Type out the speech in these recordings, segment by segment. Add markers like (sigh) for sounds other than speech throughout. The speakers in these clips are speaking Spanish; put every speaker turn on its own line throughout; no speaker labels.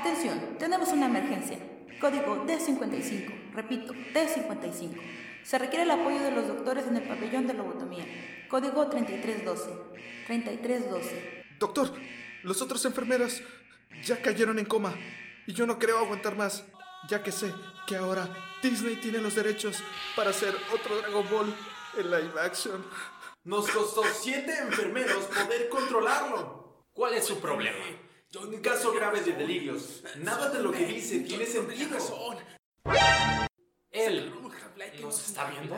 Atención, tenemos una emergencia. Código D55. Repito, D55. Se requiere el apoyo de los doctores en el pabellón de lobotomía. Código 3312. 3312.
Doctor, los otros enfermeros ya cayeron en coma y yo no creo aguantar más, ya que sé que ahora Disney tiene los derechos para hacer otro Dragon Ball en live action.
Nos costó siete enfermeros poder controlarlo.
¿Cuál es su problema?
Un caso grave de delirios. Nada de lo que dice tiene sentido.
Él nos está viendo.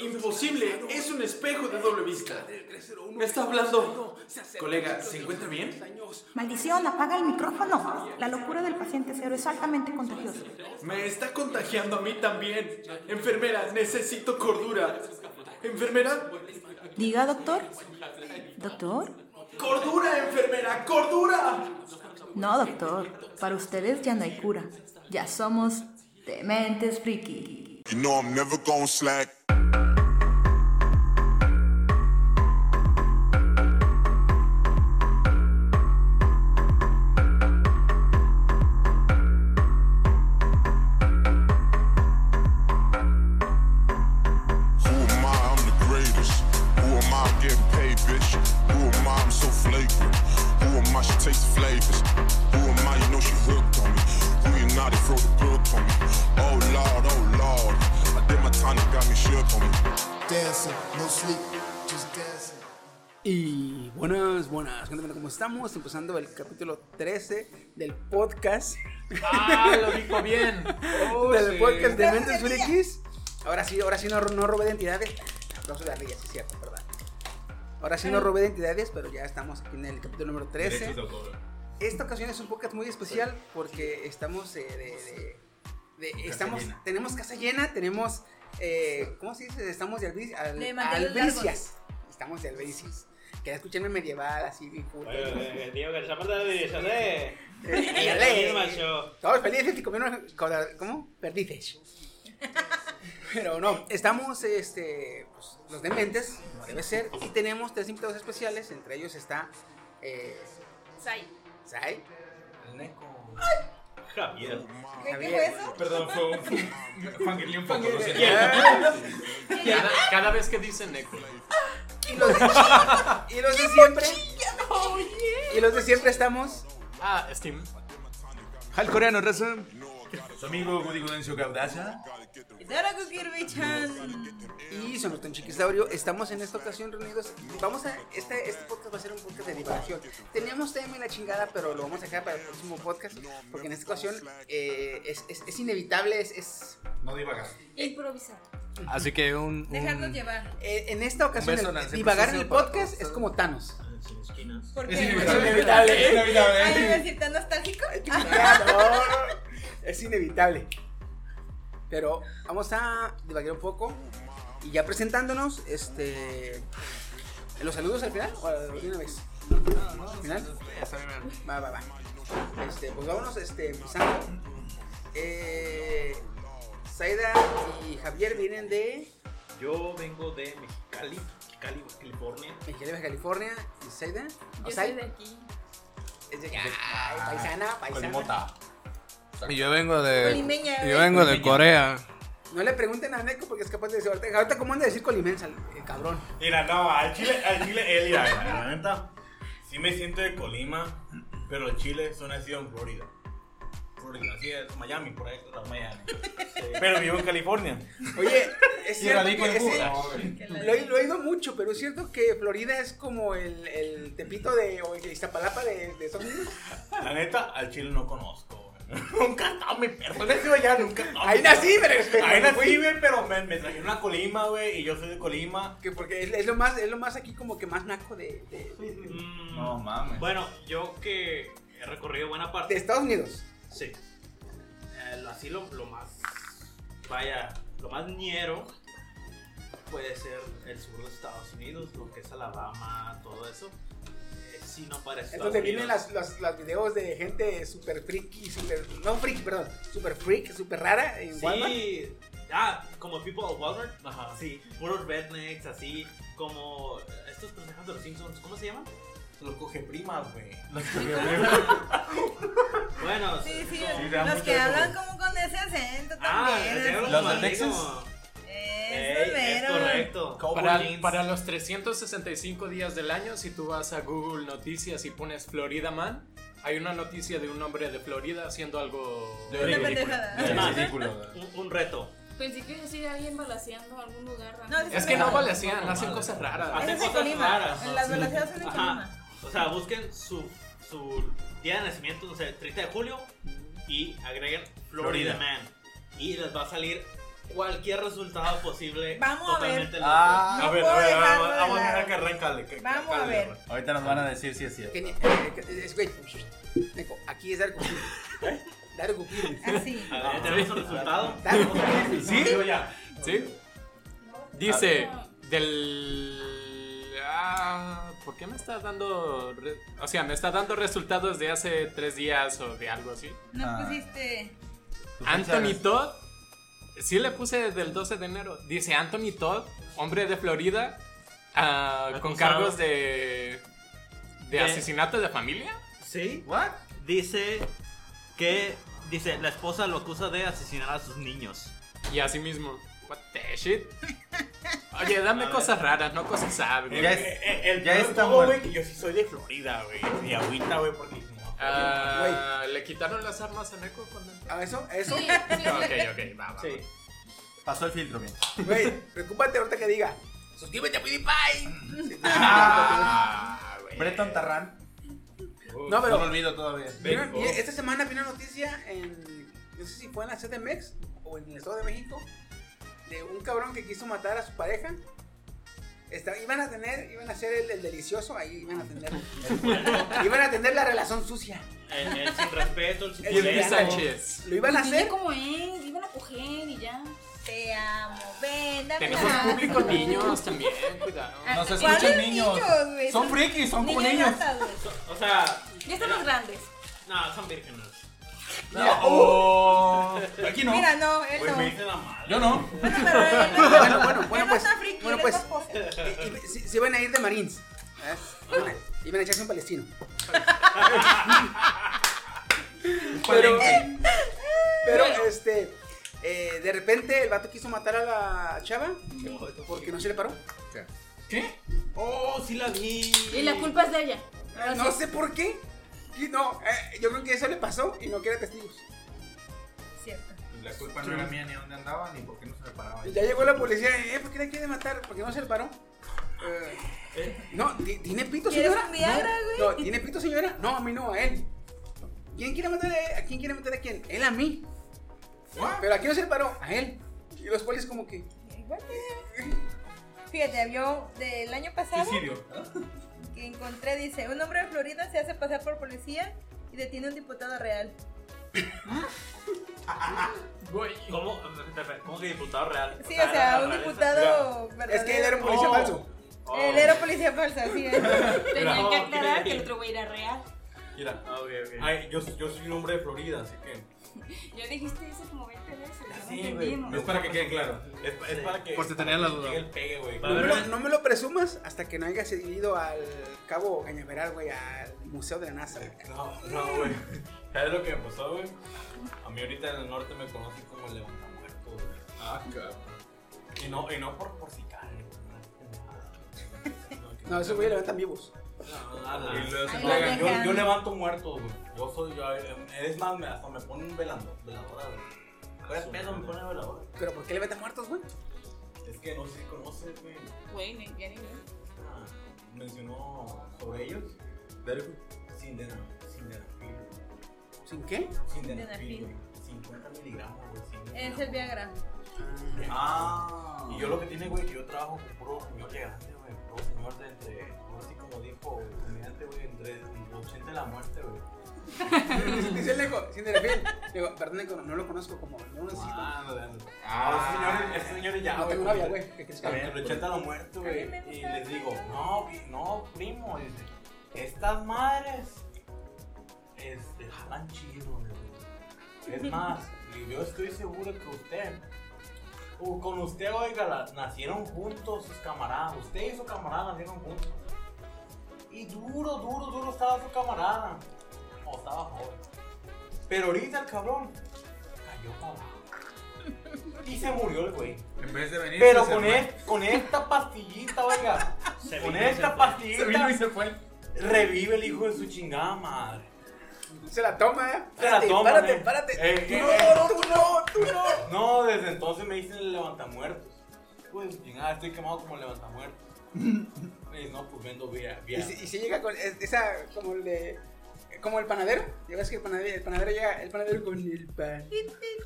Imposible, es un espejo de doble vista. Me está hablando. Colega, ¿se encuentra bien?
Maldición, apaga el micrófono. La locura del paciente cero es altamente contagiosa.
Me está contagiando a mí también. Enfermera, necesito cordura. Enfermera,
Diga, doctor. ¿Doctor?
cordura, enfermera, cordura.
No, doctor. Para ustedes ya no hay cura. Ya somos dementes friki.
You know I'm never gonna slack. Who am I? I'm the greatest. Who am I? I'm getting paid, bitch. Who am I? I'm so flagrant. Who am I? She tastes flavors. Who am I? You know she hooked on me. Who you not? They throw the book on me. Oh lord, oh lord. I did my time, they got me shook on me.
dancing, no sleep, just dancing.
Y buenas, buenas, gente, ¿cómo estamos? Empezando el capítulo 13 del podcast.
¡Ah, lo dijo bien! Oh,
del
sí.
podcast de Mentes Frikis. Ahora sí, ahora sí no, no robé de entidades. Aplausos de arriba, sí es cierto, ¿verdad? Ahora sí no robé de entidades, pero ya estamos aquí en el capítulo número 13. Esta ocasión es un podcast muy especial porque estamos eh, de, de- de- estamos
llena.
tenemos casa llena, tenemos eh, ¿cómo se dice? Estamos de, albi- al-
De manteles
albricias. Estamos de albricias. Quería escucharme medieval así bien puto.
Tío, que se aparta de videos, (laughs) ¿eh?
Eh,
macho.
Todos felices y comieron con la- ¿cómo? Perdices. Pero no, estamos este, pues, los dementes, como debe ser, y tenemos tres invitados especiales, entre ellos está eh, Sai,
Javier.
Javier.
Perdón, fue un fangirlí un poco.
Pues,
lo siento.
Cada, cada vez que dicen Neko.
Y los de, Ah, y (laughs) los de siempre. Y los de siempre estamos.
Ah, Steam.
Al coreano, raza.
Su amigo Woody Gudencio Gaudaza.
Y Sonorton Chiquisaurio. Estamos en esta ocasión reunidos. Vamos a. Este, este podcast va a ser un podcast de divagación. Teníamos tema en la chingada, pero lo vamos a dejar para el próximo podcast. Porque en esta ocasión eh, es, es- es inevitable. Es, es-
No divagas.
Improvisar.
Así que un.
Dejarnos llevar.
eh, en esta ocasión,
beso,
el-
Nancy,
divagar en
pues,
el
para
podcast es como Thanos.
Porque
Es
qué?
inevitable.
¿eh?
Es
¿Ay, iba a
inevitable.
decir tan nostálgico?
Ya, no, es inevitable. Pero vamos a divagar un poco. Y ya presentándonos, este. ¿Los saludos al final? ¿O de una vez? ¿Al final? Va, va, va. Este, pues vámonos este, empezando. Eh, Zaida y Javier vienen de
Yo vengo de Mexicali, Mexicali, California.
Mexicali, California. ¿Y Zaida?
Ah,
Yo soy
Zaida?
de aquí.
Es de- ay, paisana, paisana.
Mota.
Yo vengo de.
Limeña.
Yo vengo de Corea.
No le pregunten a Neko porque es capaz de decir. Ahorita, ahorita ¿cómo anda a decir colimensa el el cabrón?
Mira, no, al chile, al chile, él irá, la neta. Sí me siento de Colima, pero el chile eso nacido en Florida. Florida, sí, es Miami, por ahí está Miami. Pero vivo en California.
Oye, es
Y
cierto
radico
que
en
ese-
Cuba.
lo, he- lo he oído mucho, pero es cierto que Florida es como el, el Tepito de o el Iztapalapa de, de Estados Unidos.
La neta, al chile no conozco. (laughs) nunca estaba mi perro. No he sido allá, nunca estaba.
Ah,
Ahí nací, pero
Ahí nací, güey, pero me, me trajeron a Colima, güey, y yo soy de Colima.
Que porque es, es lo más, es lo más aquí como que más naco de, de- de-
Mm,
No mames.
Bueno, yo que he recorrido buena
de
parte.
Estados Unidos.
Sí. Eh, lo- así lo, lo más. Vaya, lo más ñero puede ser el sur de Estados Unidos, lo que es Alabama, todo eso. Eh, sí, no parece.
Es donde vienen las, las, las videos de gente super freaky, super, no freak, perdón, super freak, super rara en Walmart.
Sí. Ah, como People of Walmart. Ajá. Sí. Puros rednecks, así. Como estos personajes de los Simpsons. ¿Cómo se llaman?
Los coge primas, güey. Los
menos.
Sí, sí,
como-
los que hablan como con ese acento
Ah,
también.
de
así.
los de Texas.
Es
Ey, es
mero.
correcto.
Para, para los 365 días del año, si tú vas a Google Noticias y pones Florida Man, hay una noticia de un hombre de Florida haciendo algo
De Una
ridículo.
pendejada.
Es
Ajá.
ridículo.
Un, un reto.
Pensé que iba a decir alguien balaseando a algún lugar.
No,
Es que no balacean, hacen cosas
Ah,
raras.
Ese
Hacen
es de
cosas
Colima.
raras.
En las
Sí.
balaceadas son en
Ajá.
Colima.
O sea, busquen su, su día de nacimiento, no sé, 30 de julio y agreguen Florida,
Florida.
Man. Y les va a salir cualquier resultado posible.
Vamos a ver.
totalmente loco.
Ah,
A ver, a
puedo
ver, a ver,
dejarlo de
vamos a dejar
lado.
que arrancale. que- que
Vamos a
arranque.
ver.
Ahorita nos van a decir si es cierto.
Que ni- eh, que- es- güey, Neko, Aquí es dar cupido. Dar cupido.
Así.
A
Ah,
ver, tenemos un resultado.
Dar cupido.
¿Sí?
Digo ya.
¿Sí? Dice, del... Ah, ¿Por qué me estás dando... re- O sea, me estás dando resultados de hace tres días o de algo así?
No
Ah.
pusiste.
Anthony Todd, sí le puse del 12 de enero. Dice Anthony Todd, hombre de Florida, ah, con
Acusado.
cargos de. de
De-
asesinato de familia.
Sí.
¿What?
Dice que. Dice, la esposa lo acusa de asesinar a sus niños.
Y así mismo, what the shit. Oye, dame cosas raras, no cosas
Ya
sabias.
es-
Eh, eh, El
Ya
peor
está
todo, güey,
muerto.
que yo sí soy de Florida, güey. Y agüita, güey, porque no.
Ah, ¿Le quitaron las armas a Neko (laughs) cuando entró?
¿A eso? ¿A eso?
Sí,
Ok,
sí,
ok, va, va.
Sí.
Pasó el filtro bien.
Güey, preocúpate ahorita que diga. Suscríbete a PewDiePie.
Ah,
Eh,
güey.
Breton Tarrant.
No, pero-
No lo olvido todavía.
Vieron- vi- Esta semana vi una noticia en. No sé si fue en la CDMX o en el Estado de México. De un cabrón que quiso matar a su pareja. Está- iban a tener, iban a hacer el, el delicioso, ahí iban a tener. iban a tener la relación sucia.
El, el sin respeto, el
Eh.
El
Luis
suculento.
Sánchez.
Lo iban a
Pues
Dile
hacer.
cómo es, iban a coger y ya.
Te amo. Ven, dame
Tenemos
la-
público niños también, cuidado.
Ah,
No se
¿cuáles
escuchan niños.
güey?
Son frikis, son como niños.
ratas, güey.
O sea,
Ya estamos grandes.
no, son vírgenes.
Oh. Aquí no.
Mira, no, él
Güey,
no.
me hice la madre.
Yo no.
Bueno, pero él no.
(laughs) Bueno, bueno,
Él
bueno,
no
pues.
está friki,
Bueno,
él
pues.
es jocoso.
y- y- Se se iban a ir de Marines. ¿verdad?
Ah.
Iban a- Iban a echarse un palestino. pero, pero este, eh, de repente el vato quiso matar a la chava porque no se le paró.
Oh, sí la vi.
Y la culpa es de ella.
No sé por qué. Y no, eh, yo creo que eso le pasó y no quiere testigos.
Cierto.
La culpa no era mía ni dónde andaba ni por qué no se reparaba.
Y Ya llegó la policía, eh, ¿por qué la quiere matar? ¿Por qué no se le paró? Eh, no, ti- ¿tiene pito,
¿Quieres
señora?
un Viagra,
no, no, ¿tiene pito, señora? No, a mí no, a él. ¿Quién quiere matar a, él? ¿A quién quiere matar a quién? Él a mí. Pero aquí no se le paró, a él. Y los polis como que...
Igual que- Fíjate, yo del año pasado
Suicidio.
que encontré, dice, un hombre de Florida se hace pasar por policía y detiene a un diputado real.
Güey.
¿Cómo? ¿Cómo que diputado real?
Sí, o sea, un
real,
diputado verdadero.
Ah, Es que él era un policía
Oh.
falso.
Oh.
Él era policía falsa, sí.
(laughs)
es.
Tenían
No,
que aclarar
ok.
que el otro güey era real.
Mira.
Ah, ok, ok.
Ay, yo, yo soy un hombre de Florida, así que.
Ya dijiste eso como 20 veces. ya no
Sí, güey.
entendimos.
Es para que quede claro. Es, es
Sí.
para que.
Por si tenía la duda.
llegue el pegue, güey.
Va a
No me,
haber-
lo, no me lo presumas hasta que no hayas seguido al cabo Cañaveral, güey, al Museo de la NASA. güey.
No, no, güey. ¿Sabes lo que me pasó, güey? A mí ahorita en el norte me conocen como el levantamuertos, güey. Ah, cabrón. Y no, y no por, por si caen,
No, esos güeyes levantan vivos.
Y luego se
Ahí
juegan.
lo dejan.
Yo, yo levanto muertos, güey. Yo soy. Yo, es más, me, hasta me ponen velando, veladora, güey. Fuera de pedo me ponen veladora.
¿Pero por qué levantan muertos, güey?
Es que no sé si conoces, güey.
Güey, ni- ya ni veo.
Ah, Mencionó sobre ellos. Verbo. Sin dena. Sin denafil.
¿Sin qué? (laughs)
Sin
Denafil.
denafil. Eh. güey. 50 miligramos, güey. sin
Es el Viagra.
denafil.
Ah.
Y yo lo que tiene, güey, que yo trabajo con puro señor elegante, güey. Puro señor de entre. Así como dijo el comediante, güey, entre 80 y la muerte, güey.
Dice- Dice el Lejo, sin delfín. Digo, perdón, Lejo, no lo conozco como no lo necesito.
Ah, no, no, no. Ah, ese señor, ese señor ya,
No tengo
como
novia,
que-
güey. ¿Qué crees que
También
haga?
el 80 lo muerto, güey.
A mí me
Y
gusta
les digo, no, pi- no, primo, dice, estas madres este, jalan chido, güey.
(laughs)
Es más, y yo estoy seguro que usted, o con usted, oiga, la- nacieron juntos sus camaradas. Usted y su camarada nacieron juntos. Y duro, duro, duro estaba su camarada. O estaba joven. Pero ahorita el cabrón cayó para abajo. Y se murió el güey.
En vez de venir,
Pero
se
con,
fue.
e- con esta pastillita, oiga.
(laughs) Se
con
vino y se
esta
fue.
pastillita.
Se vino y se fue.
Revive el hijo de su chingada madre.
Se la toma, eh.
Se la
Párate,
toma.
párate,
eh.
párate.
Eh,
Tú
eh,
no,
eh.
tú no, tú
No, desde entonces me dicen el levantamuertos. Pues chingada, estoy quemado como el
(laughs)
levantamuertos. Y no, pues vendo vía.
Y si, y si llega con es- esa, como el de. Como el panadero. Ya ves que el panadero, el panadero llega. El panadero con el pan.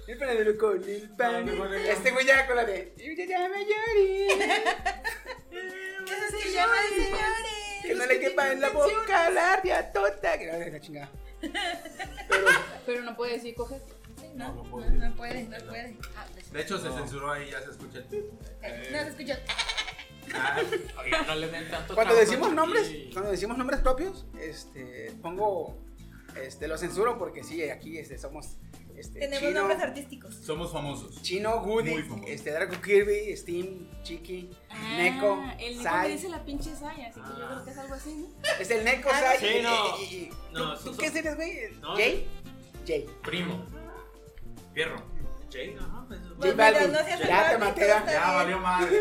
El panadero con el pan. Este güey llega con la de. "Y ya llama
Eso se llama señores.
Que no le quepa en la boca la riatota. Que no le la chingada.
Pero no puede decir coger.
No, no,
puede.
no puede, no
Eh.
puede. Ah,
De hecho, se
No.
censuró ahí, ya se escucha el. pip.
No se escucha.
Oiga, no le den tanto
Cuando
trabajo
decimos
aquí.
nombres, cuando decimos nombres propios, este, pongo, este, lo censuro porque sí, aquí, este, somos, este,
Tenemos
Chino,
nombres artísticos.
Somos famosos.
Chino, Woody,
Muy famosos.
este, Draco Kirby, Steam, Chiqui,
Ah,
Neko,
Ah, El Neko
Sai.
me dice la pinche Sai, así que yo creo que es algo así, ¿no?
Es el Neko,
Ah,
Sai.
sí,
y-
no.
y- y- y-
No,
¿Tú,
son-
tú qué eres, güey?
No,
¿Jay? Jay.
Pues,
Primo.
Fierro.
Jane, ajá. pues,
J
bueno.
Balvin.
no seas
ya te
errático,
maté.
está
¿verdad?
Ya valió más.
J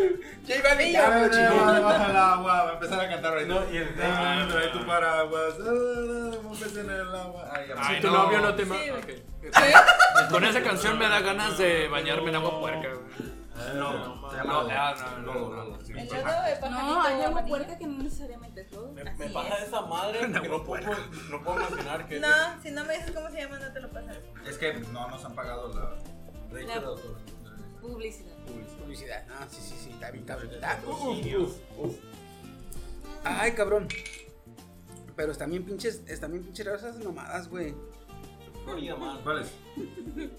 Balvin, ya me
Ya
lo chingué.
baja el agua. Va a empezar a cantar ahorita.
No, y el- este
Ah, trae tu paraguas. Ah, vamos a tener el agua. Ay, ya
Si
me-
tu
no.
novio no te ma-
Sí, güey.
Ok. Con esa canción me da ganas de bañarme en agua puerca, güey.
No, se
No,
llama
no, no,
Lodo, Lodo, sí.
El
pues,
lodo de pajarito.
No, hay agua
amarillo.
puerca que no necesariamente es lodo.
Me, me
Así
pasa
es.
esa
(laughs)
madre que no puedo, no puedo mencionar que es
No, si no me dices cómo se llama, no te lo pasaré.
Es que no nos han pagado la.
de derecho
La-
de autor.
Publicidad.
Publicidad. Ah, sí, sí, sí, está bien, cabrón. Está-
Patrocinio.
Ay, cabrón. Pero están bien pinches, están bien pinches raras esas mamadas, güey.
Florida, man.
¿Cuál es?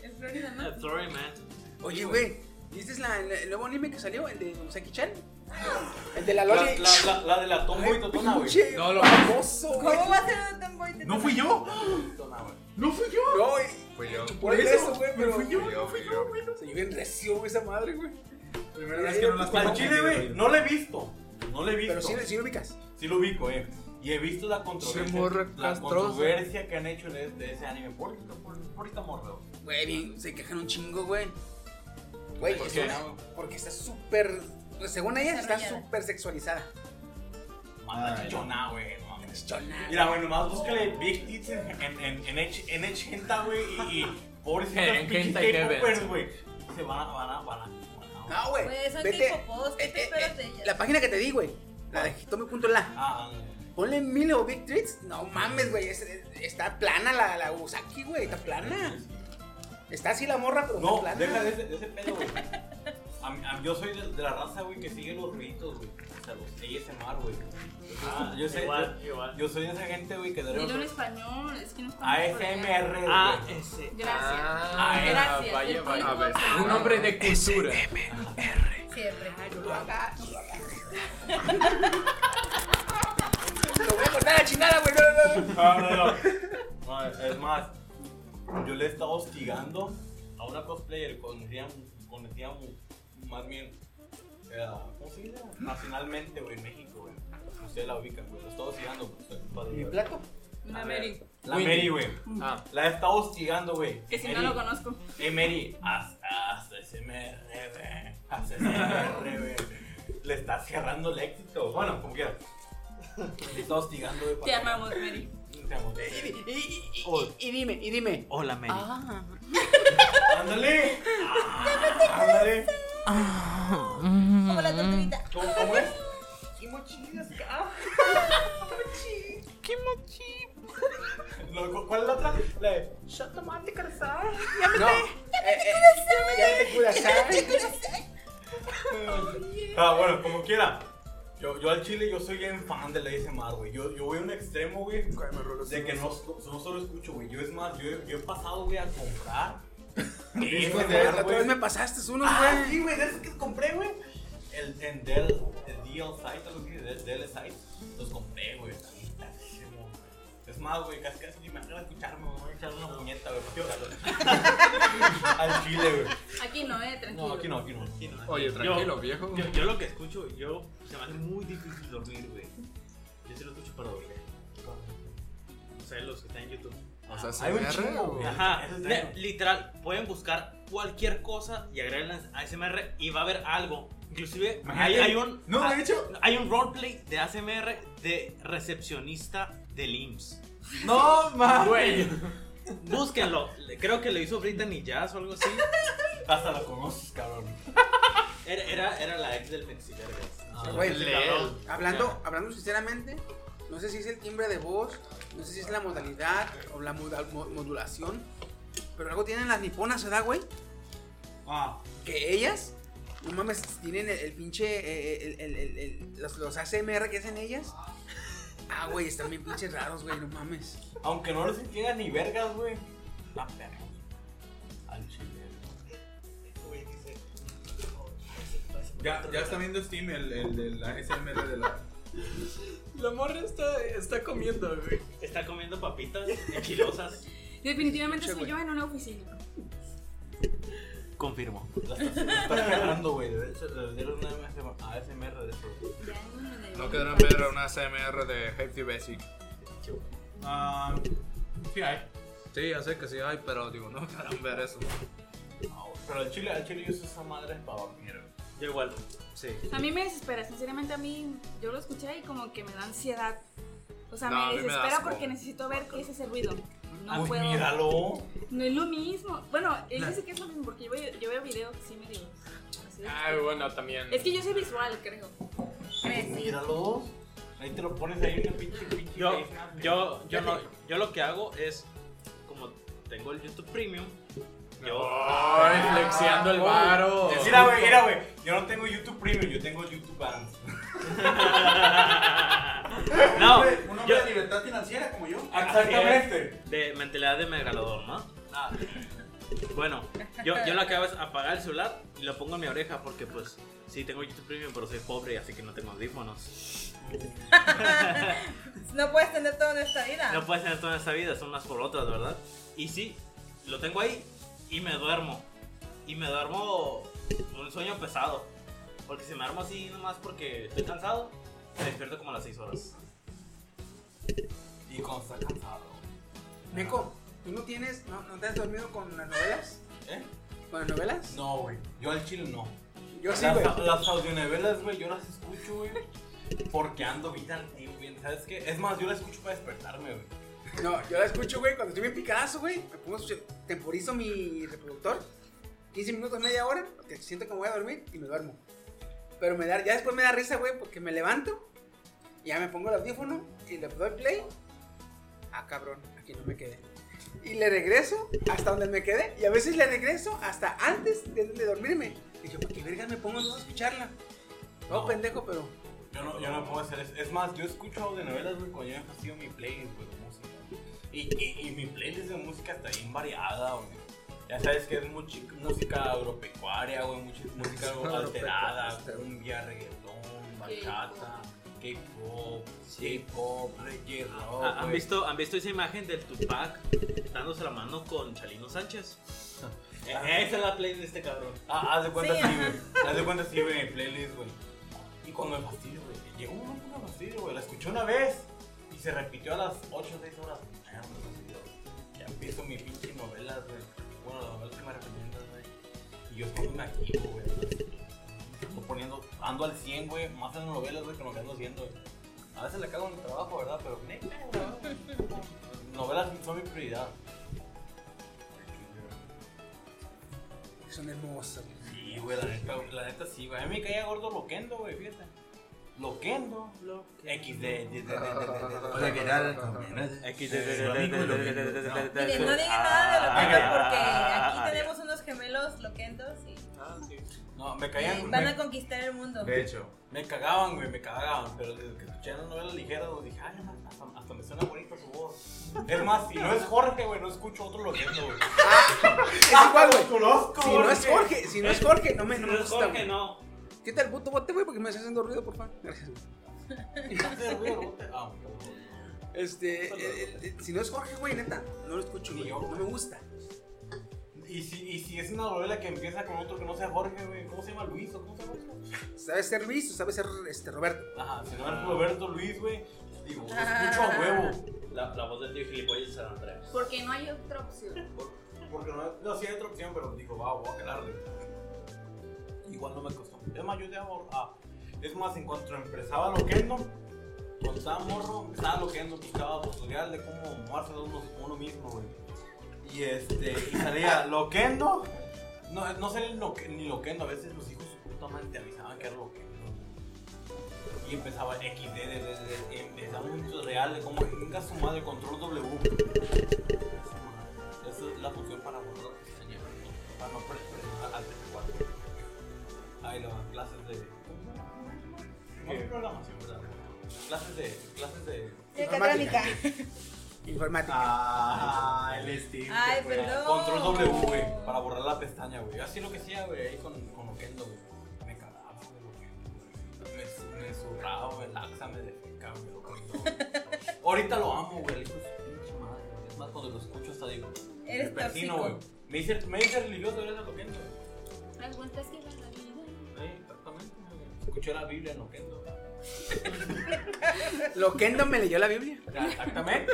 Es Florida, ¿no?
Eh, Sorry, man.
Oye, güey, ¿viste la, la- el nuevo anime que salió? El de Saki Chan. El de la
La,
Loli.
la, la, la de la Tombo y Totona, güey.
Pinche
No, lo-
baboso, güey.
¿Cómo va a ser un tomboy? de
¡No
tomate?
fui yo!
Totona, güey.
¡No fui yo!
No, güey.
Fui yo.
Por eso, güey, pero.
Fui yo, fui yo, fui yo.
Se dio bien recio güey, esa madre, güey.
Primera vez que no las
Al chile, güey, no lo he visto. No lo he visto.
Pero sí, sí lo ubicas.
Sí lo ubico, eh. Y he visto la
Se
controversia,
morra
la
castrosa.
controversia que han hecho de, de ese anime. Por esta, por, por esta morra, güey.
Güey, bien, se quejan un chingo, güey. Güey,
¿Por
eso
qué?
no, porque está súper. pues, Según ella, está
Desarrollada.
súper sexualizada.
Manda
Ay.
chichona, güey. no mames.
Chona.
Mira, güey, nomás búscale Big Tits en, en, en, en, H- en 80, güey, y, y pobrecitas
En
pinches
89.
K-popers, güey. Se van a, van a, van a. van a-
No, güey.
Güey, son
vete- Eh,
K-popos, ¿qué te esperas de ellas?
La página que te di, güey. La de hitomi.la.
Ah, ándale.
Ponle mil o big treats. No mames, güey. es- es- está plana la, la Usaki, güey. Está plana. Está así la morra, pero
No,
está
deja
plana.
de ese, de ese pedo, güey. A mí- a mí- yo soy de, de la raza, güey, que sigue los ruiditos, güey. O sea, los ASMR, güey. Ah, yo, sé,
Igual,
yo,
igual.
yo soy de esa gente, güey, que de
Dilo en español, es que no está.
ASMR, güey.
Ah, ese.
Gracias.
Ah,
Gracias.
vaya,
el
vaya.
público
A ver.
sabe.
Un hombre de cultura.
Siempre.
Lo voy a cortar a la chingada, güey. No, no, no.
No, no, no. No, es- es más, yo le he estado hostigando a una cosplayer conocida, conocida mu- más bien, eh, ¿cómo se dice? Nacionalmente, güey, en México, güey. Usted la ubica, güey. La he estado hostigando. pues, usted, padre,
¿Mi
güey.
plato?
Una Mary.
La Mary, güey.
Ah,
La he estado hostigando, güey.
Que si no
Mary,
lo conozco.
Eh, Mary, haz, haz SMR, güey. Haz SMR, güey. Le estás cerrando el éxito. Bueno, como quieras. Le he estado hostigando, güey. para-
Te amamos, Mary.
Te amamos.
Y, y- y- y-
Oh.
y dime, y dime.
Hola, Mary.
Ah.
¡Ándale! Ah, ¡Ándale!
Como
Mm.
la tortuguita.
¿Cómo, cómo es? Lo- cu- ¿Cuál es la otra? La de.
No. eh, eh, Ya
(laughs)
te curas, ¿sabes?
Ah, bueno, como quiera. Yo, yo al chile, yo soy bien fan de la ASMR, güey. Yo, yo voy a un extremo, güey. De que no, no solo escucho, güey. Yo es más, yo, yo he pasado, güey, a comprar.
Pues,
La
ASMR,
otra vez me
güey.
pasaste unos,
Ah,
güey.
sí, güey, de esos que compré, güey. El, en Del, el DL Site, algo así, Del, DL Site. Los compré, güey. están carísimos, güey. Es más, güey, casi casi ni me hagan escucharme, güey. Voy a echar una puñeta, güey. para escucharlo. (laughs) Al chile, güey.
Aquí no, eh, tranquilo.
No, aquí no, aquí no. Aquí no.
oye, tranquilo, viejo.
Yo, yo lo que escucho, yo se me hace muy difícil dormir, güey. Yo sí lo escucho para dormir. O sea, los que están en YouTube. Ah,
O sea, se
Hay un
agarra,
chingo,
güey.
güey. Ajá.
Eso
Ne-
está-
Literal, pueden buscar cualquier cosa y agregarle ASMR y va a haber algo. Inclusive hay,
Imagínate.
hay un
No, de
hay-
hecho-
hay un roleplay de ASMR de recepcionista del IMSS.
No mames.
Güey. Búsquenlo. Le- Creo que lo hizo Brittany Jazz o algo así.
Hasta la conoces, cabrón.
Era, era, era la ex del Mexivergas.
Ah,
Güey, hablando, hablando sinceramente, no sé si es el timbre de voz, no sé si es la modalidad o la moda- mo- modulación, pero algo tienen las niponas, ¿verdad, güey?
Ah.
Que ellas, no mames, tienen el, el pinche, eh, el- el- el- el- los, los ASMR que hacen ellas. Ah, güey, están bien pinches raros, güey, no mames.
Aunque no les entiendan ni vergas, güey. La perra. Al chile.
Ya, ya está viendo Steam el, el, el ASMR de la.
La morra está, está comiendo, güey. Está comiendo papitas enchilosas.
Definitivamente
Che,
soy
güey.
yo en una oficina.
Confirmo.
La estás- la estás cagando, güey. De hecho, le dieron una ASMR de eso.
No quedaron ver una ASMR de Hefty Basic.
Ah, sí hay.
Sí, ya sé que sí hay, pero digo, no quedaron ver eso.
Pero al chile, al chile yo uso esa madre para dormir.
Yo igual. Sí.
A mí me desespera, sinceramente a mí yo lo escuché y como que me da ansiedad. O sea,
No, a mí
me
me da
desespera
asco.
porque necesito ver qué es ese ruido. No
Ah,
puedo.
míralo.
No es lo mismo. Bueno, él
La-
dice que es lo mismo porque yo veo, yo veo videos así medio. así de-
Ah, bueno, también.
Es que yo soy visual, creo.
Míralos. Ahí te lo pones ahí en la pinche pinche.
Yo, yo, yo, no, yo lo que hago es, como tengo el YouTube Premium, yo...
Ay, flexiando el varo.
Mira, güey, mira, güey. Yo no tengo YouTube Premium, yo tengo YouTube Adams.
(laughs) No,
un hombre
yo-
de libertad financiera como yo.
Así es,
Exactamente. Ah.
De mentalidad de megalodón, ¿no? Bueno, yo, yo lo que hago es apagar el celular y lo pongo en mi oreja porque pues sí tengo YouTube Premium pero soy pobre así que no tengo audífonos.
No puedes tener todo en esta vida.
No puedes tener toda esta vida, son unas por otras, ¿verdad? Y sí, lo tengo ahí y me duermo. Y me duermo un sueño pesado. Porque si me armo así nomás porque estoy cansado, me despierto como a las 6 horas.
Y cuando está cansado.
Neko, ¿tú no tienes, no, no te has dormido con las novelas?
¿Eh?
¿Con las novelas?
No, güey. Yo al chile no.
Yo sí,
Las-
güey.
Las audionovelas, güey, yo las escucho, güey. Porque ando bien antiguo, bien. ¿Sabes qué? Es más, yo las escucho para despertarme, güey.
No, yo la escucho, güey, cuando estoy bien picadazo, güey. Me pongo, a escuchar- temporizo mi reproductor. 15 minutos, media hora, porque siento como voy a dormir y me duermo. Pero me da, ya después me da risa, güey, porque me levanto, ya me pongo el audífono y le doy play. Ah, cabrón, aquí no me quedé. Y le regreso hasta donde me quedé. Y a veces le regreso hasta antes de, de dormirme. Y yo, ¿por qué verga me pongo a escucharla? No, pendejo, pero.
Yo no, yo no puedo hacer eso. Es más, yo escucho audionovelas, güey, cuando yo me fastidio mi playlist, güey, de música. Y, y, y mi playlist de música está bien variada, güey. Ya sabes que es mucha música agropecuaria, güey, mucha música alterada, cumbia, reggaetón, bachata, K-pop, K-pop, reggae rock,
Ah, ¿Han
güey.
visto, ¿Han visto esa imagen del Tupac dándose la mano con Chalino
(laughs)
Sánchez? Eh, Esa es la play de este cabrón.
Ah, haz de cuenta
Sí,
sí,
ajá.
güey. Haz de cuenta sí, güey, mi playlist, güey. Y cuando me fastidio, güey. Llegó un momento que me fastidio, güey. La escuché una vez y se repitió a las 8 o 6 horas. Ya me fastidio, güey. Ya empiezo mi pinche novelas, güey. Bueno, las novelas que me recomiendas, güey. Y yo estoy me activo, güey. Ando poniendo, ando al 100, güey. Más en novelas, güey, que lo que ando haciendo, güey. A veces le cago en el trabajo, ¿verdad? Pero, neta, güey. Novelas son mi prioridad.
Son hermosas.
Sí, güey, la neta, la neta sí, güey. A mí me caía gordo Loquendo, güey, fíjate. Loquendo. XD. Hola, ¿qué tal?
Miren, no digan nada
Ah.
de Loquendo porque aquí tenemos unos gemelos Loquendos y,
No, me
y
caían.
van
me-
a conquistar el mundo.
De hecho, me cagaban, güey, me cagaban. Pero desde que escuché las novelas ligeras, güey, dije, ay, no, hasta, hasta me suena bonita su voz. Es más, si no es Jorge, güey, no escucho otro Loquendo, güey.
(laughs) Es igual, güey.
conozco,
Si no es
Jorge.
Jorge, si no es Jorge, no me, no
Si
me
no es
gusta.
Jorge,
güey.
(laughs) no.
Quita el puto bote, güey, porque me estás haciendo ruido, por favor. Gracias.
Ah,
Este, eh, eh, si no es Jorge, güey, neta, no lo escucho, güey. No me gusta.
Y si, y si es una novela que empieza con otro que no sea Jorge, güey, ¿cómo se llama Luis o cómo se llama?
Sabe ser Luis o sabe ser este, Roberto.
Ah.
Ajá, si no es Roberto Luis, güey,
Digo,
Ah.
escucho a huevo la, la voz del tío gilipollas de San Andrés.
Porque no hay otra
(laughs)
opción.
Porque no, no sí hay otra opción, pero dijo, va, voy a quedarle. Igual no me costó. Es más, yo ya mor- ah, Es más, en cuanto empezaba loquendo, cuando estaba morro, estaba loquendo, buscaba tutorial de cómo moverse uno, uno mismo, güey. Y este, y salía loquendo. No, no salía ni loque- ni loquendo, a veces los hijos de su puta madre te avisaban que era loquendo. Y empezaba XD, de, de, de- de- empezaba un tutorial de cómo venga su madre, control W. Esa es la función para borrar señor. Para no presentar al T4. Ahí lo van, clases de. No es programación, ¿verdad? Clases de. Clases de.
De académica.
(laughs) Informática.
Ah, el Steam.
Ay,
güey.
perdón.
Control W, güey. Para borrar la pestaña, güey. Así lo que hacía, güey. Ahí con, con Oquendo, güey. Me cagaba, güey. Me, su- me zurraba, güey. Laxa, me defecaba, güey. Oquendo. Ahorita lo amo, güey. El hijo de su pinche madre, güey. Es más, cuando lo escucho, hasta digo.
Eres
me persino,
tóxico.
güey. Me dice, me dice religioso, eres Oquendo, güey.
Las vueltas que van la vida.
Sí, Exactamente, güey. Escuché la Biblia en Oquendo, güey.
Loquendo me leyó la Biblia.
(laughs)
Exactamente.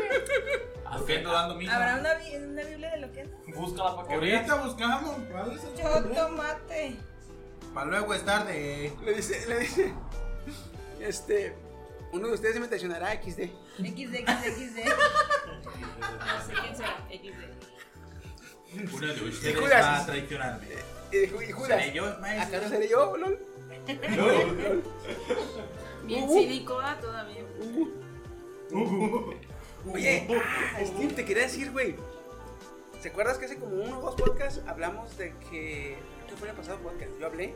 Loquendo dando misa.
¿Habrá una, bi- una Biblia de lo que es?
Búscala para que
Ahorita
veas.
buscamos. ¿Cuál es el
Yo tomate.
Para luego es tarde.
Le dice, le dice. (laughs) Este. Uno de ustedes se mencionará XD.
XD,
(laughs)
XD,
No sé quién será. XD.
Uno de
Y
ustedes
Judas.
va a traicionarme.
Eh, Y, Ju- y Judas.
Seré yo, maestro.
¿Acaso seré yo, lol?
Bien
Uh.
cínicoa todavía.
Oye, ah, Steve, te quería decir, güey. ¿Se acuerdas que hace como uno o dos podcasts hablamos de que. ¿Qué fue el pasado podcast? Yo hablé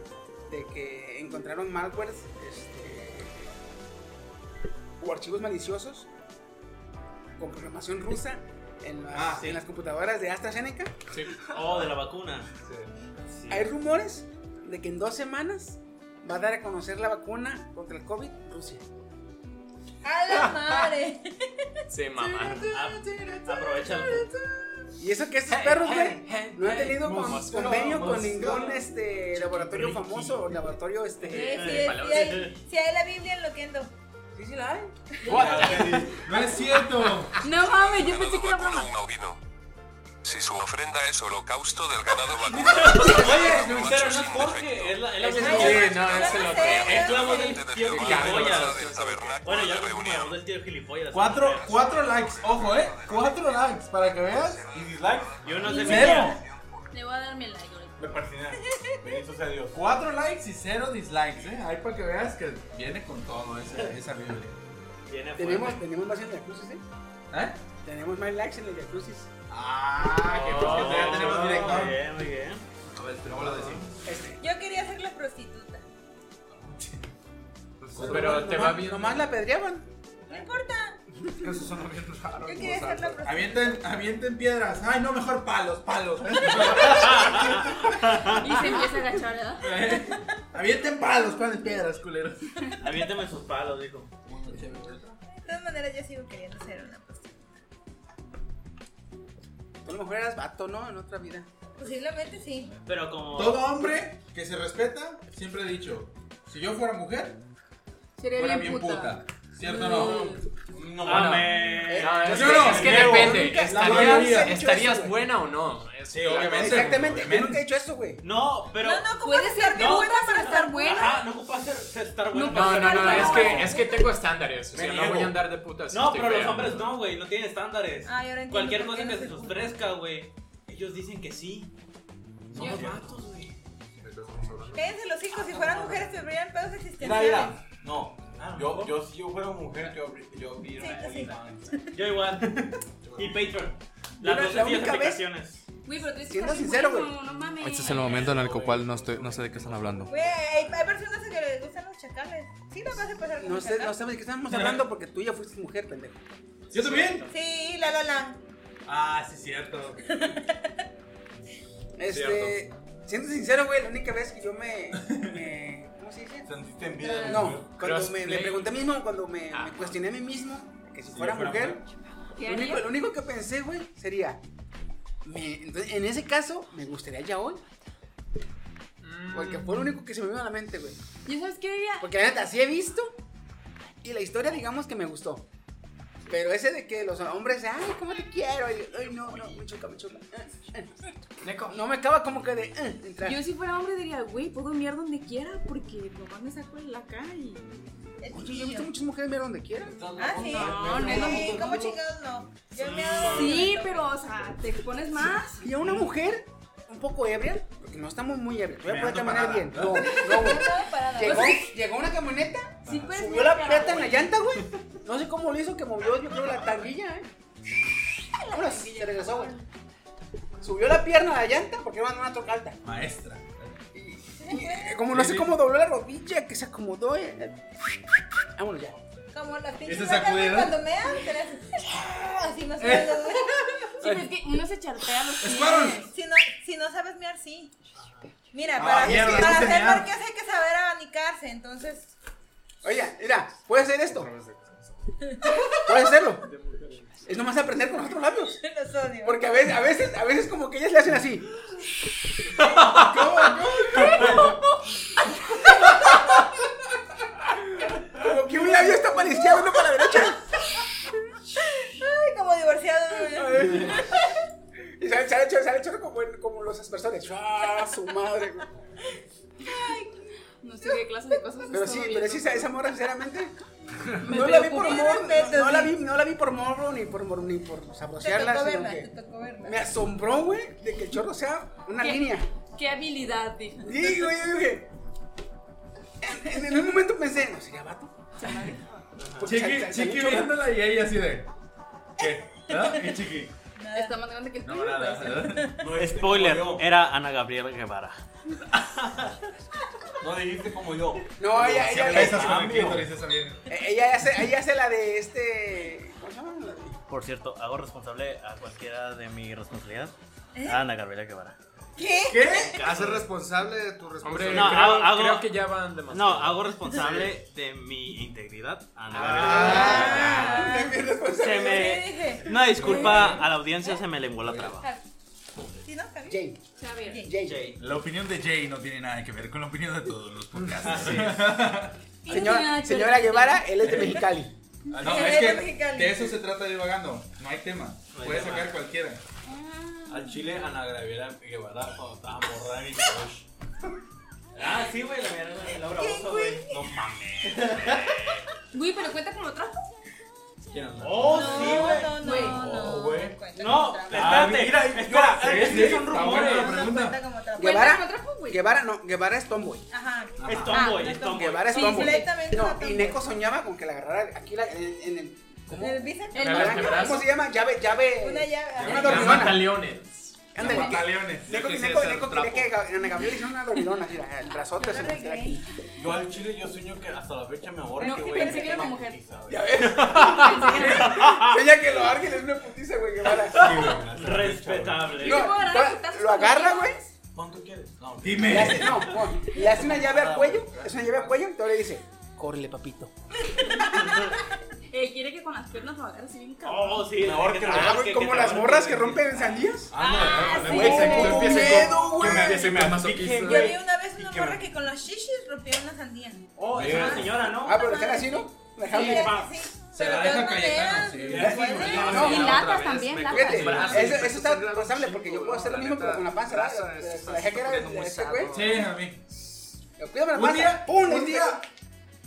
de que encontraron malwares este, o archivos maliciosos con programación rusa en las,
Ah, sí.
en las computadoras de AstraZeneca.
Sí.
Oh, de la vacuna.
Hay rumores de que en dos semanas va a dar a conocer la vacuna contra el COVID Rusia.
A la
(laughs)
madre.
Se
Ah,
mamaron.
Aprovecha
Y eso que estos perros, güey, no han tenido
hey,
con-
mosca,
convenio con
mosca.
ningún este laboratorio famoso o laboratorio este.
Sí, sí, sí, hay, sí hay la Biblia en Loquendo.
Sí, sí la hay.
No es cierto.
No mames, yo pensé que era broma.
Un oído. Si su ofrenda es holocausto del ganado vacuno.
Oye, Luis, pero no es Jorge, es la- es la voz del tío.
Sí, no, es el otro.
Es la voz del tío gilipollas. Bueno, ya lo la voz del tío gilipollas.
Cuatro, cuatro likes, ojo, eh. Cuatro likes para que veas.
Y dislike.
Yo no sé
Cero.
Le voy a dar mi like ahorita.
Me persiné. Bendito sea Dios.
Cuatro likes y cero dislikes, eh. Ahí para que veas que viene con todo esa, esa Biblia.
Viene
Tenemos, tenemos más en el jacuzzi, ¿eh?
¿Eh?
Tenemos más likes en el jacuzzi.
Ah, que pues que ya tenemos director.
Muy bien, muy bien.
A ver, ¿cómo lo decimos?
Este.
Yo quería ser la prostituta.
Pero te va
nomás-
bien.
Nomás la apedreaban.
No importa.
Eso suena bien raro.
Yo quería ser la prostituta.
Avienten, avienten piedras. Ay, no, mejor palos, palos.
Y se empieza a agachar, ¿verdad?
(laughs) avienten palos, palos, piedras, culeros.
Aviéntame sus palos, dijo.
De todas maneras, yo sigo queriendo ser una prostituta.
Tú a lo mejor eras vato, ¿no? En otra vida.
Posiblemente sí.
Pero como.
Todo hombre que se respeta, siempre he dicho, si yo fuera mujer, fuera
Sería
bien puta. ¿Cierto o
No,
Bueno,
Amén.
Eh,
Eh, no, es,
Yo
que-
no,
es que
niego,
depende.
nunca- la mayoría
¿Estarías,
he dicho
estarías
eso, güey.
buena o no? Es-
Sí, obviamente.
Exactamente.
obviamente.
Yo nunca he dicho eso, güey.
No, pero.
No, no, ¿cómo
Puede
vas a
ser
ser
bien
no,
buena para estar buena.
Ajá, no ocupa ser, ser- estar bueno.
No,
para
no,
ser-
no, es que, es que tengo estándares. O
Me
sea, no
niego.
voy a andar de puta si
No,
estoy
pero los
fea.
hombres no, güey, no tienen estándares.
Ay, ahora entiendo
Cualquier
por
cosa
qué
que
no
se
se
ofrezca, güey. Ellos dicen que sí. Somos
Yo-
vatos, güey.
Cállense los hijos, si fueran mujeres tendrían pedos
Mira,
existenciales.
mira. No. Yo, yo, si yo fuera mujer, yo, abri- yo abriría
Sí,
una
sí.
OnlyFans.
Yo
(laughs)
igual. y Patreon.
Yo la-
Las dos
la
sencillas
única vez-
aplicaciones.
Güey, pero tienes que
Siendo
estar bien
sincero,
bueno,
güey.
No mames.
Este es el momento en el cual no, estoy, no sé de qué están hablando.
Güey, hay hay personas que les gustan los chacales. Sí, me vas a pasar con
No
un
sé,
chacal.
no sabes de qué estamos hablando porque tú ya fuiste mujer, pendejo.
¿Yo también?
Sí, la la la.
Ah, sí, cierto.
Este. Siendo sincero, güey, la única vez que yo me. me- ¿Cómo se dice?
Sentiste envidia. de mujer.
No, cuando me,
Crossplay.
me pregunté a mí mismo, cuando me, me cuestioné a mí mismo, que si fuera
fuera
mujer,
¿Qué
lo único,
haría?
lo único que pensé, güey, sería. me- entonces, en ese caso, me gustaría ya hoy. Porque fue lo único que se me vino a la mente, güey.
¿Y sabes qué diría?
Porque la neta, así he visto. Y la historia, digamos que me gustó. Pero ese de que los hombres, ay, ¿cómo te quiero? Y, ay, no, no, me choca, me choca. No me acaba como que de eh, entrar.
Yo si fuera hombre diría, güey, puedo mirar donde quiera porque nomás me saco la cara y...
Oye, yo he visto muchas mujeres mirar donde quiera.
Ah, sí.
No, no,
Sí,
no.
¿Cómo chingados no? Yo me
Sí, pero, o sea, te expones más.
Y a una mujer un poco ebria, porque no estamos muy ebrios, voy a poder
Mirando
caminar
parada.
bien. No, no, güey. Llegó, llegó una camioneta, subió la peta en la llanta, güey. No sé cómo lo hizo, que movió, yo creo, la tanguilla, ¿eh? Ahora sí, se regresó, güey. Subió la pierna a la llanta porque era una troca alta.
Maestra.
Eh, Como no sé cómo dobló la rodilla, que se acomodó. eh. Vámonos ya.
Como las pinches
¿Ese
vacas, güey,
sacudidón?
cuando mean, te las... Así más o
(laughs)
menos, güey.
Sí, pues es que uno se chartea los pies.
Si no, si no sabes mear, sí. Mira,
Ah,
para,
mierda,
para
no sé
ser
mear.
marqués hay que saber abanicarse, entonces... (laughs)
Oiga, mira, puedes hacer esto. Puedes hacerlo. Es nomás aprender con los otros labios.
Los odio.
Porque a veces, a veces, a veces como que ellas le hacen así. Como que un labio está para la izquierda, uno para la derecha.
Ay, como divorciado. ¿eh? güey.
Y sale, sale, chorro- sale chorro como, en- como los aspersores. ¡Ah, su madre! güey.
No sé qué clase de cosas
Pero
estaba
sí,
viendo.
pero sí, esa esa morra, sinceramente.
Me
No la vi por
preocupé.
morro, no, no la vi, no la vi por morro ni por, mor- ni por
Te
sabrosearla,
tocó
sino
verla,
que
te tocó verla.
me asombró, güey, de que el chorro sea una
¿Qué?
línea.
Qué habilidad, dijo.
Sí, güey, yo dije. En, en un momento pensé, no sería vato. Porque sal-
Chiqui, chiqui
sal- salió chorro.
viéndola y ella así de. ¿Qué? ¿No? ¿Qué chiqui?
Está más grande que el
No,
tuyo,
nada,
pues. (laughs)
¿verdad?
Spoiler, era Ana Gabriela Guevara.
No dijiste como yo.
No, ella,
Si
ella,
hablas
ella-
con el
cambio.
clítoris, esa bien.
Eh, Ella hace, ella hace la de este. ¿Cómo se llama? La de-
Por cierto, hago responsable a cualquiera de mi responsabilidad.
¿Eh?
A Ana Gabriela Guevara.
¿Qué?
¿Qué?
¿Haces responsable de tu
responsabilidad?
No, hago, hago-
Ah.
creo que ya van demasiado.
No, hago responsable de mi integridad a Ana
Ah.
Gabriela Guevara. Se
Sí,
me-
dije.
Una disculpa a la audiencia, se me lenguó la traba.
¿Sí, no? Jay.
Xavier.
Jay.
La opinión de Jay no tiene nada que ver con la opinión de todos los
(laughs)
podcasts.
Ah,
Señora, señora Guevara, él es de Mexicali.
Ah, No, es que de eso se trata divagando. No hay tema.
hay
Puedes
tema.
sacar cualquiera.
Al chile, Ana Gabriela Guevara, cuando estaba morra de mi crush. Ah, sí, güey, la mierda, Laura Bozo, güey. No mames.
Güey, pero cuenta como trapo.
Oh, sí, güey.
No, no, no.
Oh, güey. No, espérate.
Ah, mira,
espera,
sí,
es que
sí,
son
está
rumores.
buena la pregunta.
Cuenta como trapo.
Guevara, Guevara, no, Guevara es tomboy.
Ajá. Ah,
Es
tomboy,
es tomboy. Guevara es tomboy.
Completamente
No,
tomboy.
y Neko soñaba con que la agarrara aquí la- en, en el. ¿Cómo?
¿El bíceps?
La granja, ¿Cómo se llama? Llave, llave.
Una llave.
Una
ajá.
dormilona.
Leones.
Ándale,
Los
que-
mataleones.
Neko,
Yo
que
quise
Neko,
ser
Neko
trapo.
quería que Ga- Ana Gabriela hiciera una dormilona, así, el brazote se le metiera aquí.
Yo al chile yo sueño que hasta la fecha me aborre
No,
que
sí,
güey.
pensé que era una mujer.
Ya ves. Ella que lo argue le es una putiza, güey, Guevara.
Respetable.
No, lo agarra, güey.
¿Cuánto quieres? No,
Le hace, no, no, le hace una llave al cuello, es una llave al cuello y todo le dice, córrele, papito.
Eh, quiere que con las piernas lo agarres y bien cabrón.
Oh, sí.
Ahora que lo agarre, Ah, como las morras que rompen sandías.
Ah,
no,
no,
güey, se
no,
puso
no,
miedo,
no,
güey.
que me- que se me
Dije,
masoquista.
Yo
güey.
vi una vez una
qué
morra
mal.
que con las shishis rompió una sandía.
Oh,
es una
señora, ¿no?
Ah, pero están así, ¿no? Dejaron
Sí,
de-
sí.
Se
Pero
la
de
deja
todas maneras,
Cayetano, sí.
No,
Y
no,
latas
otra vez,
también,
me-
latas.
Fíjate,
Brazos,
eso, eso está responsable porque yo puedo hacer lo mismo pero con la panza.
Grasa,
¿verdad?
es-
La dejé que era
muy
ese güey.
Sí, a mí.
Yo,
(laughs)
Cuídame la
Un
panza.
día,
¡Pum!
un día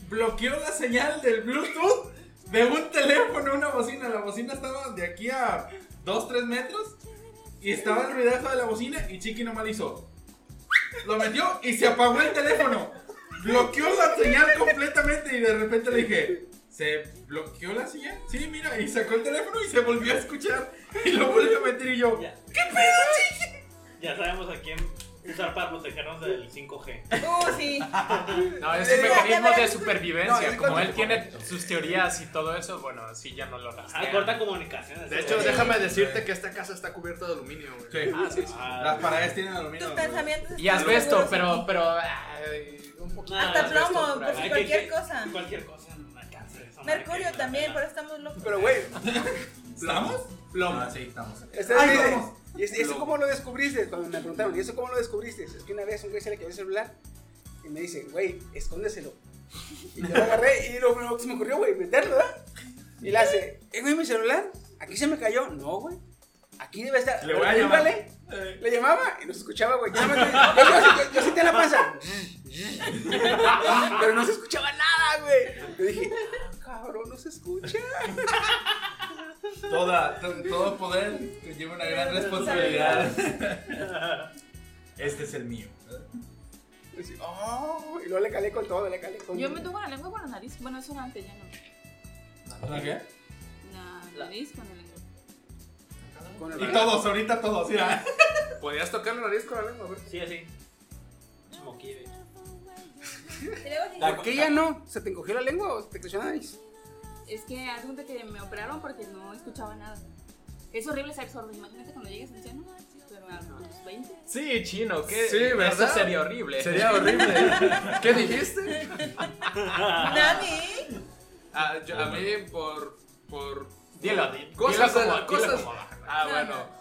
bloqueó la señal del Bluetooth de un (laughs) teléfono, una bocina. La bocina estaba de aquí a 2, 3 metros y estaba el ruidazo de la bocina y Chiqui nomás le hizo. Lo metió y se apagó el teléfono. Bloqueó la señal completamente y de repente le dije, ¿se bloqueó la señal? Sí, mira, y sacó el teléfono y se volvió a escuchar y lo volvió a meter y yo.
¿Qué Ya sabemos a quién usar para protegernos del 5G.
Uh, sí.
No, es un
Ya, ya
mecanismo
verás.
de
No,
supervivencia.
es
Como
cuando-
él tiene sus teorías y todo eso, bueno, así ya no lo rastrean.
Ah, corta comunicación.
De hecho, déjame decirte que esta casa está cubierta de aluminio, güey.
Sí.
Ah, sí, sí.
Las paredes tienen aluminio.
Tus pensamientos.
Y asbesto, pero, pero. ay, un poquito
Hasta
de asbesto
plomo,
por
por
ahí.
si cualquier cosa.
Cualquier cosa no alcanza esa madre
Mercurio
que-
también, por eso estamos locos.
Pero, güey.
¿Plamos? Plomo.
Ah,
sí, estamos.
Este
Ay,
dice,
no.
¿Y es- eso cómo lo descubriste? Cuando me preguntaron, ¿y eso cómo lo descubriste? Es que una vez un güey se le quedó el celular y me dice, güey, escóndeselo. Y yo lo agarré y lo primero que se me ocurrió, güey, meterlo, ¿verdad? Y le hace, eh, güey, mi celular, aquí se me cayó. No, güey. Aquí debe estar.
Le voy a
Rímbale. Le llamaba y nos escuchaba, güey.
(laughs)
Llámate. Yo, yo, yo- yo sentía la panza. (laughs) Pero no se escuchaba nada, güey. Yo dije, "Ah, cabrón, no se escucha.
Toda, to- todo poder que lleva una gran responsabilidad.
Este es el mío.
Y así, "Oh", y luego le calé con todo, le calé con
Yo me toco la lengua con la nariz. Bueno, eso antes ya no.
¿Para qué?
La nariz con la lengua.
Y todos, ahorita todos, mira.
¿Podías tocar la nariz con la lengua?
Sí, así.
¿Por qué ya no? ¿Se te encogió la lengua o te creció la nariz?
Es que haz de cuenta que me operaron porque no escuchaba nada. Es horrible ser sordo. Imagínate cuando llegues a anciano, pero a los 20.
Sí, chino, ¿qué?
Sí, ¿verdad?
Eso sería horrible.
Sería horrible.
(laughs)
¿Qué dijiste?
¡Nani!
Ah, yo- a mí por... por
Dilo,
por
dilo
cosas,
como-
de la-
dilo
cosas-
como va.
Ah,
No,
bueno.
no.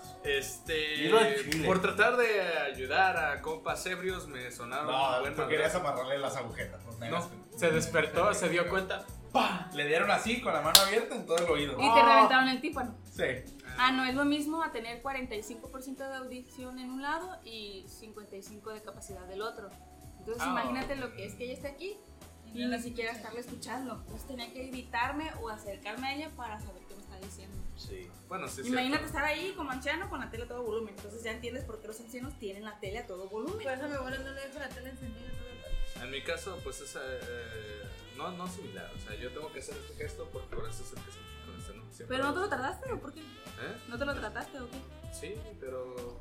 Dilo al
Este,
chile.
por tratar de ayudar a compas ebrios me sonaron
No,
buenas.
tú querías amarrarle las agujetas.
No,
se despertó, se dio cuenta.
¡Pah! Le dieron así con la mano abierta en todo el oído.
Y te reventaron el tímpano.
Sí.
Ah, no, es lo mismo a tener 45% de audición en un lado y 55% de capacidad del otro. Entonces
Ah.
imagínate lo que es que ella esté aquí y ni siquiera estarla escuchando. Entonces tenía que evitarme o acercarme a ella para saber qué me está diciendo.
Sí. Bueno, sí, sí.
Imagínate estar ahí como anciano con la tele a todo volumen. Entonces ya entiendes por qué los ancianos tienen la tele a todo volumen.
Por eso mi abuelo no le deja la tele encendida todo el rato.
En mi caso, pues es. eh, no, no similar. O sea, yo tengo que hacer este gesto porque por eso es el que se con este, ¿no? Siempre-
¿Pero no te lo tardaste o por qué?
¿Eh?
¿No te lo trataste o qué?
Sí, pero.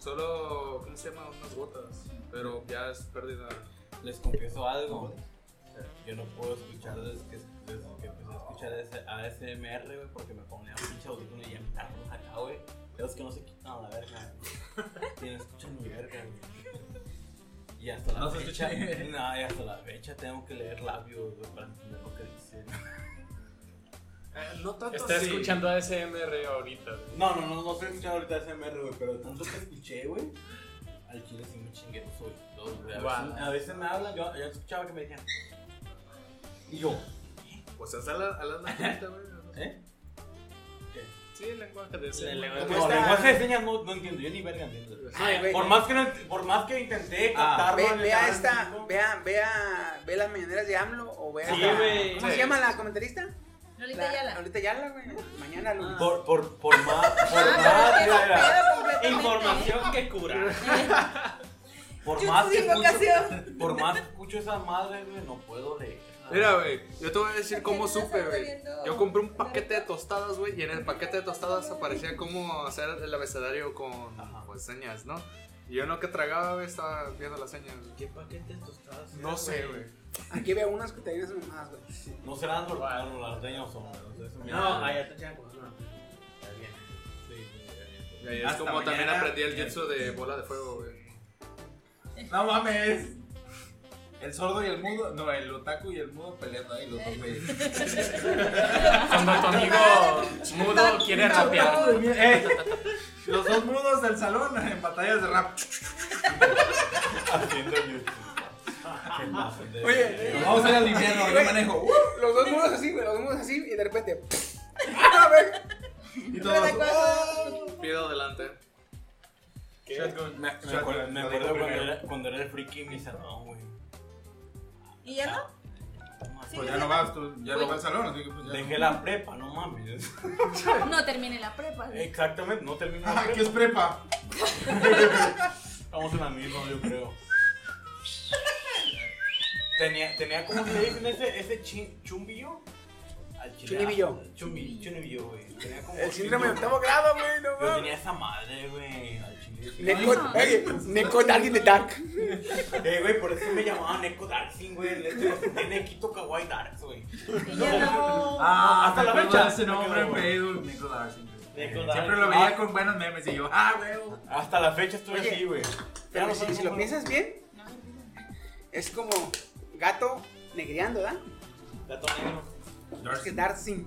Solo. ¿Cómo se llama? Unas gotas. Pero ya es pérdida.
Les confieso algo. Yo no puedo escuchar desde que, desde que empecé a escuchar ese ASMR, güey, porque me ponía un pinche audífono y ya me tardan acá, güey. Los que no se quitan a la
(laughs)
verga. Y no escuchan ni verga, güey. Y hasta la
No se
fecha.
escucha.
(laughs) No, y hasta la fecha tengo que leer labios, güey, para entender lo que dicen.
no tanto
Está escuchando ASMR ahorita. güey.
No, no, no, no estoy escuchando ahorita ASMR, güey, pero tanto que escuché, güey. Al chile sí me chingué los oídos, güey. A,
Guau.
veces, a veces me hablan, yo, yo escuchaba que me decían. Y yo,
Pues haz a la, a la ahorita, güey.
¿eh? ¿Qué?
Sí, el lenguaje de
El
señas.
lenguaje, no, el lenguaje de señas no, no entiendo, yo ni verga entiendo.
Ay, güey.
por, más que no ent- por más que intenté
Ah,
captarlo
ve,
en el
ve a
canal,
esta, vea, vea, ve las mañaneras de AMLO o vea.
Sí,
esta-
güey.
¿Cómo
Sí.
se llama la comentarista?
Lolita
La-
Ayala.
Lolita Yala, güey. Mañana lunes.
Por, por, por más, por
Ah,
más,
pero es que
mira,
pedo completamente.
información que cura. Por
Yo
más,
te
que
digo,
escucho,
ocasión.
por más que escucho esa madre, güey, no puedo leer.
Mira, güey, yo te voy a decir cómo supe, güey.
viendo-
Yo compré un paquete de tostadas, güey, y en el paquete de tostadas aparecía cómo hacer el abecedario con pues, señas, ¿no? Y yo en lo que tragaba, güey, estaba viendo las señas.
¿Qué paquete de tostadas?
No sé, güey.
Aquí veo unas que te dicen mamadas, güey.
No serán los norteños, hombre.
No,
allá
allá
te echan con
Y ahí es
Hasta
como también
mañana.
aprendí el jutsu de bola de fuego, güey.
No mames. El sordo y el mudo. No, el otaku y el mudo peleando ahí, los dos güeyes.
Cuando tu amigo mudo quiere rapear.
Eh, los dos mudos del salón en batallas de rap.
Haciendo YouTube.
Oye,
Vamos a ir al infierno, yo
güey,
manejo.
Los dos muros así, güey, los dos muros así, y de repente. A ver.
Y
todos,
Otra cosa.
Pie adelante.
Me, me acuerdo, me acuerdo cuando, era, cuando era el friki en mi salón, güey.
¿Y ya no?
Pues ya no vas, tú, ya no vas al salón, así que pues ya.
Dejé la prepa, no mames. (laughs)
No terminé la prepa.
Eh,
güey.
Exactamente, no terminé la
Ah, ¿Qué es prepa?
Estamos en la misma, yo creo. Tenía, tenía como se le dicen ese, ese chin- chumbillo. Al chile-
Chunibillo.
Chumbi- Chunibillo, güey. Tenía como
El síndrome de
chunbillo.
octavo grado, güey, no
Yo
mames.
tenía esa madre, güey. al chile.
Neco, oye, Neco Darkin de Dark.
Eh, güey, por eso me llamaban Neko Darksin, güey. Le- le- Nekito Kawaii Darks, güey.
no.
Ah,
hasta la
me acuerdo
fecha.
de Ese nombre en Facebook, Nico Darcy. Siempre lo veía con buenos memes y yo, ah, güey.
Ah, Hasta la fecha estuve
Oye,
así, güey. Ya
Pero
no
si,
sabemos
si lo
cómo-
piensas bien, es como gato negreando, ¿verdad?
Gato negro.
Es que Darcy.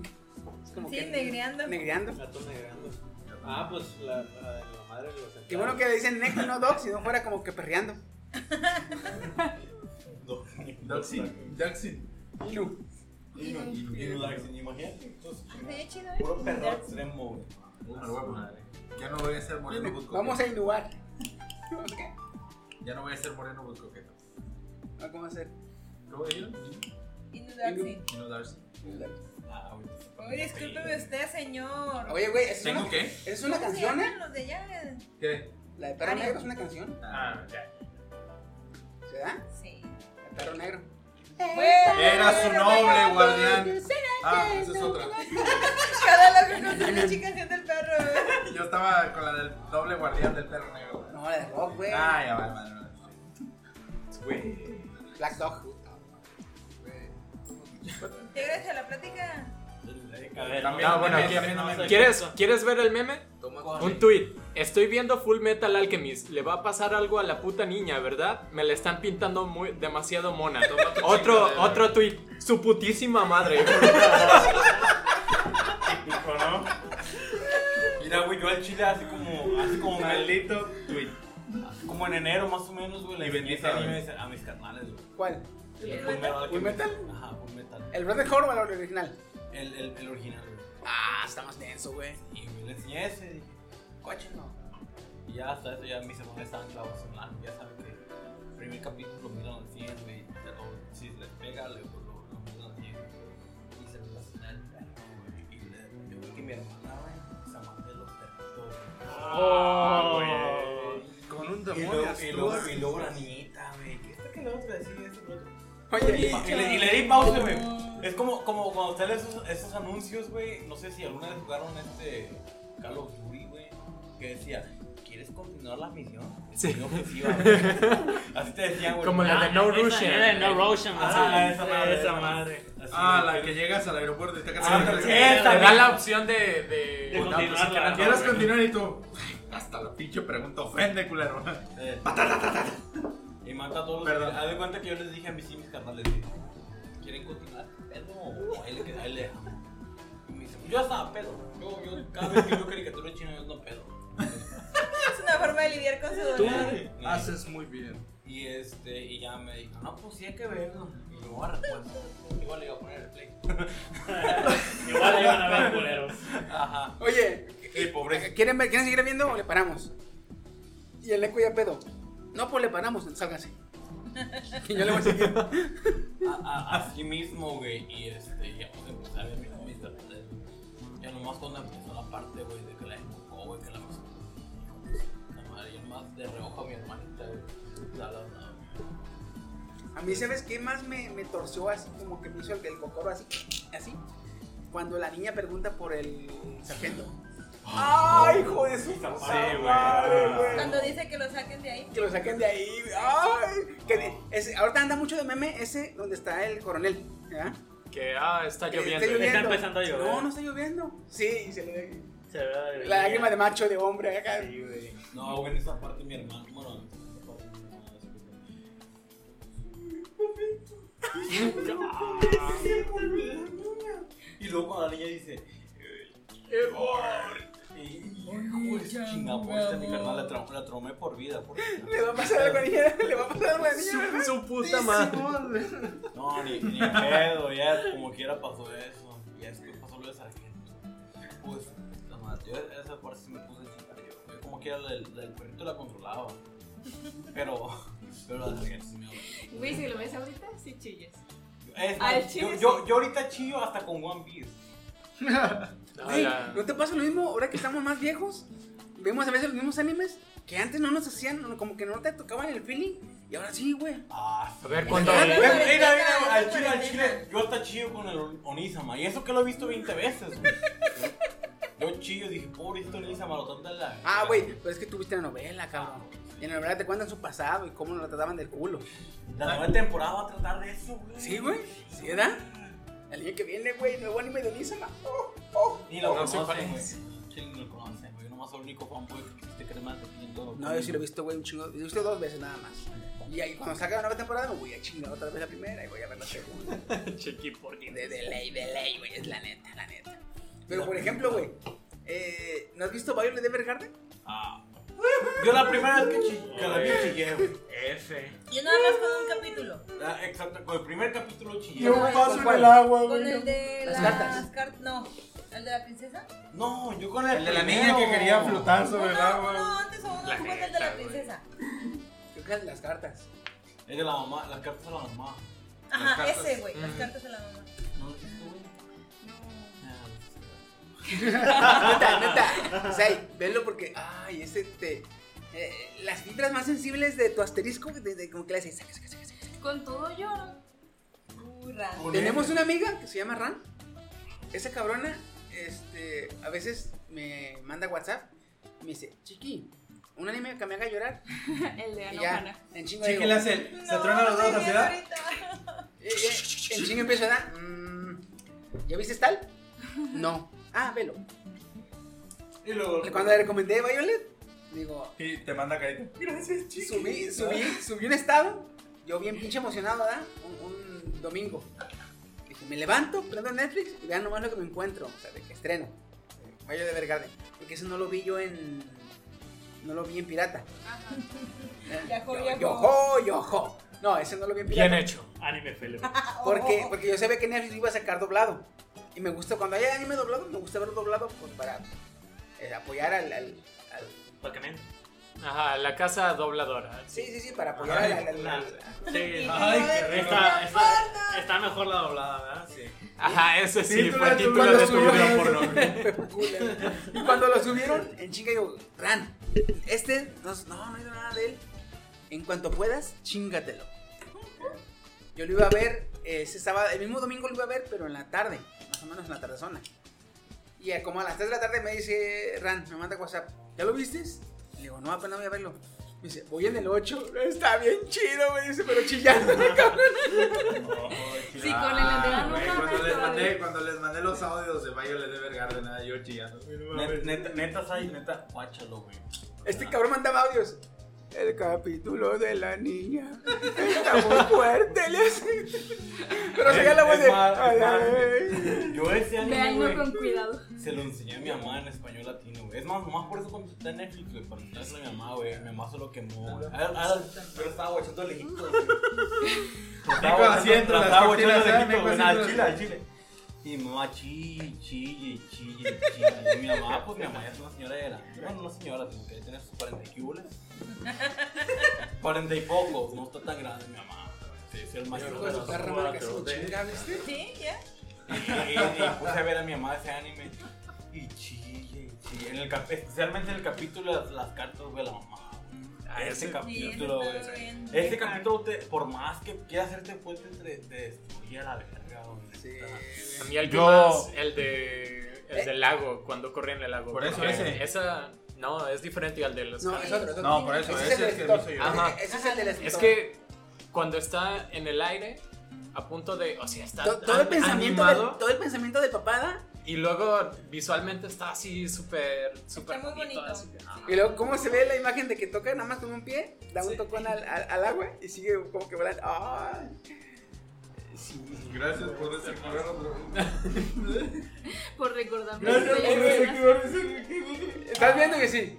Es como
Sí,
que
negreando.
Negreando.
Gato negrando. Ah, pues la, la de la madre de los
Qué bueno que le dicen Neco, no Doc, si no fuera como que perreando.
Duxin, Duxin.
Lu.
Y no, y no la sin imagínate. Entonces,
Sería chido, ¿eh?
puro perro extremo, güey.
Pero bueno, eh. ya no voy a ser moreno buscoqueto.
Vamos a innovar. Ok.
Ya no voy a ser moreno buscoqueto.
Ah, ¿Cómo hacer?
¿Cómo dijeron?
Indudarse.
Inu Darcy. Ah, ahorita.
Oye, discúlpeme usted, señor.
Oye, güey, ¿esa es
¿Tengo
una,
qué?
esa es una
¿Cómo se
canción,
llaman
¿eh?
los de allá?
¿Qué?
La de Perro
Aria.
Negro es una canción.
Ah, ya.
¿Se da?
Sí.
El Perro Negro.
Bueno,
Era su noble guardián.
Ah, esa
es otra.
Cada loco con su pinche canción del perro. eh.
Yo estaba con la del doble guardián del perro negro. güey.
No, la de rock, güey.
Ah, ya vale, vale, vale. Güey.
Black Dog.
Llégrese a la plática.
También
No,
un
bueno,
meme,
¿qué-
también un meme.
¿quieres, ¿quieres ver el meme?
Toma.
Un tweet. Estoy viendo Full Metal Alchemist. Le va a pasar algo a la puta niña, ¿verdad? Me la están pintando muy, demasiado mona. otro,
chingadera.
otro tweet. Su putísima madre. (laughs)
Típico, ¿no? Mira, güey, yo al chile así como, así como maldito, güey. Como en enero más o menos, güey, le vendí ese anime a mis carnales, güey.
¿Cuál?
El
Full Metal.
Full
Metal?
Ajá, Full Metal.
¿El Brother Horror o el original?
El, el, el original, güey.
Ah, está más denso, güey.
Y güey, le enseñé ese, dije,
Coche, no.
y ya hasta eso, ya mis hermanos estaban clavados en blanco, ya saben que el primer capítulo miran al 100, güey. O si les pega, le lo, lo miran al 100. Y se les hace el perro, güey. Y le- yo creo que mi hermana, güey, se mandó los perritos, güey.
Con un
Y
demonio.
luego, y luego, y luego la niñita, güey. ¿Qué está que le vas a decir esto, lo otro? Oye, y, y le, y le di pausa, güey. Es como, como cuando usted lee esos, esos anuncios, güey. No sé si alguna vez jugaron este Call of Duty, güey. Que decía, ¿quieres continuar la misión? Es
Sí.
muy ofensiva,
(laughs)
güey. Así te decían, güey.
Como la de No Russian.
era de No Russian,
Ah,
güey.
esa madre.
Esa madre.
Así,
Ah, la
güey.
que llegas al aeropuerto y te
Ah,
casas.
sí,
Te
esa,
da
güey.
la opción de. de-
De
no, pues,
continuarla,
si quieres
¿no?
¿Quieres
güey.
continuar y tú? "Ay, Hasta la pinche pregunta ofende, culero.
Eh, Y mata a todos los
Perdón.
Haz de cuenta que yo les dije a mis, y mis carnales güey, ¿Quieren continuar? este ¿Pedo? o Ahí le queda, ahí le dejamos. Y me dice, yo estaba pedo. Yo, yo, cada vez que veo caricatura china, yo no pedo.
Es una forma de lidiar con su dolor.
Y-
Haces muy bien.
Y este, y ya me dijo, no, pues sí hay que verlo. Y yo, ahora, pues, igual le iba a poner el play.
Igual iban a ver culeros.
Ajá.
Oye,
Y pobre.
¿quieren, ver- ¿quieren seguir viendo o le paramos? Y el eco ya pedo. No, pues le paramos, sálganse. Y yo le voy a seguir.
a- a- así mismo, güey. Y este, ya pues empecé a ver mis mis carnales. Ya nomás cuando empezó la parte, güey, de que la enfocó, güey, que la empezó. La madre, yo más de reojo a mi hermanita, güey. La, la, la,
A mí, ¿sabes qué más me, me torció así? Como que me hizo el, el cocoro así, así. Cuando la niña pregunta por el sargento. ¡Ay, hijo de su puta
Sí, güey.
madre, güey!
Cuando dice que lo saquen de ahí.
Que lo saquen de ahí. güey. ¡Ay! Que de- ese- ahorita anda mucho de meme ese donde está el coronel. ¿verdad?
Que, ah, está
Que
lloviendo.
Está
(laughs)
empezando a llover.
No, no está lloviendo. Sí, y se le
Se ve
la lágrima de macho, de hombre. Acá.
No, güey, en esa parte mi hermano. Bueno, en esa parte mi hermano así como- Y luego cuando la niña dice. Hijo de su chingada, pues, esta mi carnal la, tra- la tromé por vida. Por
Le va a pasar algo a la niña. Le va a pasar algo a la niña.
Su,
¿verdad?
su puta madre.
No, ni, ni pedo, ya como quiera pasó eso. Ya es que pasó lo de sargento. Pues, nada más, yo esa parte sí me puse chingada. Yo, yo como quiera, la del la del perrito la controlaba. Pero, pero la del sargento sí me dolió.
Güey, si lo ves ahorita, sí chillas.
Es
Al
más,
chile
yo,
sí.
yo, yo ahorita chillo hasta con One Piece.
No,
Güey,
la-
¿No te pasa lo mismo ahora que estamos más viejos? Vemos a veces los mismos animes que antes no nos hacían, no- como que no te tocaban el feeling. Y ahora sí, güey.
Ah,
A ver, cuando.
mira,
Cuarentena,
mira, al chile, al
cuarentena.
chile. Yo hasta chillo con el Onisama. Y eso que lo he visto 20 veces. güey. Yo chillo, dije, pobrecito Onisama, lo tratan de la.
Ah, güey, pero es que tuviste la novela, cabrón. Y en la novela te cuentan su pasado y cómo lo trataban del culo.
La nueva temporada va a tratar de eso, güey.
Sí, güey. ¿Sí, verdad? El año que viene, güey, nuevo anime de Onisama. Oh, oh.
Ni lo
No sé
conocen,
cuál
güey.
es.
Chile ni lo conocen, güey. Nomás el único fanboy que existe que es más de 500.
No, yo sí lo he visto, güey, un chingo. Lo he visto dos veces nada más. Y ahí cuando salga la nueva temporada me voy a chingar otra vez la primera y voy a ver la segunda.
Chiqui, por ti.
De, de ley, de ley, güey, es la neta, la neta. Pero por ejemplo, güey, eh, ¿no has visto Violet Evergarden?
Ah, Yo la primera vez que, chi- que la vi chillé, güey. Ese.
Yo nada más con un capítulo.
Ah, exacto, con el primer capítulo chillé.
Yo
güey.
paso
¿Cuál?
Con el de
Las
las,
cartas.
cartas. No, el de la princesa.
No, yo con el.
El de la niña que quería flotar sobre el agua.
No, antes o uno
La
jugó el de
neta,
la
güey.
princesa.
Creo que las cartas. (laughs)
Es de la mamá, las cartas de la mamá.
Ajá,
cartas.
ese, güey. Las
Mm.
cartas de la mamá.
No, no, (laughs)
neta, neta. O sea, venlo porque, ay, ese te. eh, las fibras más sensibles de tu asterisco, de, de- como que le haces, saca, saca, saca.
Con todo lloro. Burra.
Tenemos una amiga que se llama Ran. Esa cabrona, este, a veces me manda WhatsApp y me dice, Chiqui, un anime que me haga llorar.
(laughs) El de
Y
Anohana.
ya, en chingo.
Chiqui
digo,
le hace el- se truena los dedos así, ¿verdad?
Eh, eh, En chingo empiezo a dar. mm, ¿Ya viste tal? No. Ah, velo.
Y luego.
Cuando le recomendé Violet, digo,
Y te manda carita.
Gracias, chiqui. Subí, subí, subí un estado. Yo bien pinche emocionado, ¿verdad? Un, un domingo. Dije, me levanto, prendo Netflix y vean nomás lo que me encuentro. O sea, de que estreno. Eh, Mayo de Vergarden. Porque eso no lo vi yo en. No lo vi en pirata. Eh,
Yajo,
Yo-
yajo.
Yojo, yojo. No, ese no lo vi en pirata.
Anime Fele.
Porque, porque yo sabía que Netflix iba a sacar doblado. Y me gusta, cuando hay anime doblado, me gusta verlo doblado pues, para eh, apoyar al. al, al-
Ajá, la casa dobladora.
Sí, sí, sí, para apoyar
Ay,
al. al- al-
Sí,
Ay, qué rico.
está, está, está mejor la doblada, ¿verdad? Sí.
Ajá, ese sí,
Título
fue
de tu-
título de tu
cuando
video
subió-
(laughs)
porno.
Y cuando lo subieron, en chinga yo, Ran, este, no, no, no hay nada de él. En cuanto puedas, chingatelo. Yo lo iba a ver ese sábado, el mismo domingo lo iba a ver, pero en la tarde, más o menos en la tardezona. Y eh, como a las 3 de la tarde me dice Ran, me manda WhatsApp, ¿ya lo viste? Le digo, no, apenas voy a verlo. Me dice, voy en el 8, está bien chido, me dice, pero chillando, cabrón.
Sí, con el Andrea no
Ah, Güey, cuando
mames,
les mandé,
padre.
cuando les mandé los audios de Violet de Vergarden, nada, yo chillando.
Net- Neta, neta, Sai, neta, guáchalo, güey.
Este cabrón mandaba audios. El capítulo de la niña está muy fuerte, le hace. Pero
Es-
sería la voz
es
de.
más, es más.
"Ay".
Yo ese anime,
Veanlo
güey,
con cuidado.
se lo enseñé a mi mamá en español latino, güey. Es más, nomás por eso cuando está en Netflix, güey, para enseñárselo a mi mamá, güey. Mi mamá se lo quemó, güey. Ah, ah, Pero estaba guachando lejito, güey.
Nico
Estaba guachando-
haciendo
la
las
estaba
cortinas, ¿eh?
guachando lejito,
Nico
güey. Al
haciendo
chile,
las-
al chile. Y mi mamá chille, chille, chille, chille. Y mi mamá, pues mi mamá ya es una señora de la. Bueno, no señora, sino que tiene sus 40 kilos. 40 y pocos, no está tan grande mi mamá. Sí, es el mayor de los cuatro.
Sí, ya.
Y, y- y puse a ver a mi mamá ese anime. Y chille, y chille. En el cap- especialmente en el capítulo de las, las cartas, güey, la mamá.
Ah,
ese
sí.
capítulo,
Sí,
güey.
está bien
Ese
vieja.
capítulo, te- por más que quiera hacerte puente, te, te destruye a la verga,
(laughs)
güey.
A mí el que
Yo-
más, el de
Eh.
el del lago, cuando corrían el lago.
Por eso
porque
ese.
Esa no, es diferente al de los
No, es otro, es otro.
No, por eso, Ese es ese el es el que escritor. hizo yo.
Ajá.
Ese es el del
Es
escritor.
que cuando está en el aire a punto de, o sea, está
To- Todo el
an-
pensamiento de,
animado
todo el pensamiento de papada.
y luego visualmente está así súper súper bonito. así que, ah,
Y luego, ¿cómo se ve la imagen de que toca nada más con un pie? Da un tocón al, al- al agua y sigue como que volando. ¡Ay!
Gracias por ese curado.
Por recordarme.
Gracias
Estoy
por
en
ese
esas-
¿Estás viendo que sí?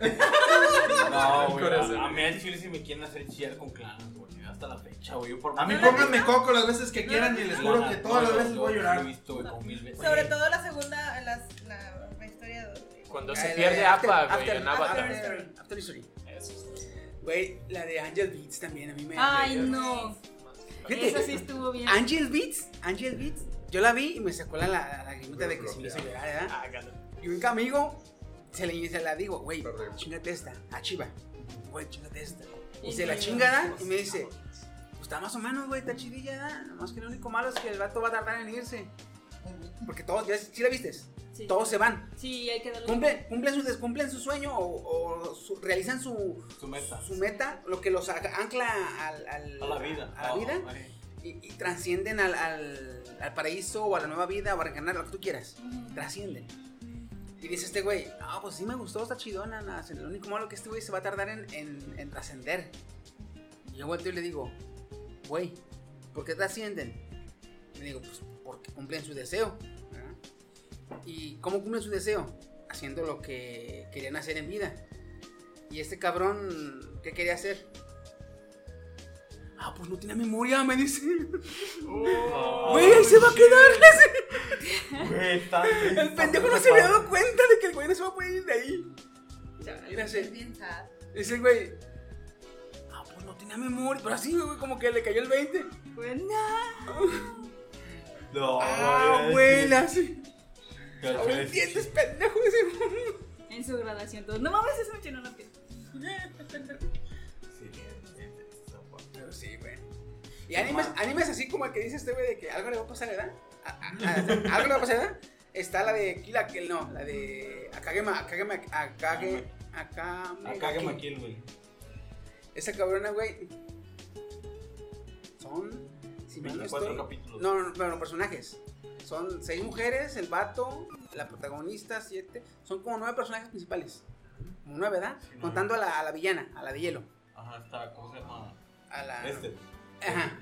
No,
El
güey.
corazón.
A, a mí al chile si me quieren hacer chillar con clanas, güey. Hasta la fecha, güey. yo por
A mí
más-
pónganme coco las veces que quieran y les juro que todas las veces voy a
Lo he
llorar.
visto, güey, como mil veces.
Sobre todo la segunda, las, la, la historia de.
Cuando
Ah,
se
la
pierde
de
APA,
After-
güey, en
After-
Avatar.
After- After History. Güey, la de Angel Beats también a mí me.
Ay,
me-
no.
Fíjate.
Esa sí estuvo bien.
Angel Beats, Angel Beats. Yo la vi y me sacó la, la, la lagrimita de que se me hizo llorar,
ah,
¿verdad? Y un amigo se, le, se la digo, güey, chingate esta, a Chiva. Güey, chingate esta. Y se la chingada y me dice, pues está más o menos, güey, está chidilla, ¿verdad? Nada más que lo único malo es que el vato va a tardar en irse. Porque todos, ya, ¿sí la vistes?
Sí.
Todos se van.
Sí, hay que darle.
Cumple, cumplen, su, descumplen su sueño o, o su- realizan su,
Su meta.
su meta, lo que los a- ancla al- al-
A la vida.
A la vida
Ah, vale.
y, y transcienden al, al- al paraíso o a la nueva vida o a ganar lo que tú quieras. Trascienden. Y dice este güey, ah, pues sí me gustó, está chidona. nada, se- Lo único malo que este güey se va a tardar en, en- en trascender. Y yo vuelto y le digo, güey, ¿por qué trascienden? Y le digo, pues porque cumplen su deseo. ¿verdad? ¿Y cómo cumplen su deseo? Haciendo lo que querían hacer en vida. Y este cabrón, ¿qué quería hacer? Ah, pues no tiene memoria, me dice. Güey, ahí se va a quedar. (laughs) El pendejo no se había dado cuenta de que el güey no se va a poder ir de ahí. Gracias. Dice, güey. Ah, pues no tenía memoria. Pero así, güey, como que le cayó el 20.
Pues
No,
Ah, güey, le hace. Ahora entiendes, pendejo. Dice,
En su graduación, todos. No mames, eso me llenó la piel.
Pero sí, güey. Y animes, animes así como el que dice este güey de que algo le va a pasar, ¿verdad? A- a- a- algo le va a pasar, ¿verdad? Está la de Kill la Kill, no, la de Akagema, Akagema, Akage, Akame.
Akagema Kill, güey.
Esa cabrona, güey. Son. Si mal no
24
estoy-
capítulos.
No, no, no, bueno, personajes. Son seis mujeres, el vato, la protagonista, siete. Son como nueve personajes principales. Como nueve, ¿verdad? Contando a la, a la villana, a la de hielo.
Ajá, está, ¿cómo se llama?
A la.
Este.
Ah. Ajá.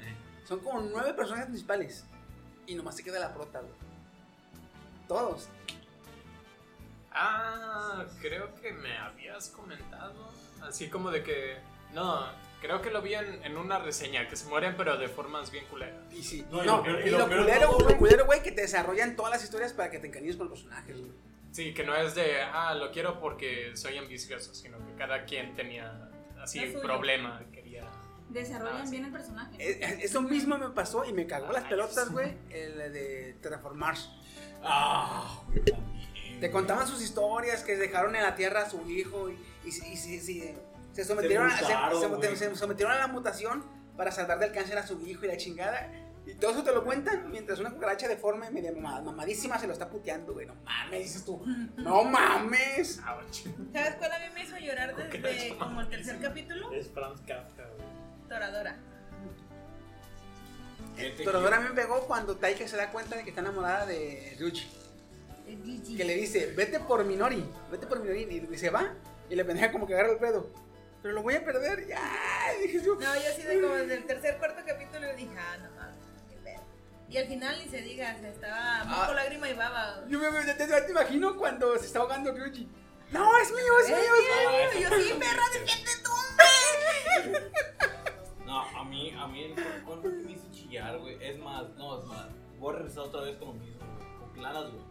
Son como nueve personajes principales. Y nomás se queda la prota, güey. Todos.
Ah, creo que me habías comentado. Así como de que. No, creo que lo vi en, en una reseña, que se mueren pero de formas bien culeras.
Y sí, No, y lo culero, lo culero, güey, que te desarrollan todas las historias para que te encariñes con los personajes, güey.
Sí, que no es de, ah, lo quiero porque soy ambicioso, sino que cada quien tenía así
Lo suyo.
un problema, quería... Ah,
Desarrollan bien el personaje.
Eh, eh, Eso mismo me pasó y me cagó las pelotas, güey, el de Transformars.
Ah,
Te contaban sus historias, que dejaron en la tierra a su hijo y, y- y- y- y- se sometieron,
Se
a, se-
mutaron,
se-
güey.
se sometieron a la mutación para salvar del cáncer a su hijo y la chingada. Y todo eso te lo cuentan mientras una cucaracha deforme, media mamad- mamadísima, se lo está puteando, güey. No mames, dices tú. No mames.
Ah,
¿Sabes cuál a mí me hizo llorar desde como el tercer capítulo?
Es Franz Kafka, güey.
Toradora.
Toradora me pegó cuando Taika se da cuenta de que está enamorada de Ryuchi. Que le dice, vete por Minori, vete por Minori. Y se va. Y le pendeja como que agarra el pedo. Pero lo voy a perder. Ya. Dije yo.
No, yo sí de como desde el tercer, cuarto capítulo dije, ah, no mames, qué pedo. Y al final ni se diga, se estaba moco,
Ah.
lágrima y baba. güey.
Yo me, me- te, te imagino cuando se está ahogando Ryuji. No, es mío, es
Es
mío,
Ah,
es mío.
mío.
(laughs)
Yo sí, perra,
Eh, No, a mí, a mí el cuerpo que me hizo chillar, güey. Es más, no, es más. Voy a regresar otra vez con lo mismo, güey. Con claras, güey.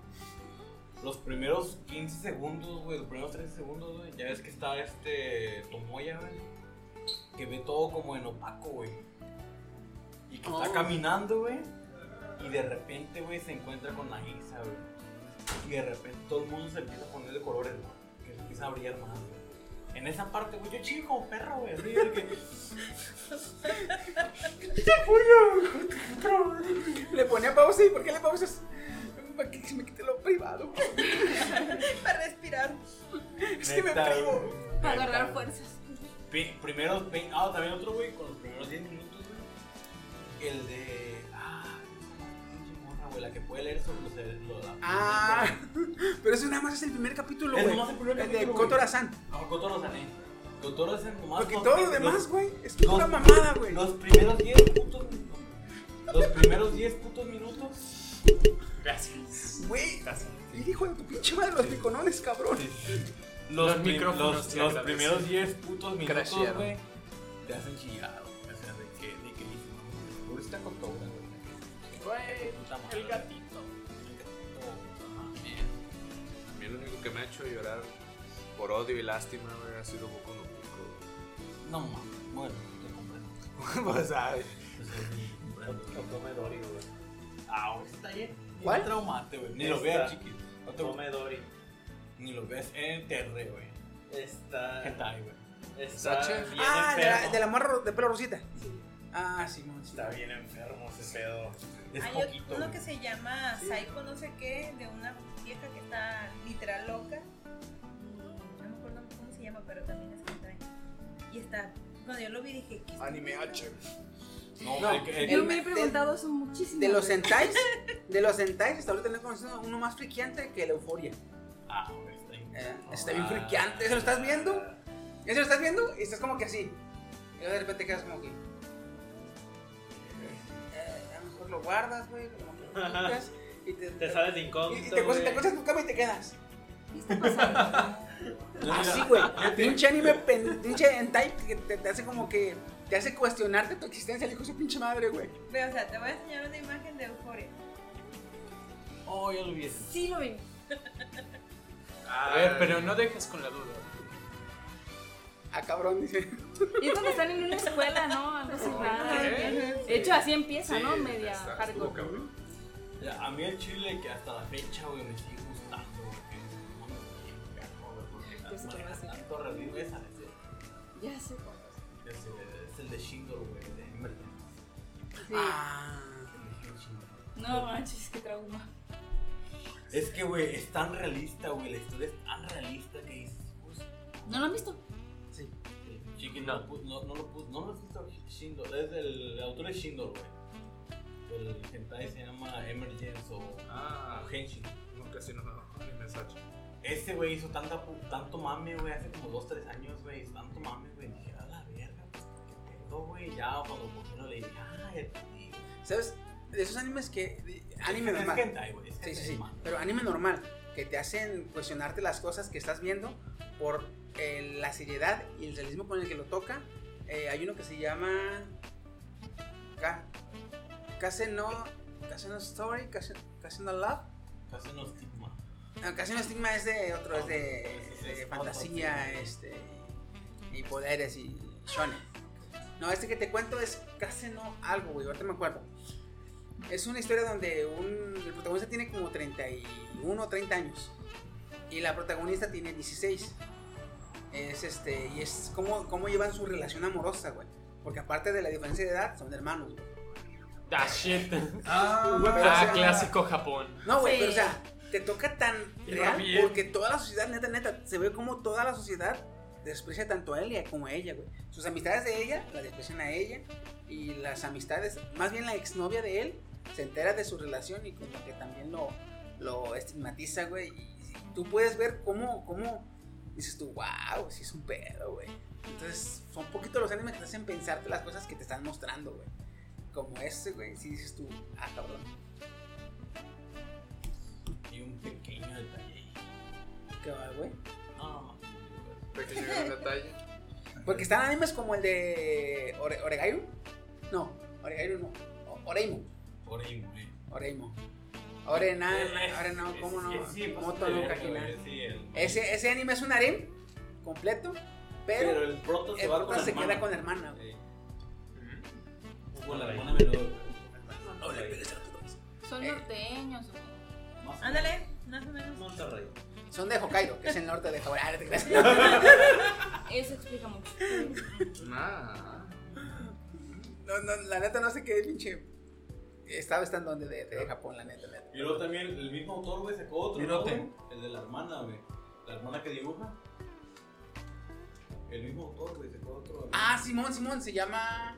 Los primeros 15 segundos, güey. Los primeros 13 segundos, güey. Ya ves que está este Tomoya, güey. Que ve todo como en opaco, güey. Y que
Oh.
está caminando, güey. Y de repente, güey, se encuentra con la Isa, güey. Y de repente todo el mundo se empieza a poner de colores, güey. Que se empieza a brillar más, güey. En esa parte, güey, yo chico como perro, güey. así de que-
Le ponía pausa y ¿por qué le pausas? Para que se me quite lo privado.
(laughs) Para respirar.
Es que me
Neta,
pego.
güey.
Para
Neta,
agarrar
güey.
fuerzas.
Pi- primeros 20. Ah, también otro, güey, con los primeros 10 minutos, güey. El de. Ah, pinche morra, güey, la que puede leer sobre los seres. lo- la-
Ah, pero eso nada más es el primer capítulo,
Es
güey.
nomás el primer
de
capítulo, güey.
Kotora-san.
No, Kotoro-san, eh. Kotoro-san nomás.
Porque
son-
todo lo
los-
demás, güey, es
los-
pura mamada, güey.
Los primeros 10 putos minutos. Los primeros 10 putos minutos. Gracias.
Güey, el hijo de tu pinche madre, los piconones, cabrón.
Los,
Los
prim-
micrófonos
los-
te
los
agradecen.
primeros 10 putos minutos,
Crashearon.
güey, te hacen chillar, güey. O sea, de que, de que dices, "No, pobre esta cotorra, güey. Puta madre,
Eh, el gatito.
A mí lo único que me ha hecho llorar por odio y lástima güey, ha sido Boku no Pico. (laughs)
No mames, bueno, te comprendo.
Pues, ay.
Tomedori, güey.
Ah, güey, está bien.
¿Cuál?
Bien traumante, güey. Ni lo
Esta.
veas, chiqui. No te
Tomedori.
Ni lo veas en el terre, güey.
Está.
Hentai, güey.
Está
Sacha.
bien
Ah, de la,
enfermo.
de la morra de pelo rosita. Ah, sí,
Está bien enfermo ese pedo.
Ah,
Hay otro- uno que se llama Psycho no sé qué, de una vieja que está literal loca. No me acuerdo cómo se llama, pero también es hentai. Y está, cuando yo lo vi dije, ¿qué?
Anime H.
No, el que- el-
Yo me he preguntado eso muchísimo.
De los hentais, de los hentais, hasta ahorita no he conocido uno más friquiante que la euforia.
Ah, güey, está bien.
Eh,
ah.
Está bien friquiante, ¿eso lo estás viendo? ¿Eso lo estás viendo? Y estás como que así. Y luego de repente quedas como que. eh, eh, a lo mejor lo guardas, güey, como que lo quitas, y te,
Te sales de
y
incógnito.
te, cuestas-
güey.
te cuestas en tu cama y te quedas. Así, güey. Pinche anime, pen- pinche hentai que te, te hace como que. Te hace cuestionarte tu existencia, el hijo de su pinche madre, güey.
Ve, o sea, te voy a enseñar una imagen de euforia.
Oh, ya lo vi.
Sí lo vi.
A ver, pero no dejes con la duda.
Ah, cabrón, dice.
(laughs) Y es donde están en una escuela, ¿no? Algo así raro. De hecho, así empieza, ¿no? Media hardcore.
Ya, a mí el chile que hasta la fecha, güey, me sigue gustando. güey, que es un mundo bien perro, güey, porque
Ya sé cuál va a ser.
tanto revive esa, ese-
Ya sé cuál va a ser.
ese- Es el de Shingo, güey, de Emberton.
Sí.
Ah,
No manches, qué trauma.
Es que, güey, es tan realista, güey, la historia es tan realista que dices, "Pues,
¿No lo han visto?
Sí. Chiqui, no, pu- no, no lo puse, no lo has visto Shindo, es del el autor es Shindo, güey. El hentai se llama Emergence o,
Ah.
Ah,
o Henshin. No, casi no, mi mensaje. Este güey hizo tanta, pu- tanto mame, güey, hace como 2, 3 años, güey, hizo tanto mame, güey, dije, a la verga, pues, qué pedo, güey, ya, cuando por fin lo leí, ah, ya entendí, güey.
¿Sabes? De esos animes que. de- Anime
es
normal.
hentai, güey, es
sí, sí,
hentai,
sí.
man.
Pero anime normal. Que te hacen cuestionarte las cosas que estás viendo por eh, la seriedad y el realismo con el que lo toca. Eh, hay uno que se llama. Ka- Kase no. Kase no Story. Kase, Kase no Love.
Casi no estigma.
No, Kase no Estigma es de otro, es de, de fantasía este, y poderes y shonen. No, este que te cuento es Kase no algo, güey. Ahorita me acuerdo. Es una historia donde un, el protagonista tiene como 31 o 30 años. Y la protagonista tiene 16. Es este, y es cómo, cómo llevan su relación amorosa, güey. Porque aparte de la diferencia de edad, son hermanos, güey.
(laughs)
Ah, shit.
Ah,
Ah,
pero, o sea,
clásico Japón.
No, güey, pero o sea, te toca tan
Y no
real
bien.
porque toda la sociedad, neta, neta, se ve como toda la sociedad desprecia tanto a él como a ella, güey. Sus amistades de ella la desprecian a ella y las amistades, más bien la exnovia de él, se entera de su relación y como que también lo, lo estigmatiza, güey. Y tú puedes ver cómo, cómo dices tú, wow, sí es un pedo, güey. Entonces, son poquitos los animes que te hacen pensarte las cosas que te están mostrando, güey. Como este, güey, si dices tú, ah, cabrón.
Y un pequeño detalle ahí.
¿Qué va, güey?
No,
Pequeño
(laughs)
gran detalle.
Porque están animes como el de Ore- Oregairu. No, Oregairu no. O- Oreimo.
por ahí, güey.
Oreimo. Ore na,
Eh,
Ah, ahora no,
eh,
cómo no.
sí, sí, pues,
Moto
sí,
no
güey,
Kajina.
sí, el-
Ese, ese anime es un harem completo, pero,
Pero el prota se
el
va
prota
con la
se
hermana.
queda con la hermana. güey.
Con la hermana menor. No le pegues a
Son norteños. güey.
Ándale, más o menos.
Monterrey.
Son de Hokkaido, que es el norte de Hawái. Ah, no te
(laughs)
creas.
Eso explica mucho.
Nah.
No, no, la neta no sé qué pinche. Estaba estando donde de, de Japón, la neta, neta.
Y luego también el mismo autor, güey, sacó otro. ¿no, güey? El de la hermana, güey. La hermana que dibuja. El mismo autor, güey, sacó otro. güey.
Ah, Simón, Simón, se llama.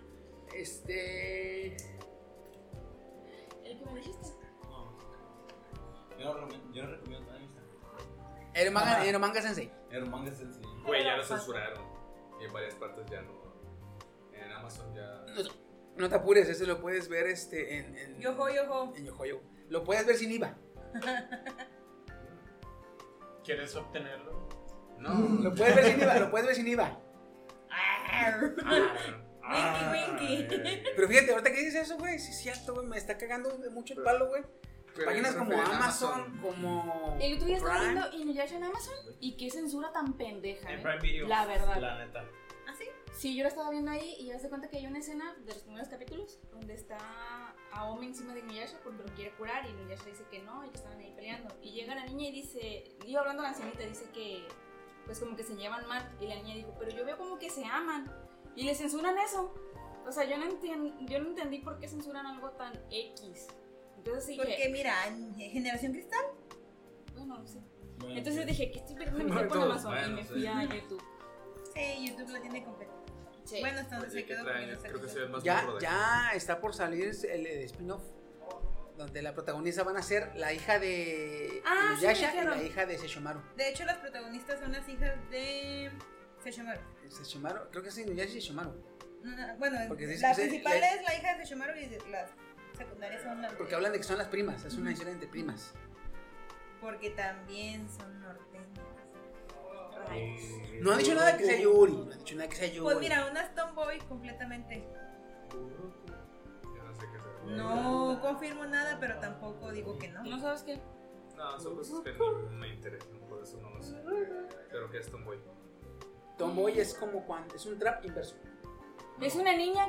Este.
El que me dijiste.
Yo no, re- yo no recomiendo nada de Instagram.
El manga,
Ah.
el manga sensei.
El manga es el siguiente.
Güey, ya lo censuraron. Y en varias partes ya no. En Amazon ya.
No te apures, eso lo puedes ver este, en, en
Yojo, yojo.
en Yohoyo. Lo puedes ver sin IVA.
¿Quieres obtenerlo?
No.
Lo puedes ver sin IVA, lo puedes ver sin IVA.
Winky, winky.
Pero fíjate, ahorita que dices eso, güey, sí es cierto, güey, me está cagando de mucho el palo, güey.
Pero
Páginas
yo
como
prefería
Amazon, como
El otro día estaba
Prime.
viendo Inuyasha en Amazon y qué censura tan pendeja.
En
¿eh?
Prime Video.
La verdad.
La neta.
¿Ah, sí?
Sí, yo la estaba viendo ahí y ya se cuenta que hay una escena de los primeros capítulos donde está Aomi encima de Inuyasha porque lo quiere curar y Inuyasha dice que no y que estaban ahí peleando. Y llega la niña y dice, iba hablando a la ancianita, dice que pues como que se llevan mal y la niña dijo, pero yo veo como que se aman y le censuran eso. O sea, yo no, entien- yo no entendí por qué censuran algo tan X. Entonces dije,
Porque mira, Generación Cristal.
Bueno, sí.
Bueno,
Entonces
sí.
dije, ¿qué estoy perdiendo mi
Bueno,
tiempo en
todo,
Amazon? y
bueno,
me
sí.
fui a YouTube.
Sí, YouTube la tiene completa.
Sí.
Bueno, hasta donde se
¿Qué
quedó.
traen?
porque no se
Creo que
alcanzó.
se ve más
Ya,
morro de aquí.
ya está por salir el, el spin-off donde la protagonista van a ser la hija de
Ah, sí, me
Inuyasha y
dijeron.
la hija de Seshomaru.
De hecho, las protagonistas son las hijas de Sesshomaru.
Seshomaru, creo que es Inuyasha y Seshomaru.
No, no, bueno,
Porque dice
la
que se-
principal
la-
es la hija de Sesshomaru y de- las secundarias son las.
Porque hablan de que son las primas, es una historia entre primas.
Porque también son norteñas.
Eh, No han dicho nada que sea Yuri. No han dicho nada que sea Yuri.
Pues mira, unas tomboy completamente. No confirmo nada, pero tampoco digo que no.
No sabes qué.
No, son cosas que no me interesan, por eso no lo sé. Pero que es Tomboy.
Tomboy es como cuando. Es un trap inverso.
Es una niña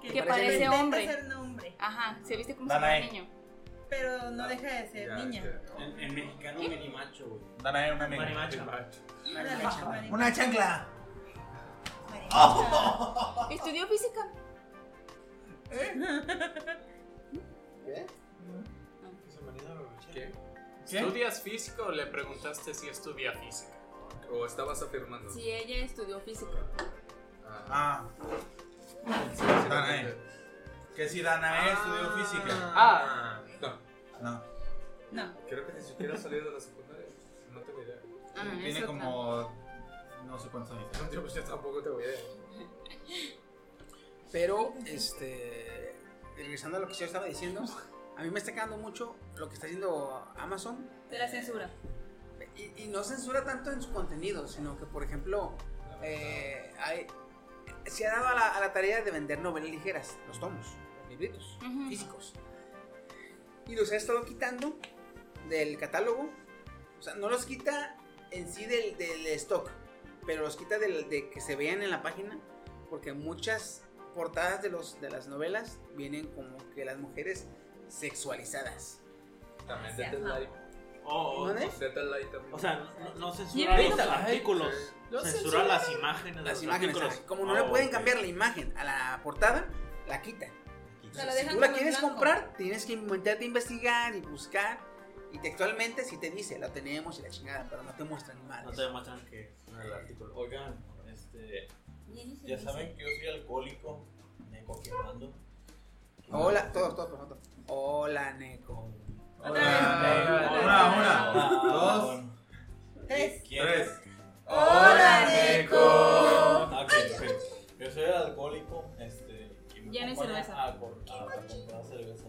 que,
Que
parece,
intenta
hombre.
ser un hombre.
Ajá, se viste como
Danae.
si fuera un niño.
Pero no deja de ser niña.
En, en mexicano, marimacho, güey.
Danae, una amiga.
Marimacho.
Ándale, chaval.
Una chancla.
Estudió física.
¿Qué?
¿Qué? ¿Estudias física o le preguntaste si estudia física?
¿O estabas afirmando?
Sí, ella estudió física.
Ah.
Ah, eh.
Danae. Que si Danae estudió física.
Ah.
No. No.
No.
Creo que ni siquiera has salido de la secundaria. No tengo idea.
Ah, no, es
Tiene
otra.
como. No sé cuántos años.
No, yo, pues, yo tampoco tengo idea.
Pero, este. Regresando a lo que yo estaba diciendo, a mí me está quedando mucho lo que está haciendo Amazon.
De la censura.
Y, y no censura tanto en su contenido, sino que, por ejemplo, eh, hay- se ha dado a la, a la tarea de vender novelas ligeras, los tomos, los libritos físicos. Y los ha estado quitando del catálogo. O sea, no los quita en sí del, del stock, pero los quita del, de que se vean en la página, porque muchas portadas de, los, de las novelas vienen como que las mujeres sexualizadas.
También
Dead Light.
Oh,
¿Mande?
O sea, no, no
Bien,
censura los
ahorita, ay,
artículos,
no
censura
censura
las imágenes.
Las
de los
imágenes,
artículos.
ajá.
Ah,
como no le
Oh,
pueden
ok.
cambiar la imagen a la portada, la quitan.
O
sea, la
si
dejan
tú la
como en
quieres
blanco.
comprar, tienes que intentarte investigar y buscar. Y textualmente si te dice, la tenemos y la chingada, pero no te muestran imágenes.
No te demuestran que es el artículo. Oigan, este. Ya saben que yo soy alcohólico. Me confirmando.
Hola, todos, todos, por favor. Hola, Neko.
Hola, Hola, una, una, dos,
Tres.
tres.
Hola,
Neko. Ah, Ok, ok. Yo soy alcohólico. Este. y me
Ya no hay
acompaña
cerveza. Oh,
A, cor- a, a comprar cerveza.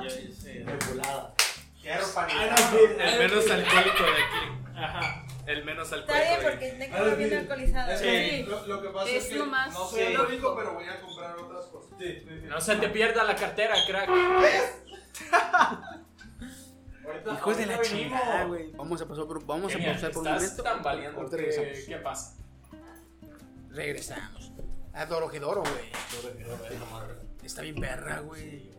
Ay.
Ya hice regulada.
Quiero
Ah,
panela.
El menos alcohólico de aquí.
Ajá.
El menos alcohólico
Está bien,
de aquí.
porque Neko
Ah,
está bien alcoholizado.
Sí.
Lo, lo que pasa
Es
es, que
lo más
no soy el
loco.
único, pero voy a comprar otras cosas.
No se te pierda la cartera, crack.
Ahorita- Hijos de la ahorita chingada,
Ah,
venimos. güey. Ah, Vamos a pasar por, vamos a
Genial,
pasar por un
estás
momento.
tambaleando,
Ahorita
¿qué-
regresamos.
qué pasa?
Regresamos. A Dorojedoro, güey. Está bien perra, güey.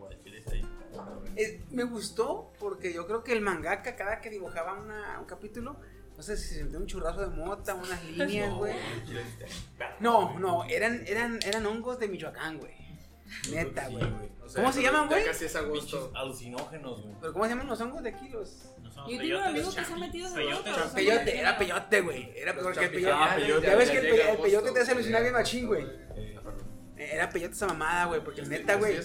Es- Eh, me gustó porque yo creo que el mangaka, cada que dibujaba una- un capítulo, no sé si se sentía un churrazo de mota, unas líneas, güey. No, no, eran, eran, eran hongos de Michoacán, güey. Neta, güey. ¿Cómo se llaman, güey?
Casi es a gusto.
Alucinógenos, güey.
¿Pero cómo se llaman los hongos de aquí? Los...
Yo tengo un amigo que se ha metido en
Peyote,
otros.
peyote, era peyote, güey. Era
Los
porque el
champiñones. Ah,
peyote.
peyote,
ya ves
ya Eh,
que el,
llega
peyote- el
agosto,
peyote te hace
güey.
alucinar bien machín, güey. Era peyote esa mamada, güey, porque neta, güey.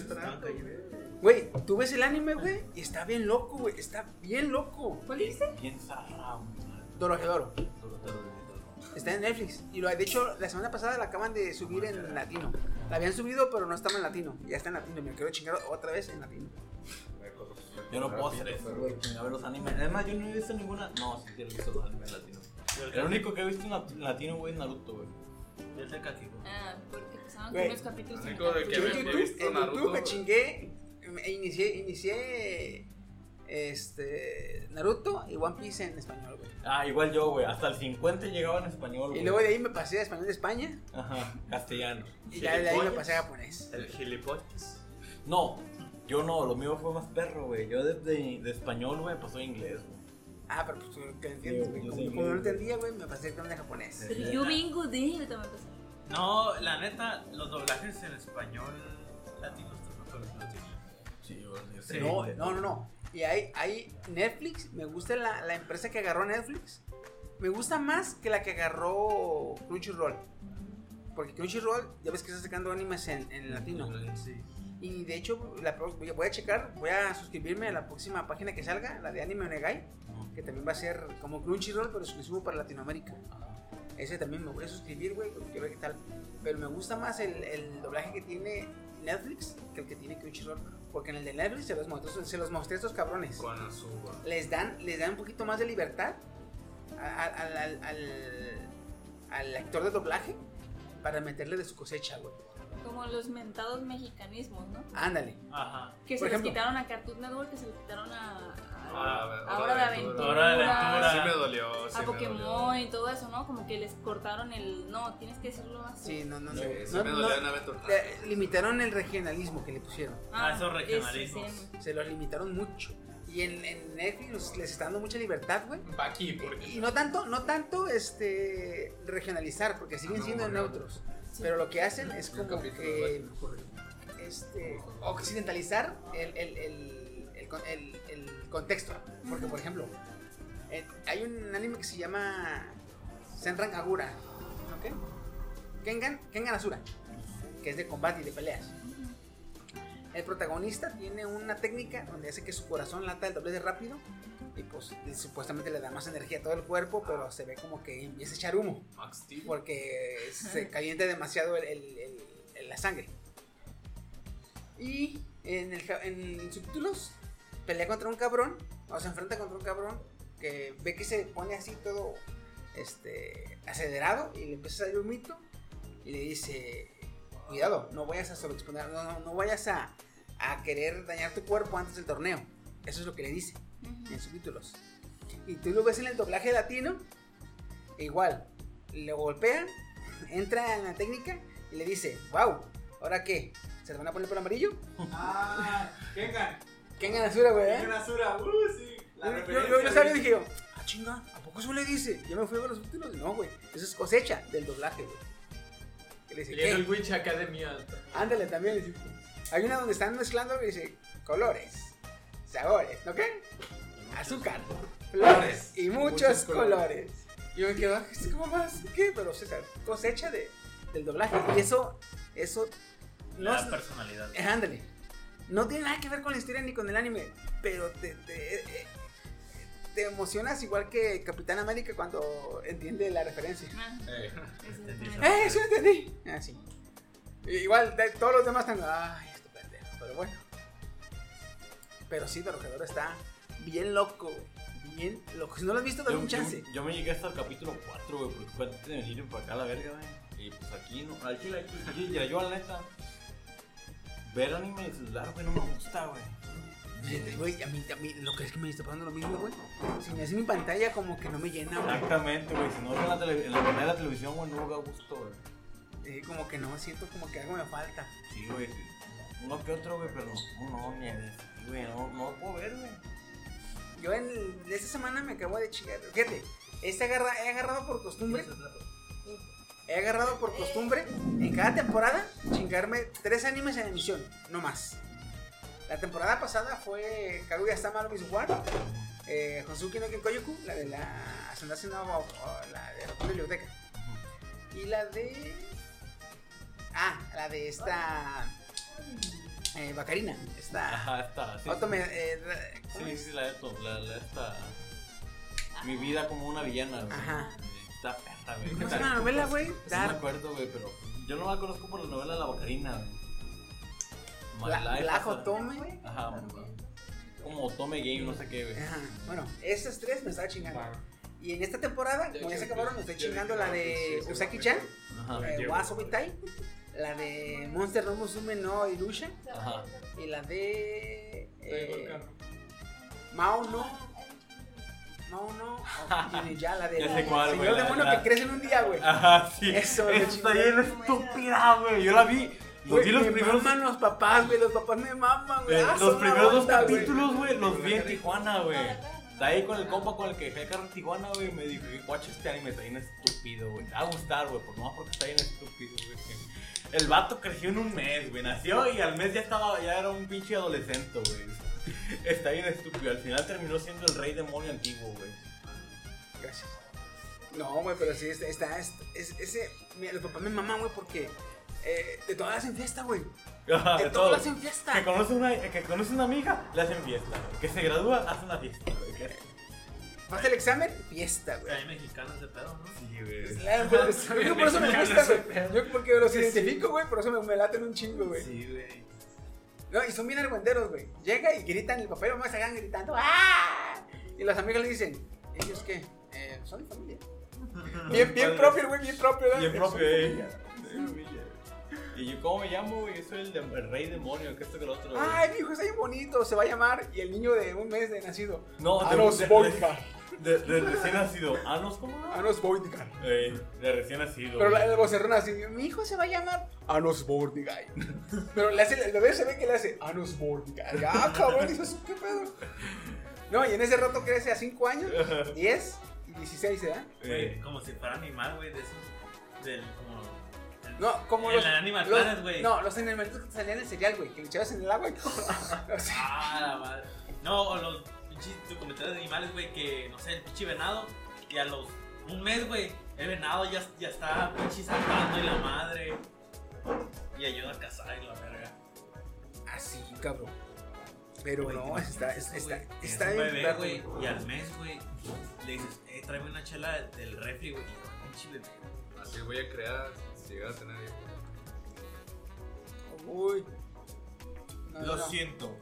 Güey, tú ves el anime, güey, y está bien loco, güey. Está bien loco.
¿Cuál dice?
Bien zarrado.
Dorojedoro. Está en Netflix. Y lo, de hecho, la semana pasada la acaban de subir en latino. La habían subido, pero no estaba en latino. Ya está en latino. Me lo quiero chingar otra vez en latino.
Yo no puedo hacer eso, güey. A ver los animes. Además, yo no he visto ninguna. No, sí, sí, he visto los animes latinos. El único que he visto en lat- latino, güey, es Naruto, güey. Y el de Kakiko.
Ah, porque pasaban
Güey.
unos capítulos. en
Único de
el
que
Yo
me-
en
me
YouTube,
he visto
en YouTube
Naruto.
me chingué. me- inicié, inicié este, Naruto y One Piece en español, güey.
Ah, igual yo, güey. Hasta el 50 llegaba en
Oh,
español, güey.
Y luego de ahí me pasé a español de España.
Ajá, castellano.
Y ya de ahí me pasé a japonés.
El gilipollas. No, yo no, lo mío fue más perro, güey. Yo de, de- de español, güey, pasó a inglés, güey.
Ah, pero pues tú que entiendes,
Yo-
güey.
yo
Como,
soy
como no
muy-
entendía, güey, me pasé con el japonés.
Pero yo vengo de él, te voy a pasar.
No, la neta, los doblajes en español latino están mejores que los latinos.
Sí, güey.
Sí.
No, no, no, no. Y hay, hay Netflix, me gusta la, la empresa que agarró Netflix. Me gusta más que la que agarró Crunchyroll. Porque Crunchyroll, ya ves que está sacando animes en, en latino. Y de hecho, la pro- voy a- voy a checar, voy a suscribirme a la próxima página que salga, la de Anime Onegai, que también va a ser como Crunchyroll, pero exclusivo para Latinoamérica. Ese también me voy a suscribir, güey, porque quiero ver qué tal. Pero me gusta más el, el doblaje que tiene Netflix que el que tiene Crunchyroll, porque en el de Netflix se los mostré, se los mostré a estos cabrones.
Con Azuba.
Les dan, les dan un poquito más de libertad al, al- al- al- al actor de doblaje para meterle de su cosecha, güey.
Como los mentados mexicanismos, ¿no?
Ándale.
Ajá.
Que se
Por
les
ejemplo.
quitaron a Cartoon Network, que se les quitaron a.
Ah,
a-
Hora
a Hora de
Aventura.
Aventura.
Hora de Aventura. Sí me dolió, sí
A
me
Pokémon y todo eso, ¿no? Como que les cortaron el. No, tienes que decirlo así.
Sí, no, no, no.
Sí, sí
No,
me
no,
dolió una vez tortada.
eh, Limitaron el regionalismo que le pusieron.
Ah, Ah, esos regionalismos. ese
Se los limitaron mucho. Y en, en Netflix los- les está dando mucha libertad, güey.
Aquí, porque.
Y no tanto, no tanto este regionalizar, porque siguen siendo neutros. Pero lo que hacen es como que este, occidentalizar el, el- el- el con- el- el contexto. Porque, por ejemplo, eh, hay un anime que se llama Senran Kagura. ¿ok? Kengan, Kengan Asura, que es de combate y de peleas. El protagonista tiene una técnica donde hace que su corazón lata el doble de rápido y pues y supuestamente le da más energía a todo el cuerpo, pero se ve como que empieza a echar humo
Max Steel.
porque se calienta demasiado el- el- el- el- la sangre. Y en, el, ja- en subtítulos pelea contra un cabrón, o se enfrenta contra un cabrón que ve que se pone así todo este, acelerado y le empieza a salir un mito y le dice, cuidado, no vayas a sobreexponer, no, no, no vayas a, a querer dañar tu cuerpo antes del torneo. Eso es lo que le dice en subtítulos. Y tú lo ves en el doblaje latino, e igual, le golpea, entra en la técnica y le dice, wow, ¿ahora qué? ¿Se te van a poner por amarillo?
Ah, Kengan.
Kengan Asura, güey. ¿eh?
Kengan Asura, uh, sí.
Yo- yo-
referencia
Yo lo sabía y
de-
dije, yo, ah, chinga, ¿a poco eso le dice? Yo me fui a ver los subtítulos. No, güey, eso es cosecha del doblaje, güey. Que le dice,
Little
¿qué?
Witch Academia.
Ándale, también. le dice. Hay una donde están mezclando y dice, colores, sabores, ¿no qué? Azúcar, flores y muchos
muchos
colores. Yo me quedo, "Ay, ¿cómo más? ¿Qué? Pero, César, cosecha de, del doblaje. Y eso, eso
No
es-
la personalidad.
eh, Ándale. No tiene nada que ver con la historia ni con el anime, pero te, te, eh, te emocionas igual que Capitán América cuando entiende la referencia.
Ah,
Eh,
¡Eh, eso entendí! Ah, sí. Y Igual de- todos los demás están. ¡Ay, este pendejo! Pero bueno. Pero sí, Dorogedoro está bien loco, güey. Bien loco. Si no lo has visto, dale
Yo,
un chance.
yo- yo me llegué hasta el capítulo 4, güey, porque fue antes de venir para acá a la verga, güey. Y pues aquí, no, al chile, aquí, aquí, ya yo, la neta, ver anime en el celular, güey, no me gusta, güey.
Fíjate, Güey, a mí, a mí, lo que es que me está pasando lo mismo, güey. Si me hace mi pantalla, como que no me llena, güey.
Exactamente, güey, si no veo en la, tele- en la pantalla de la televisión, güey, no me da gusto, güey.
Sí, Eh, como que no, siento como que algo me falta.
Sí, güey, sí. uno que otro, güey, pero no, no, ni a- güey, no, no puedo ver, güey.
Yo en esta semana me acabo de chingar. Fíjate, este agarra, he agarrado por costumbre. He agarrado por costumbre en cada temporada chingarme tres animes en emisión, no más. La temporada pasada fue Kaguya Sama no Mizuwa, eh, Hosuki no Kenkoyoku, la de la Ascendancy no o- o la de la biblioteca. Y la de. Ah, la de esta. eh, Bacarina. Esta.
Ajá, está, sí.
Otome. eh, ra- ¿cómo
Sí,
es?
sí, la de to- la, la esta. Mi vida como una villana, güey.
Ajá.
Está perra, güey.
¿Cómo se llama la novela, güey?
Sí me acuerdo, güey, pero yo no la conozco por la novela La Bacarina, güey. My
La-
Life,
Black
o sea,
Otome.
Ajá, como Otome Game, no sé qué, güey.
Ajá. Bueno, esas tres me estaba chingando. Y en esta temporada, como ya se acabaron, me estoy chingando
"Ah,
la
pues
de Usaki-chan,
Ajá.
eh, Wasobitai, la de Monster no Musume no Irusha,
Ajá.
y la de. Eh, Mao no. Mao no. o
(laughs)
tiene ya la de.
Ya sé cuál, güey,
Señor
la-
demonio
la- Ah,
que crece en un día, güey.
Ajá, sí.
Eso,
Esa
me
está
chingué.
bien estúpida, güey. Yo la vi. Los
Güey,
vi los
me
primeros.
maman los papás, güey. Los papás me maman, güey.
Eh,
Ah,
los
son la
primeros dos
onda, güey.
capítulos, güey, los vi en Tijuana, güey. Está ahí con el compa con el que dejé el carro en Tijuana, güey. Me dijo, guacha, este anime está bien estúpido, güey. Te va a gustar, güey, por no porque está bien estúpido, güey. El vato creció en un mes, güey. Nació y al mes ya estaba, ya era un pinche adolescente, güey. (laughs) Está bien estúpido. Al final terminó siendo el rey demonio antiguo, güey. (laughs)
Gracias. No, güey, pero sí, está, está- es, es- ese, mira, los papás me maman, güey, porque eh, de todas las hacen fiesta, güey.
Ajá,
De
de
todas
todo.
las hacen fiesta.
Que conoce una, que conoce una amiga, le hacen fiesta. güey. Que se gradúa, hace una fiesta, güey.
Pasa el examen, fiesta, güey.
Hay mexicanos de pedo, ¿no?
Sí, güey.
Claro, por eso- yo por
(laughs)
eso me gusta, güey. Yo porque los identifico, güey, por eso me, me laten un chingo, güey.
Sí, güey.
No, y son bien argüenderos, güey. Llega y gritan, el papá y la mamá se hagan gritando, ¡ah! Y las amigas le dicen, ¿ellos qué? Eh, son mi
(laughs)
familia. Bien, bien propio, güey, bien propio, ¿verdad?
Bien propio,
Son mi
eh.
familia.
¿Y yo cómo me llamo, güey? Yo soy el, de- el rey demonio, que esto que el otro. güey.
Ay, mi hijo está bien bonito, se va a llamar y el niño de un mes de nacido.
No, de-
Anos
de-
Boidgar.
(laughs) De, de recién nacido. ¿Anos cómo?
Anos Boidgar.
Eh, de recién nacido. Eh,
Pero la,
güey.
la vocerrona así, mi hijo se va a llamar Anos
(laughs)
Bordigay. Pero le hace, el bebé se ve que le hace Anos Bordigay.
(laughs)
Ah, cabrón, dices, ¿qué pedo? No, y en ese rato crece a 5 años, 10 y ¿eh? 16, ¿verdad?
Güey, como si fuera animal, güey, de esos. Del. Como.
No, como
En
los.
la Animal
los-
Planet, güey.
No, los animalitos que salían del cereal, güey, que le echabas en el agua. y- (laughs) o sea,
Ah, la madre. No, o los pinches documentales de animales, güey, que no sé, el pinche venado. Y a los. Un mes, güey, el venado ya, ya está pinche saltando y la madre. Y ayuda a cazar y la verga.
así, cabrón. Pero
Güey,
no,
¿te
está,
imaginas
está,
eso,
está,
güey? Tienes
está
un
bien
bebé,
perro.
güey, Y al mes, güey, le dices, eh, tráeme una chela del refri, güey. y un chile, güey.
Así voy a crear si llegar a tener hijos.
Uy. No,
Lo
no, no.
siento.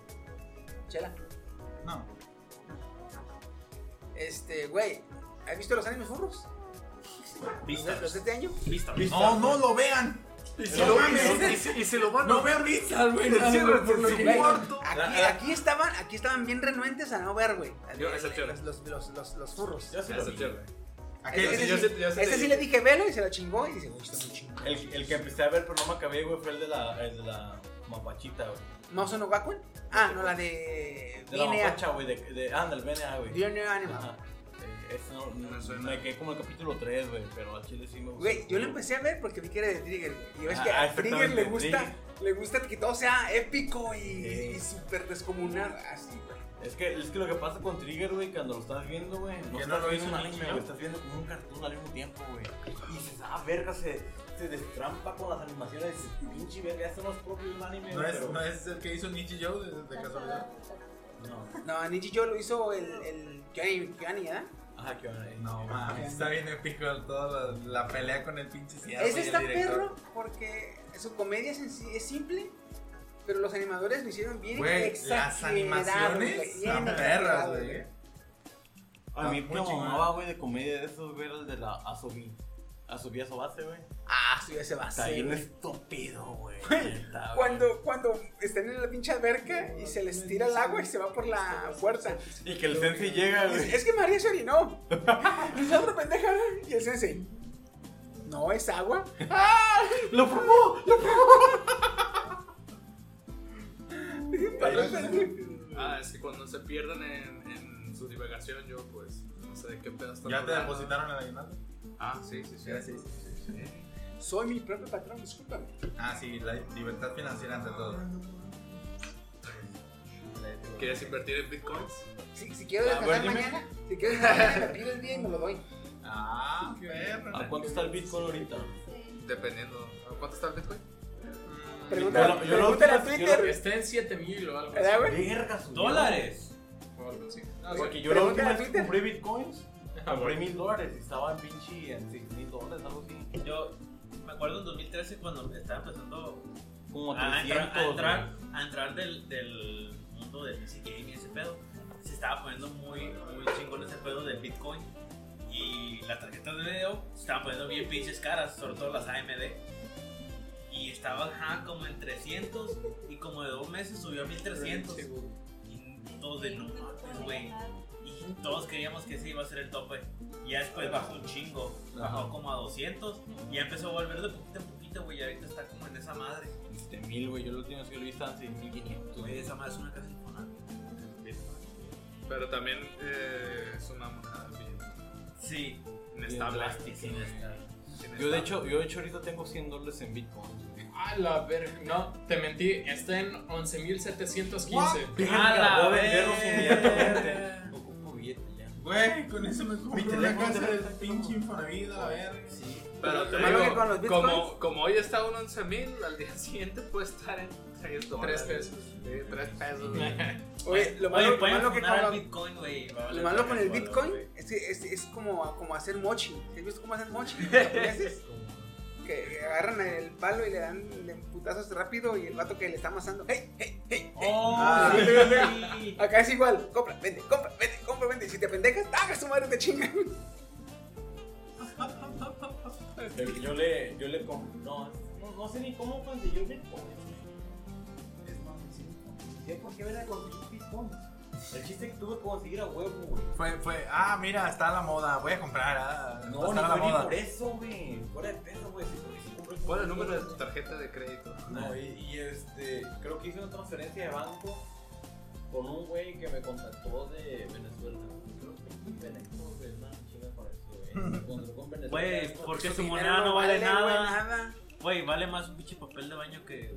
Chela.
No.
Este, güey, ¿has visto los animes furros?
Vistas.
¿Los de este año?
Vistas.
No, no lo vean.
Y
si lo ven, y
si, lo van
a No vean vistas, güey. No, güey, por lo que-
Aquí, aquí estaban, aquí estaban bien renuentes a no ver, güey.
Yo, esa chela.
Los, los, los, los furros.
Yo sí lo
Esa
vi.
chela.
Aquel-
Este
yo
sí,
sí- yo sí te
este sí
dije.
le dije velo y se la chingó y dice, güey, está muy chingón.
El, el que empecé a ver, pero no me acabé, güey, fue el de la, el de la mapachita, güey.
¿Mauso no Gakuen? Ah, no, la de.
pues. De la
DNA.
mapacha, güey, de, de ándale, VNA, güey.
DNA Animal.
Ajá. Eh, Ese no, no, me quedé como el capítulo 3, güey, pero al chile sí me gustó.
Güey, yo lo empecé a ver porque vi que era de Trigger, güey. Y ves
Ah,
que a
exactamente,
Trigger le gusta,
Trigger.
le gusta que todo sea épico y,
Sí.
y súper descomunal. Así, güey.
Es que, es que lo que pasa con Trigger, güey, cuando lo estás viendo, güey, no
Que
estás
no lo hizo
viendo un
un
anime,
niño.
güey, estás viendo como un cartoon al mismo tiempo, güey. Y dices, ah, verga, se, se destrampa con las animaciones, pinche verga, eso no es propio de un anime,
No
güey,
es,
pero-
no es el que hizo Nietzsche Joe de, de casualidad.
No, Nietzsche yo lo hizo el, el Johnny, Johnny, ¿verdad?
Ajá, qué onda. Este,
No mames, está bien épico toda la, la pelea con el pinche ciervo.
Ese
y el
está
director.
perro porque su comedia es, senc- es simple, pero los animadores lo hicieron bien
Güey,
exagerado,
las
güey, bien
animaciones son perras,
exagerado,
güey.
A mí
Ah,
me
muy chingón.
mamaba, güey, de comedia de esos, güey, el de la Asobi. Asobi Asobase, güey.
Ah, Asobi Asobase,
Está bien
güey.
estúpido, güey. neta, güey.
Cuando, cuando están en la pinche alberca y se les tira el agua y se va por la puerta.
Y que el sensei llega,
Es,
güey.
es que María se orinó. (laughs) Y la otra pendeja y el sensei. No es agua. ¡Ah!
¡Lo probó! ¡Lo
probó!
Ah, es que cuando se pierden en, en su divagación, yo pues no sé de qué pedo están
¿Ya te
hablando.
depositaron el aguinaldo?
Ah, sí, sí, sí.
Gracias.
Soy mi propio patrón, discúlpame.
Ah, sí, la libertad financiera ante todo.
¿Quieres invertir en bitcoins?
Si, si quiero
Ah, bueno,
descansar
dime.
mañana, si quiero descansar mañana, me pido el día y me lo doy.
Ah, qué perro.
¿A cuánto está el Bitcoin ahorita?
Dependiendo. ¿A ¿Cuánto está el bitcoin? Mm,
Pregúntale-
Yo lo- yo lo-
pregúntale a
yo lo-
Twitter.
Está en 7000 o algo
¿Verdad,
así.
güey?
Verga, subió.
Dólares.
O algo así.
Ah, Porque
Porque
yo la
Pregúntale
última
a
vez que compré bitcoins, compré mil dólares y estaba en pinche en seis mil dólares, algo así.
Yo me acuerdo en 2013 cuando estaba empezando
Como
a, entrar, a
300,
entrar, a entrar del, del mundo del PC Game y ese pedo. Se estaba poniendo muy, muy chingón ese pedo de Bitcoin. Y las tarjetas de video se estaban poniendo bien pinches caras, sobre todo las AMD. Y estaba ajá, como en 300 y como de dos meses subió a 1300. Y todos de no mames, güey. Y todos creíamos que ese iba a ser el tope. Y ya después bajó un chingo. Bajó como a 200. Y ya empezó a volver de poquito en poquito, güey. Y ahorita está como en esa madre.
De Este, mil, güey. Yo la última vez que lo vi estaba en seis mil quinientos.
Güey, esa madre es una casa de Infonavit.
Pero también eh, es una moneda bien
Sí.
inestable.
Sí, inestable.
Yo de hecho, yo de hecho ahorita tengo 100 dólares en bitcoins. güey.
A la verga. No, te mentí. Está en 11.715.
Verga,
la
voy a venderlos
verga.
inmediatamente. Ocupo billete ya.
Güey, con eso me compré
Viste,
una
déjame
casa
ver.
del pinche Infonavit, a la verga.
Sí.
Pero te
Lo malo que con los
digo,
bitcoins-
como, como hoy está un 11.000, al día siguiente puede estar en 3 dólares. 3
pesos.
3 pesos. güey. (laughs)
Oye, lo
Oye,
malo, lo
pueden
malo que con
funar al
los-
Bitcoin, güey. va a valer
Lo malo con el
verga su
Bitcoin
valor, güey.
es que es, es como, como hacer mochi. ¿Has visto cómo hacen mochi? los japoneses? que agarran el palo y le dan le- putazos rápido y el vato que le está amasando. ¡Hey, hey, hey! hey!
¡Oh!
Ah,
sí.
(laughs)
Acá es igual. Compra, vende, compra, vende, compra, vende. Y si te pendejas, ¡ah, su madre te chingan!
Pero yo le, yo le com- no, no, no sé ni cómo conseguí un Bitcoin. Es más, sí, sí, ¿por qué verga conseguí un Bitcoin? El chiste es que tuve que conseguir a huevo, güey.
Fue, fue, ah, mira, está a la moda, voy a comprar. Ah,
No,
va a
ni
estar a la
fue ni
moda.
por eso, güey. Fuera de peso, güey. sí, porque sí compré
¿Cuál es el
un
número de
Bitcoin.
tu tarjeta de crédito?
No, y, y, este, creo que hice una transferencia de banco con un güey que me contactó de Venezuela. Creo que fue en Venezuela, chinga para eso, güey. Me encontró con Venezuela.
Güey, porque
Su
su
dinero
moneda no
(laughs)
vale
nada.
nada. Güey, vale más un pinche papel de baño que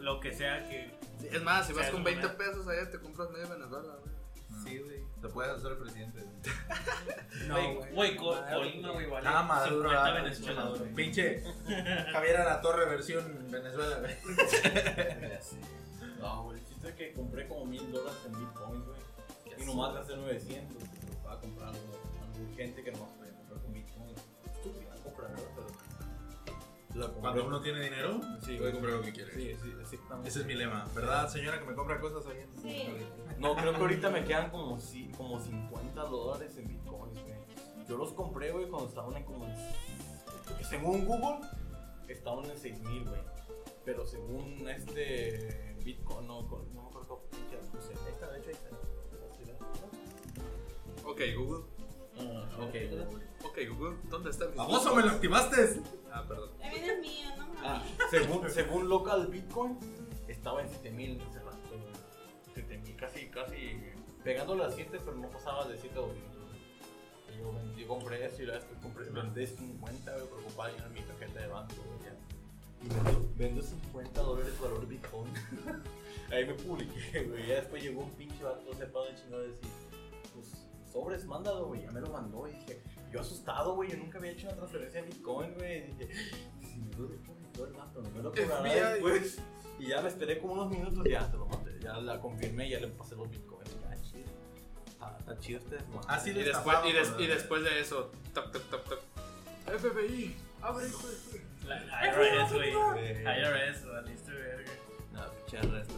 lo que sea que.
Es más, si vas
sea
con
su
20
moneda.
pesos allá te compras medio Venezuela, güey.
Sí, güey.
Te puedes hacer presidente.
Güey, güey, Co- Colima, güey, vale.
Ah, Maduro.
50
ah,
Venezuela,
Maduro.
güey.
Pinche Javier Alatorre versión Venezuela, güey.
No, güey, el chiste es que compré como mil dólares en bitcoins, güey. Y nomás gasté 900. porque Estaba comprando algo urgente que nomás podía comprar con bitcoins. Estúpida compradora, pero. La compré.
Cuando uno tiene dinero,
Sí,
puede
güey.
comprar lo que quiere.
Sí, sí, exactamente.
Ese es mi lema, ¿verdad, señora que me compra cosas ahí? en-
Sí. No, creo que ahorita me quedan como, si- como 50 dólares en bitcoins, güey. Yo los compré, güey, cuando estaban en como. Porque según Google, estaban en 6000, güey. Pero según este. Bitcoin, no, con- no me acuerdo cómo pinche la puse. Ahí está, de hecho, ahí está.
Ok, Google.
ok, Google.
Ok, Google, ¿dónde está mi
Baboso,
Google?
me lo activaste.
Ah, perdón.
También es mío, ¿no?
Ah, según, según local Bitcoin, estaba en 7000 hace rato, güey. 7000, casi, casi. Pegándole a 7, pero no pasaba de 7 a 2000. Y yo, vendí- yo compré eso y la vez que compré, vendí 50, güey, por comprar dinero en mi tarjeta de banco, güey. ya. Y vendo, vendo 50 dólares valor Bitcoin. Ahí me publiqué, (laughs) güey. Ya después llegó un pinche vato, no sé para dónde chingado decir, pues sobres, mándalo, güey. Ya me lo mandó y dije, yo asustado, güey. Yo nunca había hecho una transferencia de Bitcoin, güey. Y dije, si me lo depositó el vato, no me lo cobrará
FBI.
después. Y ya me esperé como unos minutos y ya se lo mandé. Ya la confirmé y ya le pasé los Bitcoins. Ya, chido. Está, está chido este desmadre.
y, después, y, des- y después de eso, toc, toc, toc, toc. FBI, abre, hijo de tu-
La la IRS, güey.
Sí.
IRS, valiste verga.
No, pinche resto.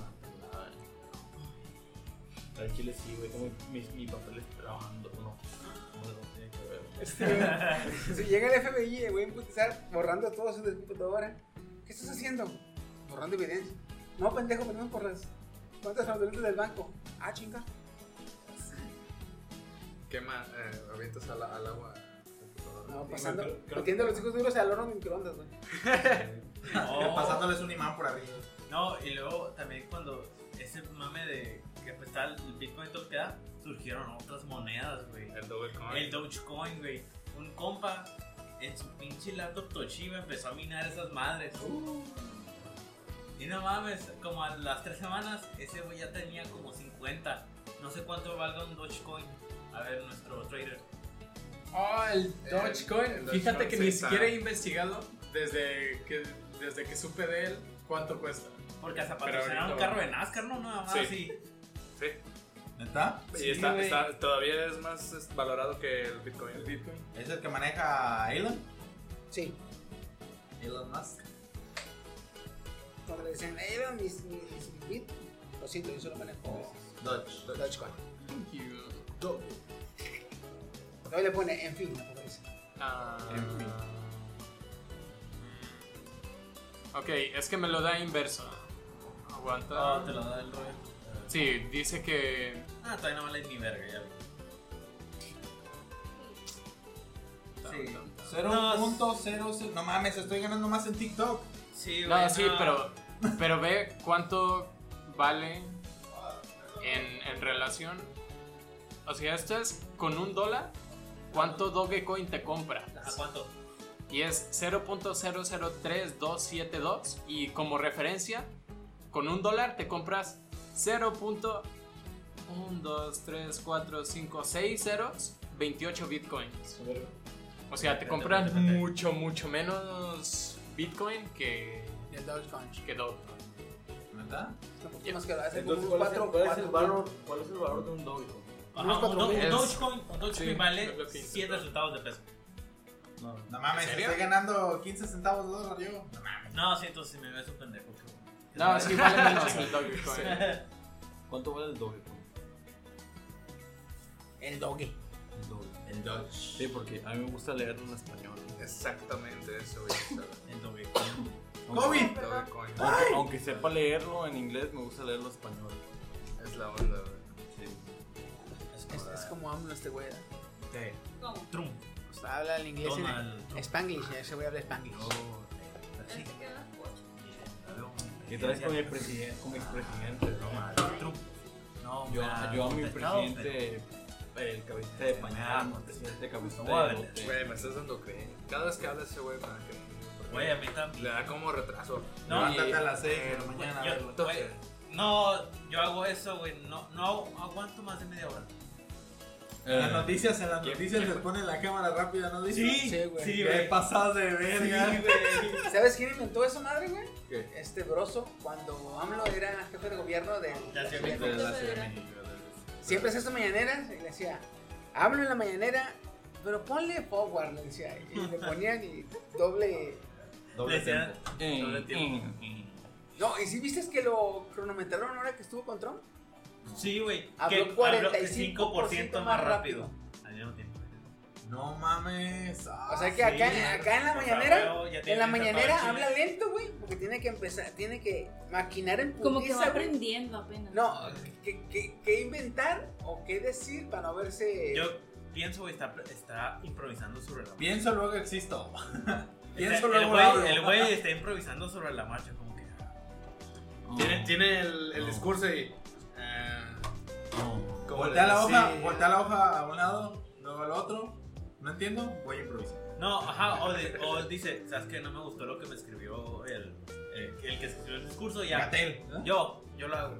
Al chile sí, güey, tengo mis, mis papeles trabajando, no. No no tiene que ver. (laughs)
Pues, si llega el FBI, el eh, güey, emputizar borrando todo eso de su computadora. ¿Qué estás haciendo? Borrando evidencia. No, pendejo, venimos por las cuentas fraudulentas del banco. Ah, chinga.
Quema, eh, avientas al, al agua.
No,
Sí,
pasando,
creo- creo-
metiendo los hijos duros al horno de microondas, güey.
Pasándoles un imán por arriba.
Oh. No, y luego también cuando ese mame de que pues está el Bitcoin todo lo que da, surgieron otras monedas, güey. El Dogecoin. El Dogecoin, güey. Un compa en su pinche laptop Toshiba empezó a minar esas madres.
Uh.
Y no mames, como a las tres semanas, ese güey ya tenía como 50. No sé cuánto valga un Dogecoin. A ver, nuestro trader.
Oh, el Dogecoin.
el
Fíjate
Dogecoin
que
sí
ni
está.
siquiera he investigado desde que, desde que supe de él cuánto cuesta.
Porque hasta
Pero
patrocinaron un
ahorita-
carro de NASCAR, ¿no? Nada más
Sí.
así.
Sí.
¿Neta?
Sí,
Sí,
está,
güey.
está- todavía es más es, valorado que el Bitcoin. El
Bitcoin.
¿Es el que maneja Elon?
Sí.
Elon Musk.
Cuando le decían, eh, veo mis, mis, mis bit. Lo siento, yo solo
Oh.
manejo.
Dodge.
Dogecoin. Luego le pone, en fin, la pobreza.
En fin. Ok, es que me lo da inverso. Aguanta.
Ah, te lo da el Doge.
Ah.
Sí, dice que.
Ah, todavía no vale ni verga, ya vi.
Sí. 0.06. No mames, estoy ganando más en TikTok.
Sí,
No, sí, pero. Pero ve cuánto vale en, en relación. O sea, esto es con un dólar. ¿Cuánto Dogecoin te compra?
¿A cuánto?
Y es 0.003272. Y como referencia, con un dólar te compras 0.1, 2, 3, 4, 5, 6 ceros, 28 bitcoins. O sea, te compras mucho, mucho menos bitcoin que,
Y el Dogecoin.
que Dogecoin.
¿Verdad?
Es más que hace como
Entonces,
unos
¿cuál, es
cuatro,
el, cuál es el
cuatro-
valor, ¿cuál es el valor de un Dogecoin?
Ajá, un, do- un
Es-
Dogecoin, un Dogecoin
Sí, es
vale
lo que
7 centavos de peso.
No,
No mames,
¿En serio?
estoy ganando 15 centavos de dólar yo. No mames.
No, sí, entonces si me ves un pendejo.
No,
(laughs)
sí, vale menos el (laughs) Dogecoin.
¿Cuánto vale el Dogecoin?
El Doge.
El Dogecoin.
El Dodge.
Sí, porque a mí me gusta leerlo en español.
Exactamente, eso voy a
(laughs)
estar.
El
(laughs)
Dogecoin.
¡Covid!
Aunque-
Dogecoin.
Aunque, aunque sepa leerlo en inglés, me gusta leerlo en español.
Es la onda, güey.
Es, es como AMLO este güey. ¿eh?
¿Cómo?
Trump.
O sea, habla el inglés.
Donald
En, Spanglish, ese güey habla Spanglish.
Oh.
Él se quedó en ocho.
¿Qué traes con el presidente? Como expresidente, no mames.
No,
Yo,
me
Ah,
ha
yo a mi
contestado,
presidente, el cabecita de pañal,
Me ha
presidente cabecita
No voy a
de
hablar.
bote.
Güey, me estás dando creen. Cada vez que habla ese güey, me da cringe, porque
Güey, a mí también.
Le da como retraso.
No,
Levántate
y-
a las 6 de la
Güey,
mañana. a
yo-
verlo.
güey, no, yo hago eso, güey. No, no aguanto más de media hora.
Las noticias, en las noticias les ponen la cámara rápida, ¿no? Dicen,
Sí, sí, güey.
Qué pasadas de verga.
Sí, güey. ¿Sabes quién inventó esa madre, güey? Este broso, cuando AMLO era jefe de gobierno de.
De la Ciudad de México.
Siempre hacía sus mañaneras y le decía, AMLO en la mañanera, pero ponle forward, le decía. Y le ponían y doble.
Doble
Decía-
tiempo.
Doble tiempo.
No, ¿y si viste que lo cronometraron ahora que estuvo con Trump?
Sí, güey.
Habló
que
45% más rápido.
Al mismo tiempo.
No mames.
O sea que
Ah,
acá, acá en la mañanera, en la mañanera habla
bien.
lento, güey, porque tiene que empezar, tiene que maquinar en
Como que
putiza,
va
güey.
aprendiendo apenas.
No, ¿qué, qué, qué inventar o qué decir para no verse?
Yo pienso, güey, está, está improvisando sobre la marcha.
Pienso luego existo.
Está-
Pienso
el
luego hablo.
güey, el güey está improvisando sobre la marcha, como que. ah.
Oh.
Tiene, tiene el, el discurso y.
Como voltea la hoja, voltea la hoja a un lado, luego al otro. No entiendo, voy a improvisar.
No, ajá, o, de- o dice, ¿sabes qué? No me gustó lo que me escribió el, el, el que escribió el discurso. Ya.
Gatel, ¿no?
Yo, yo lo hago.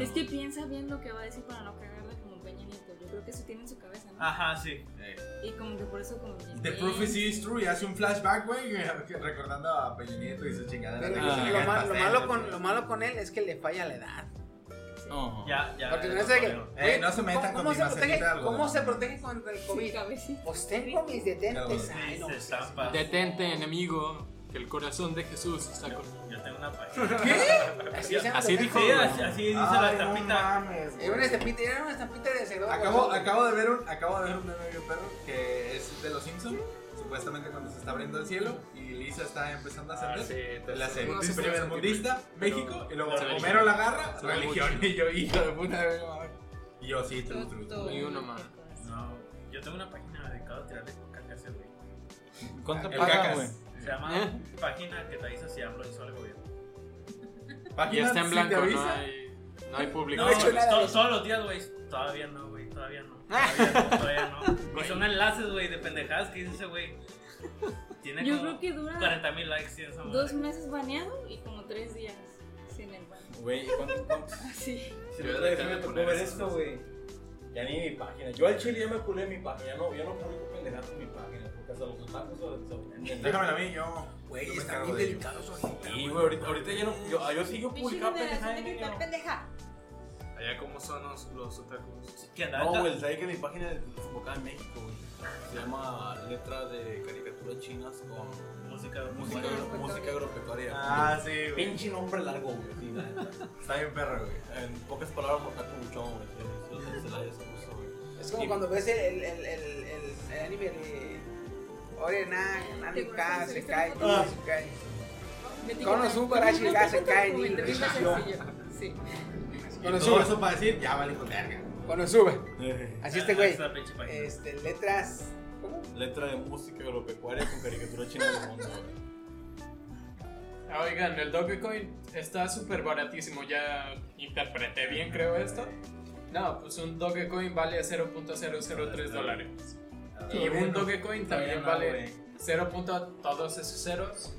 Es que piensa bien lo que va a decir para no cagarla como Peña Nieto. Yo creo que eso tiene en su cabeza, ¿no?
Ajá, sí.
Eh.
Y como que por eso como que-
The prophecy is true y hace un flashback, güey, (laughs) recordando a Peña Nieto y su chingadera.
Ah,
Pero
de que se le
lo,
cae el
ma- lo
pastel,
malo
güey.
con, lo malo con él es que le falla la edad.
Ya, ya.
Porque no
ya,
es de que.
ya.
oye,
Eh, no se metan con
¿cómo- ¿cómo
mi
se protege,
macetita, algo,
¿Cómo
¿no?
se protege contra el COVID? Pues tengo mis detentes. Ay, no. pues,
Se estampa.
Detente, enemigo, que el corazón de Jesús está con.
Yo tengo una
(laughs)
página.
¿Qué?
Así se llama
Así
la
dijo.
Sí,
güey.
así, así dice
Ay,
la
no
tapita.
Era una estampita, era una estampita de cerdo.
Acabo, acabo de ver un, acabo de ver un meme bien perro que es de los Simpsons. Supuestamente cuando se está abriendo el cielo y Lisa está empezando a
Ah,
ascender,
sí, te-
la serie
no, sí, sí,
primer
sí,
mundista,
pero-
México, y luego
Se ve
Homero
mucho.
la agarra,
Se ve
religión,
mucho.
y yo, hijo de puta, güey, no mames. y yo, sí, true, true, true.
Ni uno más.
No, yo tengo una página dedicada a tirarle caca a ese güey.
¿Cuánto
El
pagan,
cacas.
güey?
Se llama
¿Eh?
Página que te avisa si hablo hizo algo bien.
Página,
Ya está en
si
blanco,
te
no
avisa.
hay, no hay público.
No, to- todos, los días, güey. Todavía no, güey. Todavía
(laughs)
no. Todavía no. Todavía no. Y son enlaces, güey, de pendejadas que dice ese güey. Tiene
Yo
como
creo que dura
40 mil likes tiene esa madre.
Dos meses baneado y como tres días sin el ban.
Güey, ¿cuánto? cuánto?
Así.
Si
Yo
yo de
dejé de
me tocó
poner
ver
esas
esto, güey. Ya ni mi página. Yo al chile ya me culé mi página. Ya no, ya no publico pendejadas en mi página. Porque hasta los otakus se- se.
Déjamela a mí, yo.
Güey,
yo me
está
encargo
bien
de ello.
delicado su agenda,
Sí, güey, ahorita, ahorita ya no. Yo, yo sigo
Pinche
publicando
generación
pendejadas
de
en mi
cristal pendeja.
Allá como son los, los otakus.
Que andaba
No,
ca-
güey, sabes que mi página es enfocada en México, güey. Se llama Letra de Caricaturas Chinas con
música,
música,
música.
música agropecuaria.
Ah, sí, güey.
Pinche nombre largo, güey. sí, la neta.
Está bien perro, güey.
En pocas palabras, por acá mucho, güey. sí, sí, Se la descubrí, güey.
Es como
Y-
cuando ves el, el, el, el, el- el anime de. Oye, na, nani ka, se cae, se cae.
Ah.
Konosuba, Arashi, Ga, se cae, ni-
Muy sencillo. Sí.
Y todo eso para decir, ya vale con verga.
Cuando sube.
Eh,
Así este güey.
Ah, Esa pinche página.
Este, letras. ¿Cómo?
Letra de música agropecuaria con caricatura china de fondo, güey.
Ah, Oigan, el Dogecoin está súper baratísimo, ya interpreté bien creo esto. No, pues un Dogecoin vale 0.003 dólares. Y un Dogecoin también
no,
vale
güey.
0. punto todos esos ceros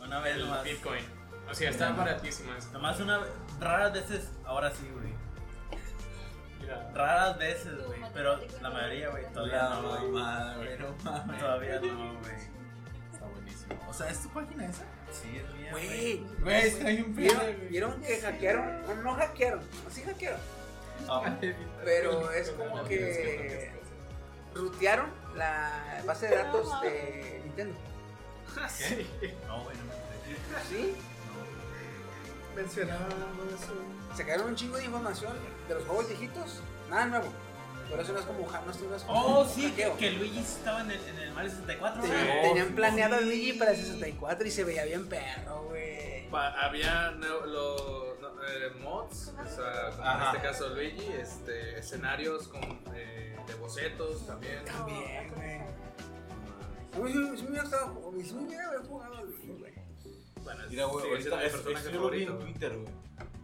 Una vez
el
más.
Bitcoin. O sea, están baratísimas.
Nomás una raras veces, ahora sí, güey.
Mira,
Raras veces, güey. Pero la mayoría, güey, todavía
La
no, güey.
mamada,
(laughs)
güey, no mames.
Todavía no, güey.
está buenísimo.
O sea, ¿es tu página esa?
Sí, es mía, güey.
Güey.
Güey, está bien perro,
¿Vieron,
güey.
vieron que hackearon? No, no hackearon. No, sí hackearon.
Ah,
(laughs)
Pero es como que. Rutearon la base de datos de Nintendo.
Ah,
Sí.
No, güey, no me enteré.
¿Sí?
Mencionábamos eso.
Sacaron un chingo de información de los juegos viejitos. Nada nuevo. Por eso no es como, ja- no es, no es como
Oh,
un
sí, que,
hackeo.
que Luigi estaba en el, en el Mario 64.
Ah, Sí,
Oh,
Tenían planeado a Luigi para el 64 y se veía bien perro, güey.
Pa- había neo- lo- no, eh, mods, o sea, como en
Ajá.
este caso Luigi, este, escenarios con, eh, de bocetos también.
También, güey. A mí sí me- sí me hubiera gustado jugar- sí me hubiera jugado a Luigi, güey.
Bueno,
Mira, güey,
sigue
ahorita
siendo mi
es,
personaje
es- yo lo vi en
favorito, güey.
Twitter, güey.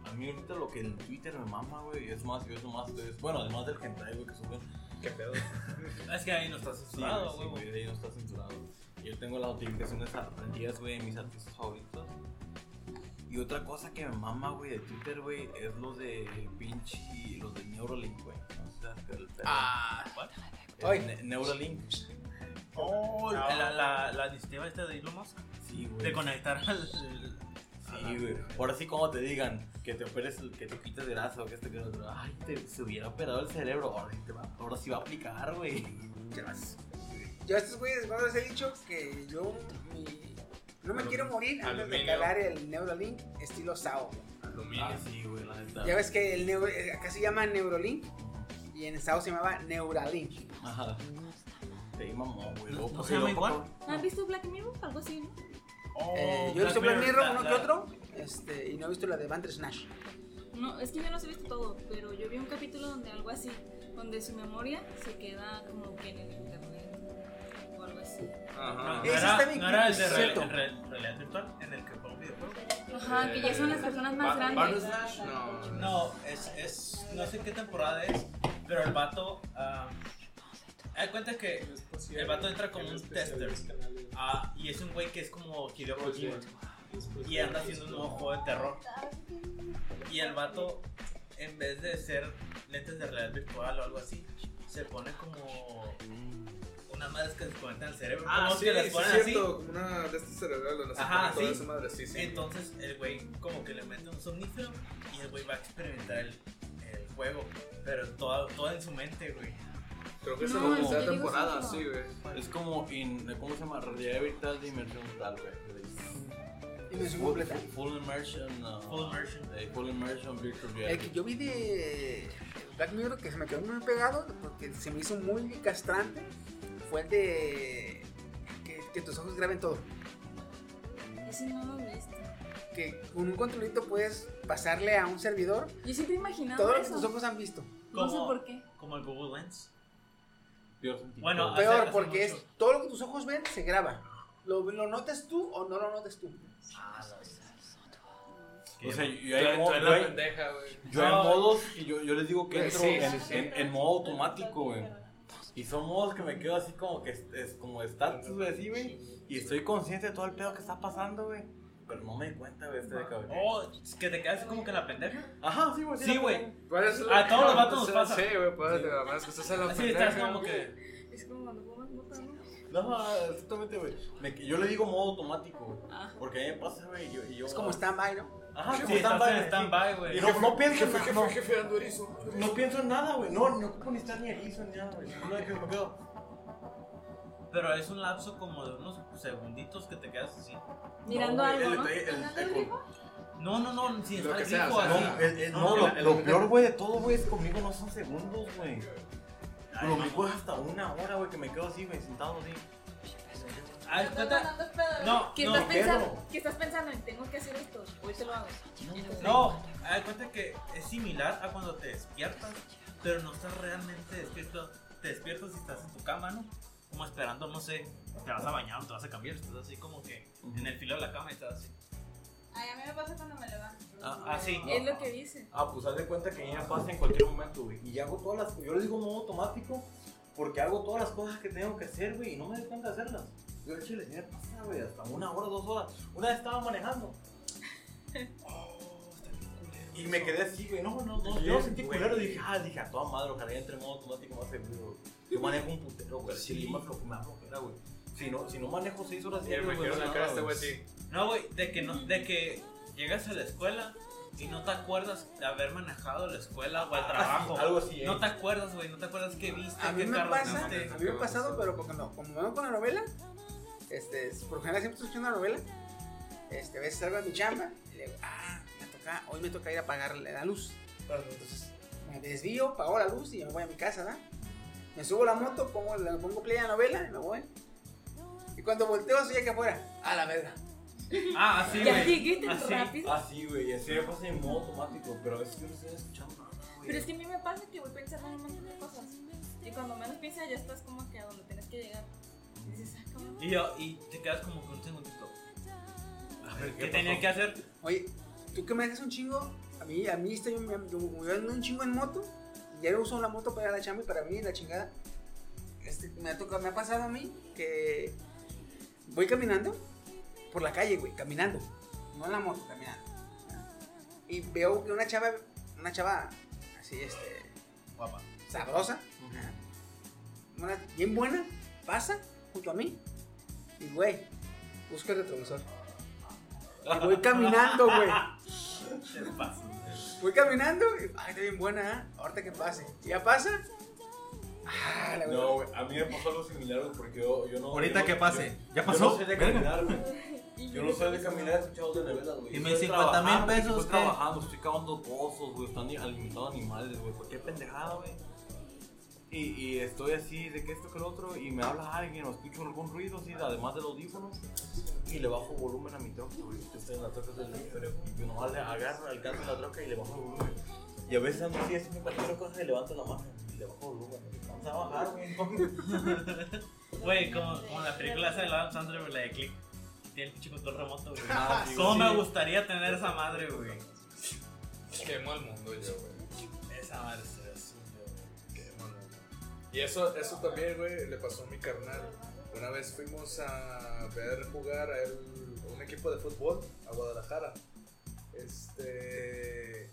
A mí ahorita lo que en Twitter me mama, güey, es más, yo eso más, es, bueno, además del hentai, güey, que suben. Qué pedo.
(laughs) Es que ahí no está censurado,
Sí, güey,
güey.
sí, güey, ahí no está censurado. Yo tengo las notificaciones aprendidas, güey, de mis artistas favoritos. Y otra cosa que me mama, güey, de Twitter, güey, es los de pinche, los de Neuralink, güey. O sea, el pedo.
Ah.
El Ne- Neuralink.
Oh, la, la, la, la iniciativa
este
esta de Elon
Ah,
Musk.
Sí, güey.
De conectar al.
Sí, güey. Ahora sí, como te digan que te operes, el- que te quites grasa o que este que el otro. Ay, te, se hubiera operado el cerebro. Ahora sí, te va, ahora sí va a aplicar, güey.
Yo a estos güeyes cuando les he dicho que yo mi- no me
Alum-
quiero morir antes
aluminio.
de cagar el Neurolink estilo SAO. güey.
Aluminio.
Ah, sí, güey, la neta.
Ya ves que el neuro, eh, acá se llama Neurolink y en SAO se llamaba Neuralink.
Ajá. Te mamó, güey.
No-
Luego,
no
pues,
se llama
luego,
igual.
¿No ¿Han visto Black Mirror? Algo así, ¿no?
Oh,
Eh, yo he visto
Black
Black
Mirror,
Mirror,
la-
uno que otro, este, y no he visto la de Bandersnatch.
No, es que yo no sé visto todo, pero yo vi un capítulo donde algo así, donde su memoria se queda como que en el internet o algo así.
No, no
Ese
era,
está bien
no era el de
creepy,
real-
cierto.
el real- realidad virtual en el que fue un videojuego.
Ajá, que ya son las personas más
Ba-
grandes.
Bandersnatch, no. es, es. No sé en qué temporada es, pero el vato. ah, Haz cuenta que el vato entra como un tester. Ah, y es un güey que es como Hideo Kojima. Y anda haciendo un nuevo juego de terror. Y el vato, en vez de ser lentes de realidad virtual o algo así, se pone como unas madres que se conectan al cerebro.
Mm. Ah,
como
sí,
que las
sí,
ponen
es
así.
cierto, como una de estas cerebrales, no sé,
Ajá,
toda
sí.
esa madre, sí, sí.
Entonces el güey como que le mete un somnífero y el güey va a experimentar el, el juego, pero todo, todo en su mente, güey.
Creo
que es No, en la el tercera que digo temporada,
sí,
sentido.
güey. Es como in, ¿cómo se llama? Realidad virtual de inmersión total, güey.
Inmersión
Full-
completa.
Full immersion. uh,
Full immersion.
eh, full immersion virtual reality.
El que yo vi de Black Mirror que se me quedó muy pegado porque se me hizo muy castrante fue el de que, que tus ojos graben todo.
Ese no lo he visto.
Que con un controlito puedes pasarle a un servidor
Yo siempre he imaginado
todo lo que
eso.
tus ojos han visto.
No sé por qué.
Como el Google Lens.
Peor,
Bueno, hace-
Peor,
Ah, hace
porque
mucho-
es todo lo que tus ojos ven se graba. Lo, lo notes tú o no lo notes tú.
O sea, yo
Tú-
hay,
tú
mo-
eres
yo
la
hay-
pendeja, güey.
yo hay
No.
modos que yo, yo les digo que
Sí,
entro
sí,
en,
sí.
en- en modo automático, güey. Y son modos que me quedo así como que es, es como estatus, güey, así, güey. Y estoy consciente de todo el pedo que está pasando, güey. Pero no me di cuenta, güey, este de cabrón.
Oh, es que te quedas como que en la pendeja.
Ajá, sí, güey.
Sí, güey.
Puedes-
A todos los vatos nos
Sí,
pasa.
Sí, güey, puedes, a menos que estés en la
Sí, estás
pendeja,
como
güey.
que.
Es como cuando fumas mota, ¿no?
No, exactamente, güey. Me- Yo le digo modo automático, güey. Porque a mí me pasa, güey. y Yo, y yo, ah,
Es como stand-by, ¿no?
ah,
Ajá,
Sí,
como
estás
stand-by,
en
güey,
stand-by,
sí.
güey.
Y no, no pienso en
Jefe, jefe,
no-
jefe, ando erizo.
No pienso en nada, güey. No, no ocupo ni estar ni erizo ni nada, güey. No es que me quedo.
Pero es un lapso como de unos segunditos que te quedas así.
Mirando
güey,
algo,
el
¿no?
detalle- el-
¿Mirando
el-
algo vivo?
No, no, no, si
Lo
está
que
el
sea,
grifo
o sea,
así.
no, el- el- Ah, no, lo,
el-
lo
el-
peor, güey, de todo, güey, es conmigo no son segundos, güey. Conmigo es hasta una hora, güey, que me quedo así, güey, sentado así.
Ah,
No,
que
no,
estás
pero-
pensando, que estás pensando en tengo que hacer esto, hoy te lo hago.
No, hay cuenta que es similar a cuando te despiertas, pero no estás realmente despierto. Te despiertas y estás en tu cama, ¿no? Como esperando, no sé, te vas a bañar, te vas a cambiar, estás así como que en el filo de la cama y estás así.
Ay, a mí me pasa cuando me levanto.
Ah,
ah, sí.
Es lo que dice.
Ah, pues haz de cuenta que a mí me pasa en cualquier momento, güey. Y hago todas las Yo le digo modo automático porque hago todas las cosas que tengo que hacer, güey, y no me doy cuenta de hacerlas. Yo el chile, me pasa, güey, hasta una hora, dos horas. Una vez estaba manejando. Y me quedé así, güey, no, no, no. Yo sentí culero y dije, ah, dije, a toda madre, ojalá ya entre en modo automático más seguro. güey. Yo manejo un putero, güey. Si me aflo- me aflojera, güey. Si no, si no manejo seis horas
Y el
diarias,
vaquero
no
en la
nada,
cara este güey, sí.
No, güey, de que no, de que llegas a la escuela y no te acuerdas de haber manejado la escuela o el trabajo.
algo así, ¿eh?
No te acuerdas, güey, no te acuerdas qué viste,
A mí
qué
me
carro
pasa, a
viste.
mí me ha pasado, pero porque no, como vamos con la novela, este, es- por lo general siempre estoy escuchando una novela, este, a veces salgo de mi chamba y digo, ah, me toca, hoy me toca ir a apagar la luz. Entonces me desvío, apago la luz y me voy a mi casa, ¿verdad? Me subo a la moto, pongo, la, pongo play a la novela y me voy. Y cuando volteo, soy que afuera. A la verga.
Ah, así,
Ya
güey.
llegué tan
Así.
rápido.
Así, güey, así me pasa en modo automático, pero es que no estoy escuchando nada, güey.
Pero es que a mí me pasa que voy pensando en un montón de cosas. Y cuando menos piensas, ya estás como que a donde tienes que llegar. Y dices, ah, cabrón.
Y, yo- y te quedas como con un segundito. A ver, ¿qué, tenía que hacer?
Oye, tú que me haces un chingo, a mí, a mí estoy, yo, yo, yo ando un chingo en moto, y ya no uso la moto para ir a la chamba y para mí, la chingada. Este, me, ha tocado- me ha pasado a mí que voy caminando por la calle, güey, caminando, no en la moto, caminando. Y veo que una chava, una chava así, este,
Guapa.
sabrosa, ajá, una- bien buena, pasa junto a mí, y güey, busca el retrovisor. Y voy caminando, güey. Voy caminando y, ay, está bien buena, ¿eh? ahorita que pase. Y ya pasa. Ah, la
No, güey, a mí me pasó algo similar, güey, porque yo, yo no.
Ahorita
yo no-
que pase.
yo-
¿Ya
Yo
pasó?
no soy de
Verga.
caminar, güey. Yo no soy de caminar, escuchado de novelas, güey.
Y me
Estoy
50,000
trabajando,
pesos,
Estoy
¿qué?
trabajando, estoy cavando pozos, güey, están alimentando animales, güey. ¿Por qué pendejada, güey? Y, y estoy así, de que esto que el otro, y me habla alguien, o escucho algún ruido, así, además del audífono, y le bajo volumen a mi troca, güey. Yo estoy en la troca del pero yo nomás le agarro, alcanzo la troca y le bajo volumen. Y a veces ando así, haciendo cualquier cosa, y levanto la mano, y le bajo volumen. Vamos a bajar, güey.
Güey, como, como la película esa de Adam Sandler, güey, la de Click. que Tiene el pinche control remoto, güey.
Ah, sí,
¿Cómo
sí.
me gustaría tener esa madre, güey?
Quemo el mundo yo, güey.
Esa madre se
Quemo el mundo. Y eso, eso también, güey, le pasó a mi carnal. Una vez fuimos a ver jugar a él un equipo de fútbol a Guadalajara. Este.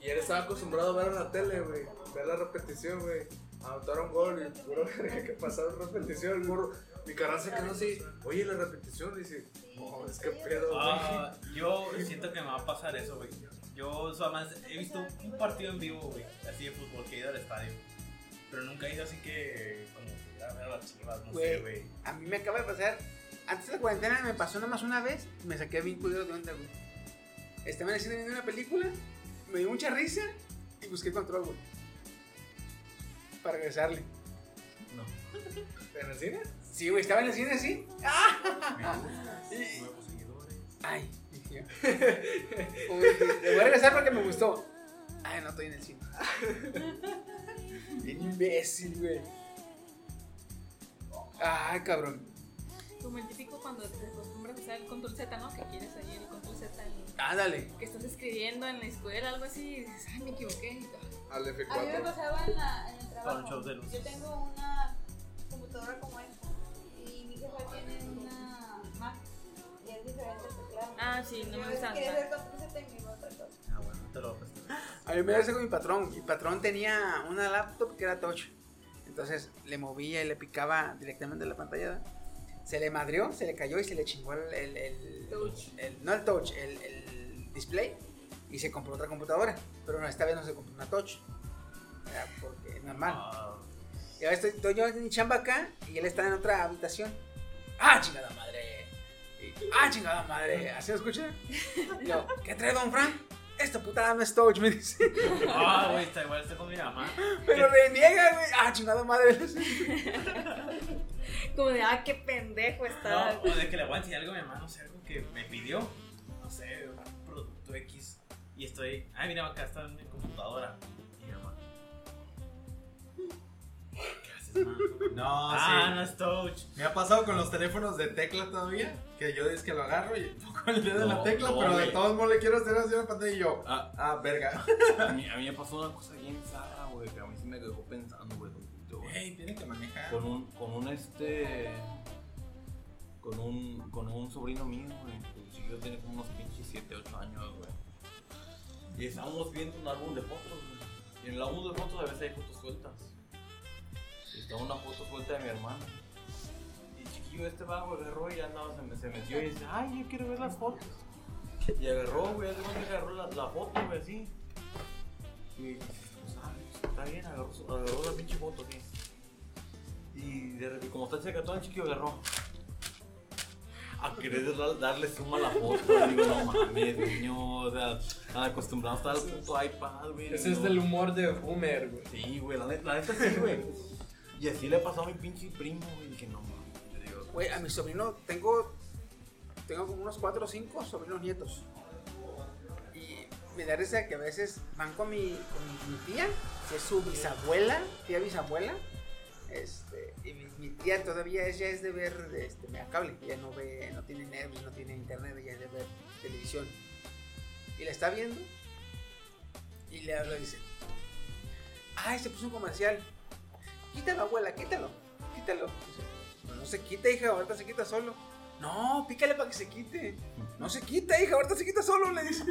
Y él estaba acostumbrado a ver a la tele, güey. Ver la repetición, güey. Anotaron gol y puro (laughs) verga que pasaron repetición. El morro. Mi carnal se quedó así. Oye, la repetición. Dice, no, es que pedo, güey.
Ah, yo siento que me va a pasar eso, güey. Yo además he visto un partido en vivo, güey, así de fútbol que he ido al estadio. Pero nunca he ido así que como que ir a ver a las chivas, no sé,
Güey,
güey.
a mí me acaba de pasar. Antes de la cuarentena me pasó nada más una vez. Me saqué bien culero de onda, güey. Estaban haciendo viendo una película. Me dio mucha risa. Y busqué el control, güey. Para regresarle.
No.
¿En el cine? Sí, güey. Estaba en el cine así. ¡Ah! (laughs) Y- Ay, dije yo. (laughs) Uy, le voy a regresar porque me gustó. Ay, no estoy en el cine. Bien imbécil, güey. Ay, cabrón.
Como el típico cuando te acostumbras a usar el control Z, ¿no? Que quieres ahí el control Z. en-
Ándale.
Que estás escribiendo en la escuela, algo así, y dices, ay, me equivoqué.
Al
A mí me
F4.
pasaba en, la- en el
Con shows
trabajo.
de luces.
Yo tengo una computadora como esta y mi jefa tiene una Mac y es diferente el teclado.
Ah, sí, no me
Yo
gusta
Quería
nada.
ver cuánto se tengo otra cosa.
Ah, Te lo presté.
A mí me hace con mi patrón. Mi patrón tenía una laptop que era touch. Entonces le movía y le picaba directamente la pantalla. Se le madrió, se le cayó y se le chingó el. el- el- el- no el touch, el, el display. Y se compró otra computadora. Pero no, esta vez no se compró una touch. Era porque es
Ah.
Ah,
normal. Y ahora estoy, estoy yo en mi chamba acá y él está en otra habitación. ¡Ah, chingada madre! Y, ¡Ah, chingada madre! ¿Así lo escucha? Y yo, ¿qué trae Don Frank? Esta putada no es touch, me dice.
Ah, güey, está igual, está con mi mamá.
Pero reniega, güey. Ah, chingada madre.
Como de, ah, qué pendejo está.
No, o de que le voy a enseñar algo a mi mamá, no sé, algo que me pidió, no sé, un producto X. Y estoy, ay, mira, acá está en mi computadora. Y mi mamá, (laughs)
No,
Ah,
sí.
no es touch.
Me ha pasado con los teléfonos de tecla todavía, que yo es que lo agarro y pongo el dedo en la tecla,
no,
pero de
güey.
todos modos le quiero hacer así a la pantalla y yo,
Ah.
ah,
(laughs)
verga.
A mí, a mí me pasó una cosa bien zarra, güey, que a mí sí me dejó pensando, güey, un poquito, güey.
Ey, tiene que manejar.
Con un, con un este. Con un, con un sobrino mío, güey. El chiquillo tiene como unos pinches 7, 8 años, güey. Y estábamos viendo un álbum de fotos, güey. Y en el álbum de fotos a veces hay fotos sueltas. Y estaba una foto suelta de mi hermano. Y el chiquillo este va, güey, agarró y ya andaba, se, me- se metió y dice, ay, yo quiero ver las fotos. Y agarró, güey, hace cuenta que agarró la, la foto, güey, así. Y pues, ah, está bien, agarró, su- agarró la pinche foto, así. Y de repente, como está cerca todo el chiquillo, agarró. A querer dar- darle suma a la foto, digo, no mames, niño, o sea, acostumbrado a estar al puto iPad, güey.
Ese es
digo,
del humor de Boomer, güey.
Sí, güey, la neta, la neta sí, güey.
Y así le pasó a mi pinche primo, güey. Que no, mames, te digo.
Güey, a mi sobrino tengo. Tengo como unos 4 o 5 sobrinos nietos. Y me da risa que a veces van con mi, con mi- mi tía, que es su bisabuela, tía bisabuela. Este, y mi, mi tía todavía ella es de ver este, mega cable, ella no ve, no tiene nervios, no tiene internet, ella es de ver televisión. Y la está viendo y le habla y dice, ay, se puso un comercial, quítalo abuela, quítalo, quítalo. Dice, Pues no se quita hija, ahorita se quita solo. No, pícale para que se quite. No se quita hija, ahorita se (laughs) quita solo, le dice.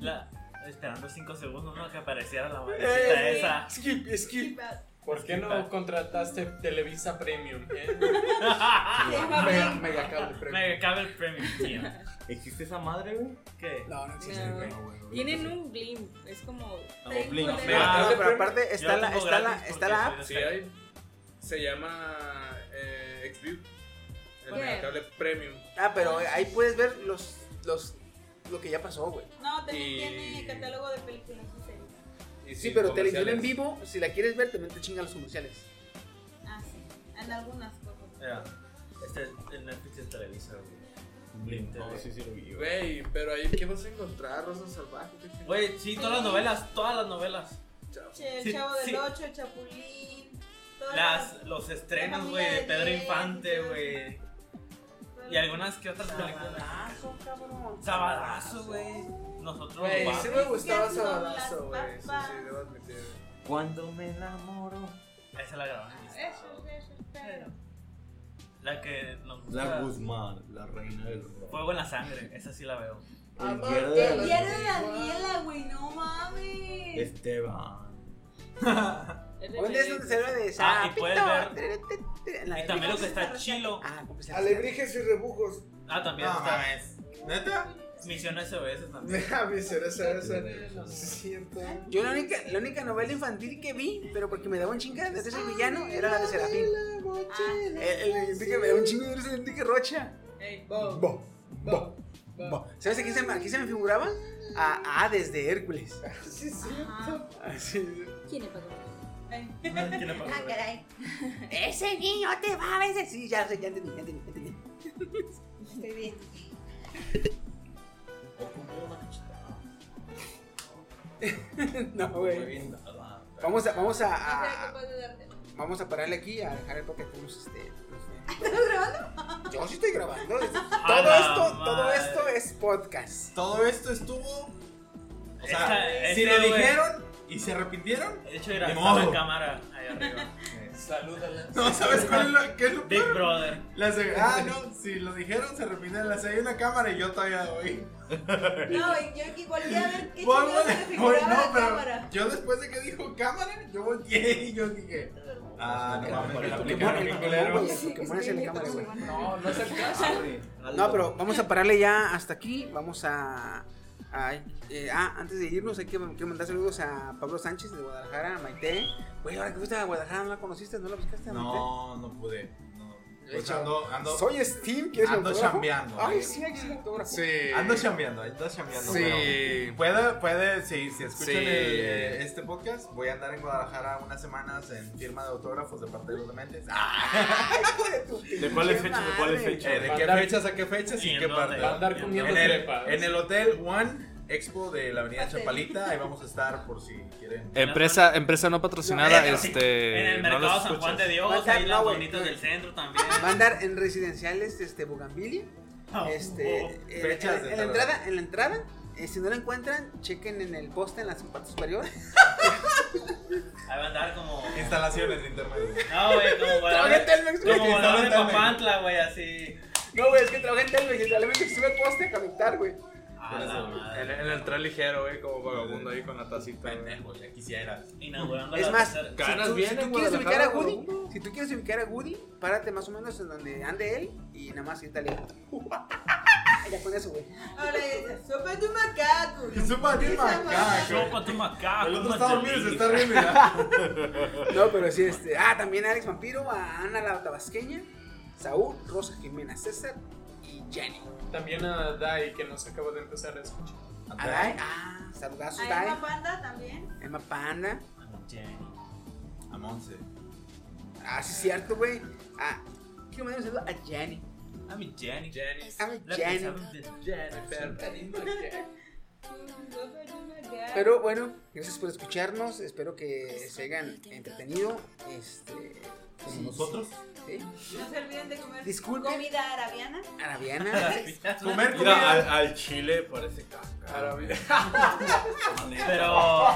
La- esperando 5 segundos, ¿no? Que apareciera la madrecita
Eh,
esa.
Skip, skip.
¿Por qué no contrataste Televisa Premium? eh?
Ah,
Mega-
Megacable
Megacable Premium, tío.
¿Existe esa madre, güey?
¿Qué?
No, no
existe.
No.
güey, güey, güey.
Tienen un blimp, es como.
Blink.
Ah, pero aparte está la- está la- está la app.
Sí hay. Se llama eh, XView. El
Bueno.
megacable premium.
Ah, pero ahí puedes ver los, los, lo que ya pasó, güey.
No, también
Y-
tiene catálogo de películas y series.
Y
Sí,
sin
pero televisión en
comerciales.
vivo, si la quieres ver, también te chingan los comerciales.
Ah, sí. En algunas cosas.
Ya. Este el Netflix en Televisa, güey. Blink TV.
Oh, sí, sí, lo vi, Güey, pero ahí, ¿qué vas a encontrar? Rosa Salvaje. ¿Qué chingados?
Güey, sí, todas las novelas, todas las novelas.
Che, El
Sí,
Chavo del
sí.
Ocho, el Chapulín. todas
Las, los estrenos,
familia
güey, de
de
Pedro
Diez,
Infante, güey. Y algunas que otras películas.
Sabadazo, cabrón.
Sabadazo, güey. Nosotros
Güey,
nos
sí
vamos.
me gustaba Sabadazo, güey. Sí, sí, debo admitir.
Cuando me enamoro. Esa la grabamos.
Eso, eso, claro.
La que nos gusta.
La Guzmán, la reina del rock.
Fuego en la sangre, esa sí la veo.
El
El
verde
diario de Daniela, güey, no mames.
Esteban.
¿Dónde es donde se habla de
Ah, y puedes ver-
ver.
Y también lo que está chilo.
Ah,
Alebrijes y rebujos.
Ah, también
No
está.
mames.
¿Neta? Misión SOS
(laughs)
también.
Deja mi cereza esa. Siento.
Yo la única, la única novela infantil que vi, pero porque me daba un chinga de ese villano, era la de Serafín. Ah, El, el Enrique me daba un chingo de ese Enrique Rocha.
Ey,
Bo, bo, bo. ¿Sabes a quién se me, a quién se me figuraba? A a Hades de Hércules. Ah,
Sí, es
cierto.
Así.
¿Quién le pagó?
¿Quién le pagó?
Ah, caray.
Ese niño te va a veces. Sí, ya sé, ya entendí, ya entendí, ya entendí.
Estoy bien.
No, güey. Vamos a, vamos a, a-
capaz de darte.
vamos a pararle aquí a dejar el porque tenemos este.
(laughs) ¿Estamos grabando?
Yo sí
(laughs)
estoy grabando. este-
A
Todo
la
esto, todo
madre.
esto es podcast.
Todo esto estuvo. O sea,
Esta-
si
este,
lo
güey.
dijeron y se arrepintieron.
De hecho, era
Ni
estaba en
modo.
cámara ahí arriba.
(laughs)
Salúdala.
No, ¿sabes cuál es lo, qué es lo
Big
peor?
Brother.
Las de- ah, no, si lo dijeron, se arrepintieron. Las hay una cámara y yo todavía doy.
No, y yo que volteé a ver qué
Voy,
chingados se
voy,
figuraba
voy, no,
la
pero
cámara.
Yo después de que dijo cámara, yo volteé y yo dije. Ah, no mames, me la aplicaron bien culero.
No,
no es el caso, güey.
No, pero vamos a pararle ya hasta aquí. Vamos a. a- eh, ah, antes de irnos, hay que quiero mandar saludos a Pablo Sánchez de Guadalajara, a Maite. Güey, ahora que fuiste a Guadalajara, ¿no la conociste? ¿No la buscaste a Maite?
No, no pude. No.
De
Pues
hecho,
ando, ando,
Soy Steam, ¿quieres
ando
autógrafo?
chambeando.
Ay,
güey.
sí, hay que ser autógrafo.
Sí.
Ando chambeando, ando chambeando.
Sí.
pero Puede, puede, sí, si escuchan
Sí.
el, eh, este podcast, voy a andar en Guadalajara unas semanas en firma de autógrafos de parte de los dementes. Ah,
¿De cuáles fechas? ¿De cuáles fechas?
Eh, ¿De qué fechas a qué fechas y,
¿Y en
qué
dónde?
parte?
Va a andar comiendo
en el,
crepa.
en el Hotel One Expo de la Avenida Chapalita, ahí vamos a estar por si quieren.
Empresa, empresa no patrocinada,
En el-
este.
En el
no
mercado
los
San Juan
escuchas.
de Dios,
Mata-
ahí las
no, güey.
bonitas del centro también.
Va a andar en residenciales este Bugambilia.
Ah,
Este,
oh,
en-
fechas
en,
de
en la
tal
entrada, en la entrada, eh, si no la encuentran, chequen en el poste en la parte superior.
Ahí va a andar como.
Instalaciones de internet.
No, güey, como
(laughs) Todavía
volador.
Telmex, güey.
como volador de
Todavía Telmex.
Papantla, güey, así.
(laughs) No, güey, es que trabajé en Telmex y realmente sube el poste a conectar, güey.
A la madre.
El, el entrar ligero, güey, como vagabundo ahí con la tacita. Pendejo,
ya quisiera.
Inaugurando
Es
la
más, si
tercera-
tú, si tú quieres ubicar a Woody, si tú quieres ubicar a Woody, párate más o menos en donde ande él y nada más grítale. (laughs) ya con eso, güey.
Ahora dice, sopa de macaco.
Sopa de
Yo con tu macaco.
El otro
con
está dormido,
Marcelino.
se está riendo No, pero sí, este. Ah, también a Alex Vampiro, a Ana la Tabasqueña, Saúl, Rosa Jimena César y Jenny.
También a Dai, que nos acaba de empezar a escuchar.
A Dai, ah, saludazos,
Hay
Dai.
una panda también.
Emma Panda.
A Monse.
Ah, sí, es cierto, güey. Ah, quiero mandar un saludo a Jenny.
A mi Jenny.
A mi
La
Jenny.
pensamos de Jenny.
Pero bueno, gracias por escucharnos. Espero que se hayan entretenido. Este, sí,
nosotros.
sí.
No se olviden de comer
Disculpen.
comida arabiana.
(laughs)
Arabiana.
Comer, Mira, al, al chile parece caca.
Pero-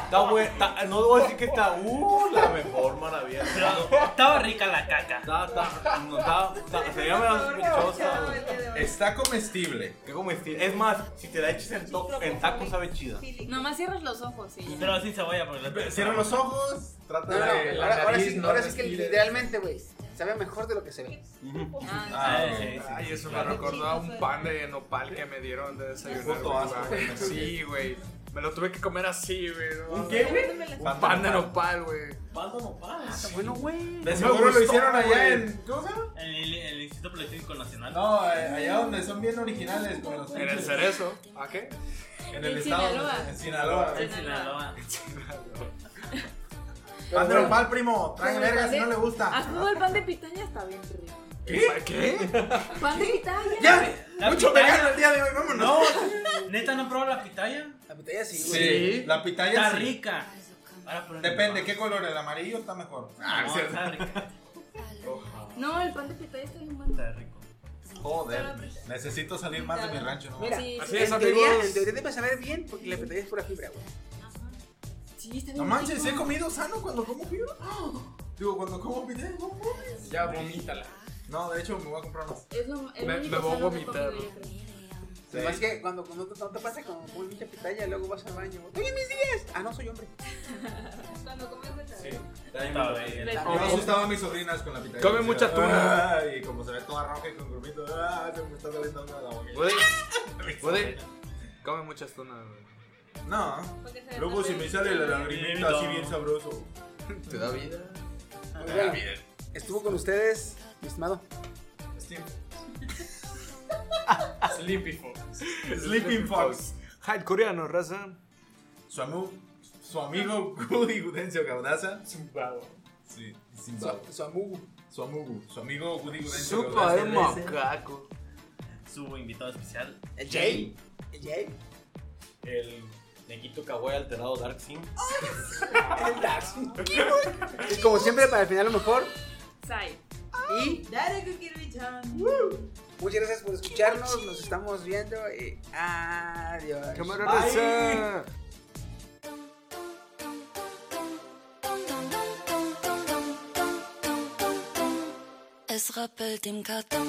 Está bue- está- no voy a decir que está uh, la mejor maravilla.
Estaba rica la caca.
Está, está, no, está, está- se llama sospechosa.
Está comestible.
Qué comestible. Es más, si te la eches en, to- en taco, sabe chida.
Nomás cierras los ojos, sí.
Pero sin cebolla, porque la-
Cierra los ojos. Trata
No, no,
de. la
ahora, ahora
nariz,
sí,
no
ahora sí que
respires.
literalmente, güey, sabe mejor de lo que se ve.
Ah,
sí, sí, sí.
Ay, eso me
Claro.
recordó a un pan de nopal que me dieron de desayunar.
Puto
güey,
asco.
güey. Sí, güey. Me lo tuve que comer así, güey. no,
¿Un qué, güey?
Un pan de nopal, güey.
¿Pan de nopal?
Sí.
bueno, güey.
De seguro lo hicieron allá en. ¿Cómo se llama?
En el, el Instituto Politécnico Nacional.
No, eh, allá donde son bien originales. como los
En el
pinches.
cerezo. ¿A qué?
En el estado.
Sinaloa.
En Sinaloa.
En Sinaloa.
Pan de nopal, primo. Trae verga si no le
A
gusta.
todo el pan de pitaña Este está bien rico.
¿Qué? ¿Qué?
Pan de pitaña.
La
Mucho
pitaya.
vegano el día de hoy, vámonos.
No, neta, ¿no probó la pitaya?
La pitaya sí,
güey. Sí, la pitaya
está
sí.
rica. Ahora por el
Depende,
pan.
¿qué color? ¿El amarillo está mejor?
Ah,
No,
es cierto.
está rica.
No, el pan de pitaya está bien bueno.
Está rico.
Joder, necesito salir más de mi rancho. ¿no?
Mira,
Sí,
en, teoría, en teoría debes saber bien porque la pitaya es pura fibra, güey.
Sí, está bien
No manches,
rico.
he comido sano cuando como fibra. Digo, cuando como pitaya, no mames.
Ya vomítala.
No, de hecho me voy a comprar más.
Es lo, el
Me-
único
me voy a
sano que he
vomitar.
comido, yo creo.
Sí.
Más que cuando, cuando te, no te pasa como un pinche pitaya, luego vas al baño. ¡Oye, mis días! Ah, no, soy hombre.
Cuando comes de
Sí, también me lo pedí.
Ah,
Yo asustaba a mis sobrinas con la pitaya.
Oh. Come mucha tuna.
Ay, como se ve toda roja y con grumito. Ah, se me está saliendo agua de la boca.
Puede.
Mis
Puede.
sobrinas.
Come muchas tunas, güey.
No. Luego si me sale la lagrimita así bien (laughs) sabroso.
Te da vida.
Oigan, estuvo con ustedes, mi estimado.
Sleepy Fox.
Sleeping Fox. Ah,
Hi, coreano, raza.
Su amigo, su amigo Cody Gudencio Gaudaza. Zimbabue. Sí, Zimbabue.
Su amigo.
Su amigo. Su amigo Cody Gudencio
Su
Gaudaza.
padre macaco.
Su invitado especial.
El Jay. El Jay.
El neguito kawaii alterado Dark Sim.
El Dax. (laughs) Y como siempre, para el final lo mejor.
Sai.
Y
Dale, Kukirbi-chan.
muchas gracias por escucharnos. Nos estamos viendo. Y adiós.
Cámara
Bye.
raza.
Es rappelt im Karton.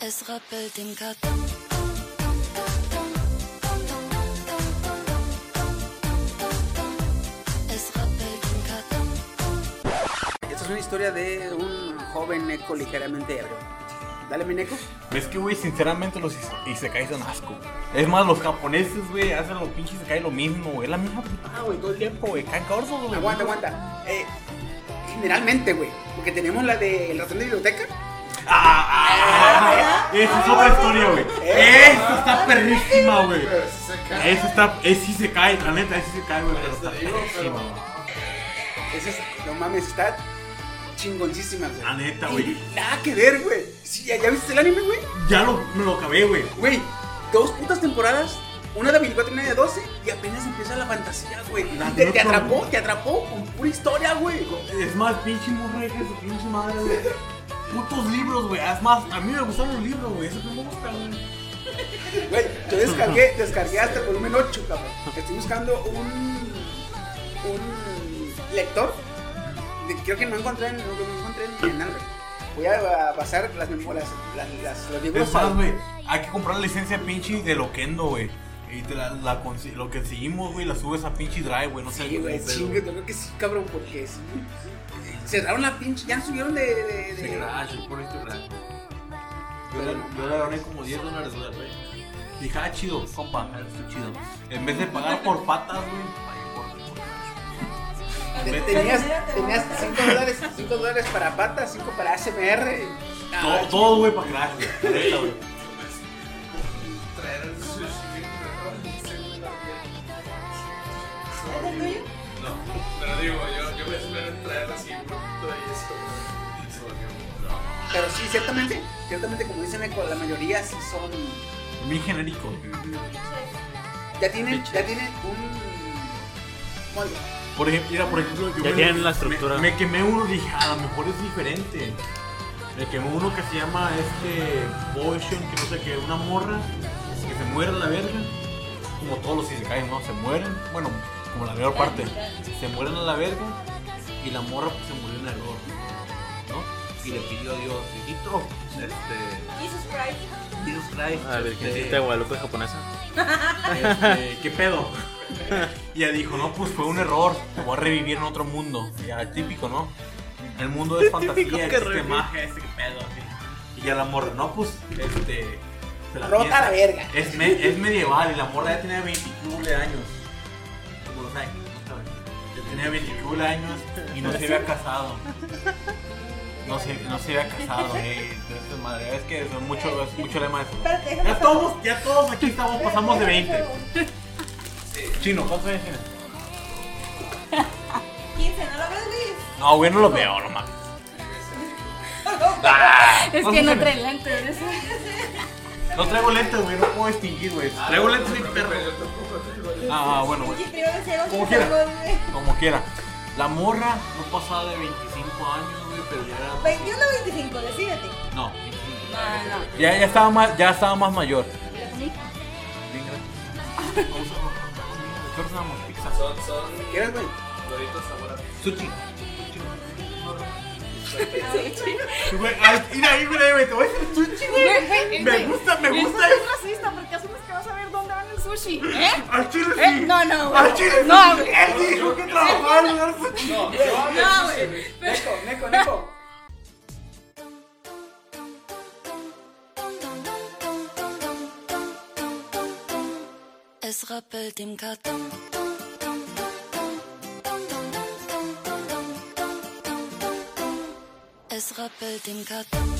Es rappelt im Karton. Es rappelt im Karton.
Esta es una historia de un joven neco ligeramente ebrio. Dale mi neco.
Es que, güey, sinceramente los is- isekais son asco. Es más, los japoneses, güey, hacen los pinches isekais lo mismo, güey. Es la misma
Ah,
putada, güey, todo el tiempo, güey. Caen gordos, güey.
Aguanta, aguanta. Eh, generalmente, güey. Porque tenemos la del ratón de biblioteca.
Ah, Esa es otra historia, güey. Esa está perrísima, güey. Esa está, es sí se cae, la neta, es sí se cae, güey, pero está perrísima, güey.
Esa es, no mames, está chingoncísima, güey.
Ah,
La neta, güey.
Nada que ver, güey. Sí, ¿ya, ya viste el anime, güey?
Ya lo, me lo acabé, güey.
Güey, dos putas temporadas. Una de 24 y una de 12. Y apenas empieza la fantasía, güey.
La
Te,
neta,
te atrapó,
güey.
te atrapó con pura historia, güey.
Es más, pinche morra, hija de su pinche madre, güey. Putos libros, güey. Es más, a mí me gustan los libros, güey. Eso no me gusta, güey.
Güey, yo descargué, descargué hasta el volumen 8, cabrón. Estoy buscando un. un lector. De- creo que no encontré, en- no, no encontré en, en Android. Voy a, a pasar las memorias, las, las- los libros.
Es más, güey. Hay que comprar la licencia pinche de Loquendo, güey. Y te la, la consi- lo que seguimos, güey, la subes a pinche drive, güey. No sé
Sí, güey, chingue, yo creo que sí, cabrón, porque sí. Cerraron la pinche, ya subieron de. de,
Se
de...
crash, el pobre este crash. Yo le, yo le gané como 10 dólares, güey. Dije, ah, chido, compa, esto chido. En vez de pagar por patas, güey, pagué por- por
de- Tenías, tenías 5 dólares, 5 dólares para patas, 5 para ASMR. Ah,
Todo, todo, güey, para crash, güey. Neta, güey.
digo, yo, yo me espero entrar así bruto y eso. eso valió.
Pero sí, ciertamente, ciertamente como dicen eco, la mayoría sí son.
Bien genérico.
Ya tienen, ya tienen un molde.
Por ejemplo, mira, por ejemplo, yo
Ya
me-
tienen la estructura.
Me, me quemé uno y dije, "Ah, a lo mejor es diferente. Me quemé uno que se llama este Potion, que no sé qué, una morra que se muere a la verga. Como todos los isekais, ¿no? Se mueren. Bueno, como la mayor parte. Se mueren a la verga y la morra pues, se murió en error. ¿No? Y le pidió a Dios, hijito, este.
Jesus
(laughs)
Christ.
Jesus Christ.
A ver, ¿quién hiciste Guadalupe japonesa?
Este, ¿qué pedo? (laughs) Y ya dijo, no, pues fue un error, te voy a revivir en otro mundo. Ya, típico, ¿no? El mundo es
(laughs) Típico
fantasía,
que
existe
revive.
magia, ese pedo. así. Y ya la morra, no, pues, este... se
Rota
piensa.
la verga.
Es, me- es medieval y la morra ya tenía 29 años. Como los años, no sabes. Ya tenía 29 años y no se había casado. No se, no se había casado, eh. Entonces, madre, es que son mucho, es mucho lema de eso.
Espérate, déjame
Ya todos, ya todos aquí estamos, pasamos de 20. Chino, ¿cuántos años tienes?
15, ¿no lo ves, Luis?
No, güey, no lo veo, no mames.
Es que no trae lentes.
No traigo lentes, güey, no puedo distinguir, güey. Traigo lentes de perro. Ah, bueno, güey.
Oye, te iba a decir algo
Como
que
quiera.
tengo, güey.
Como quiera. La morra no pasaba de 25 años, güey, pero ya era.
21 o 25, decídete.
No.
Ah,
No, no.
Ya, ya, estaba más, ya estaba más mayor. Bien,
(laughs)
gracias. ¿Cómo se llama? ¿Qué hora cenamos? Pizza.
Son, son.
¿Quieres, güey?
Doritos sabor a
Sushi.
pizza.
Güey, ay, mira ahí, mira ahí, güey, te voy a decir sushi, güey. Me gusta, me gusta.
Eso es racista porque asumes que vas a ver dónde van el sushi. ¿Eh?
Al chile sí.
¿Eh? No, no,
Ah,
güey.
Al chile sí.
No, güey.
Él dijo que trabajaba en el lugar sushi.
No,
Güey,
no, güey. Neco, neco, neco.
Es rappelt im Karton. Es rappelt im Karton.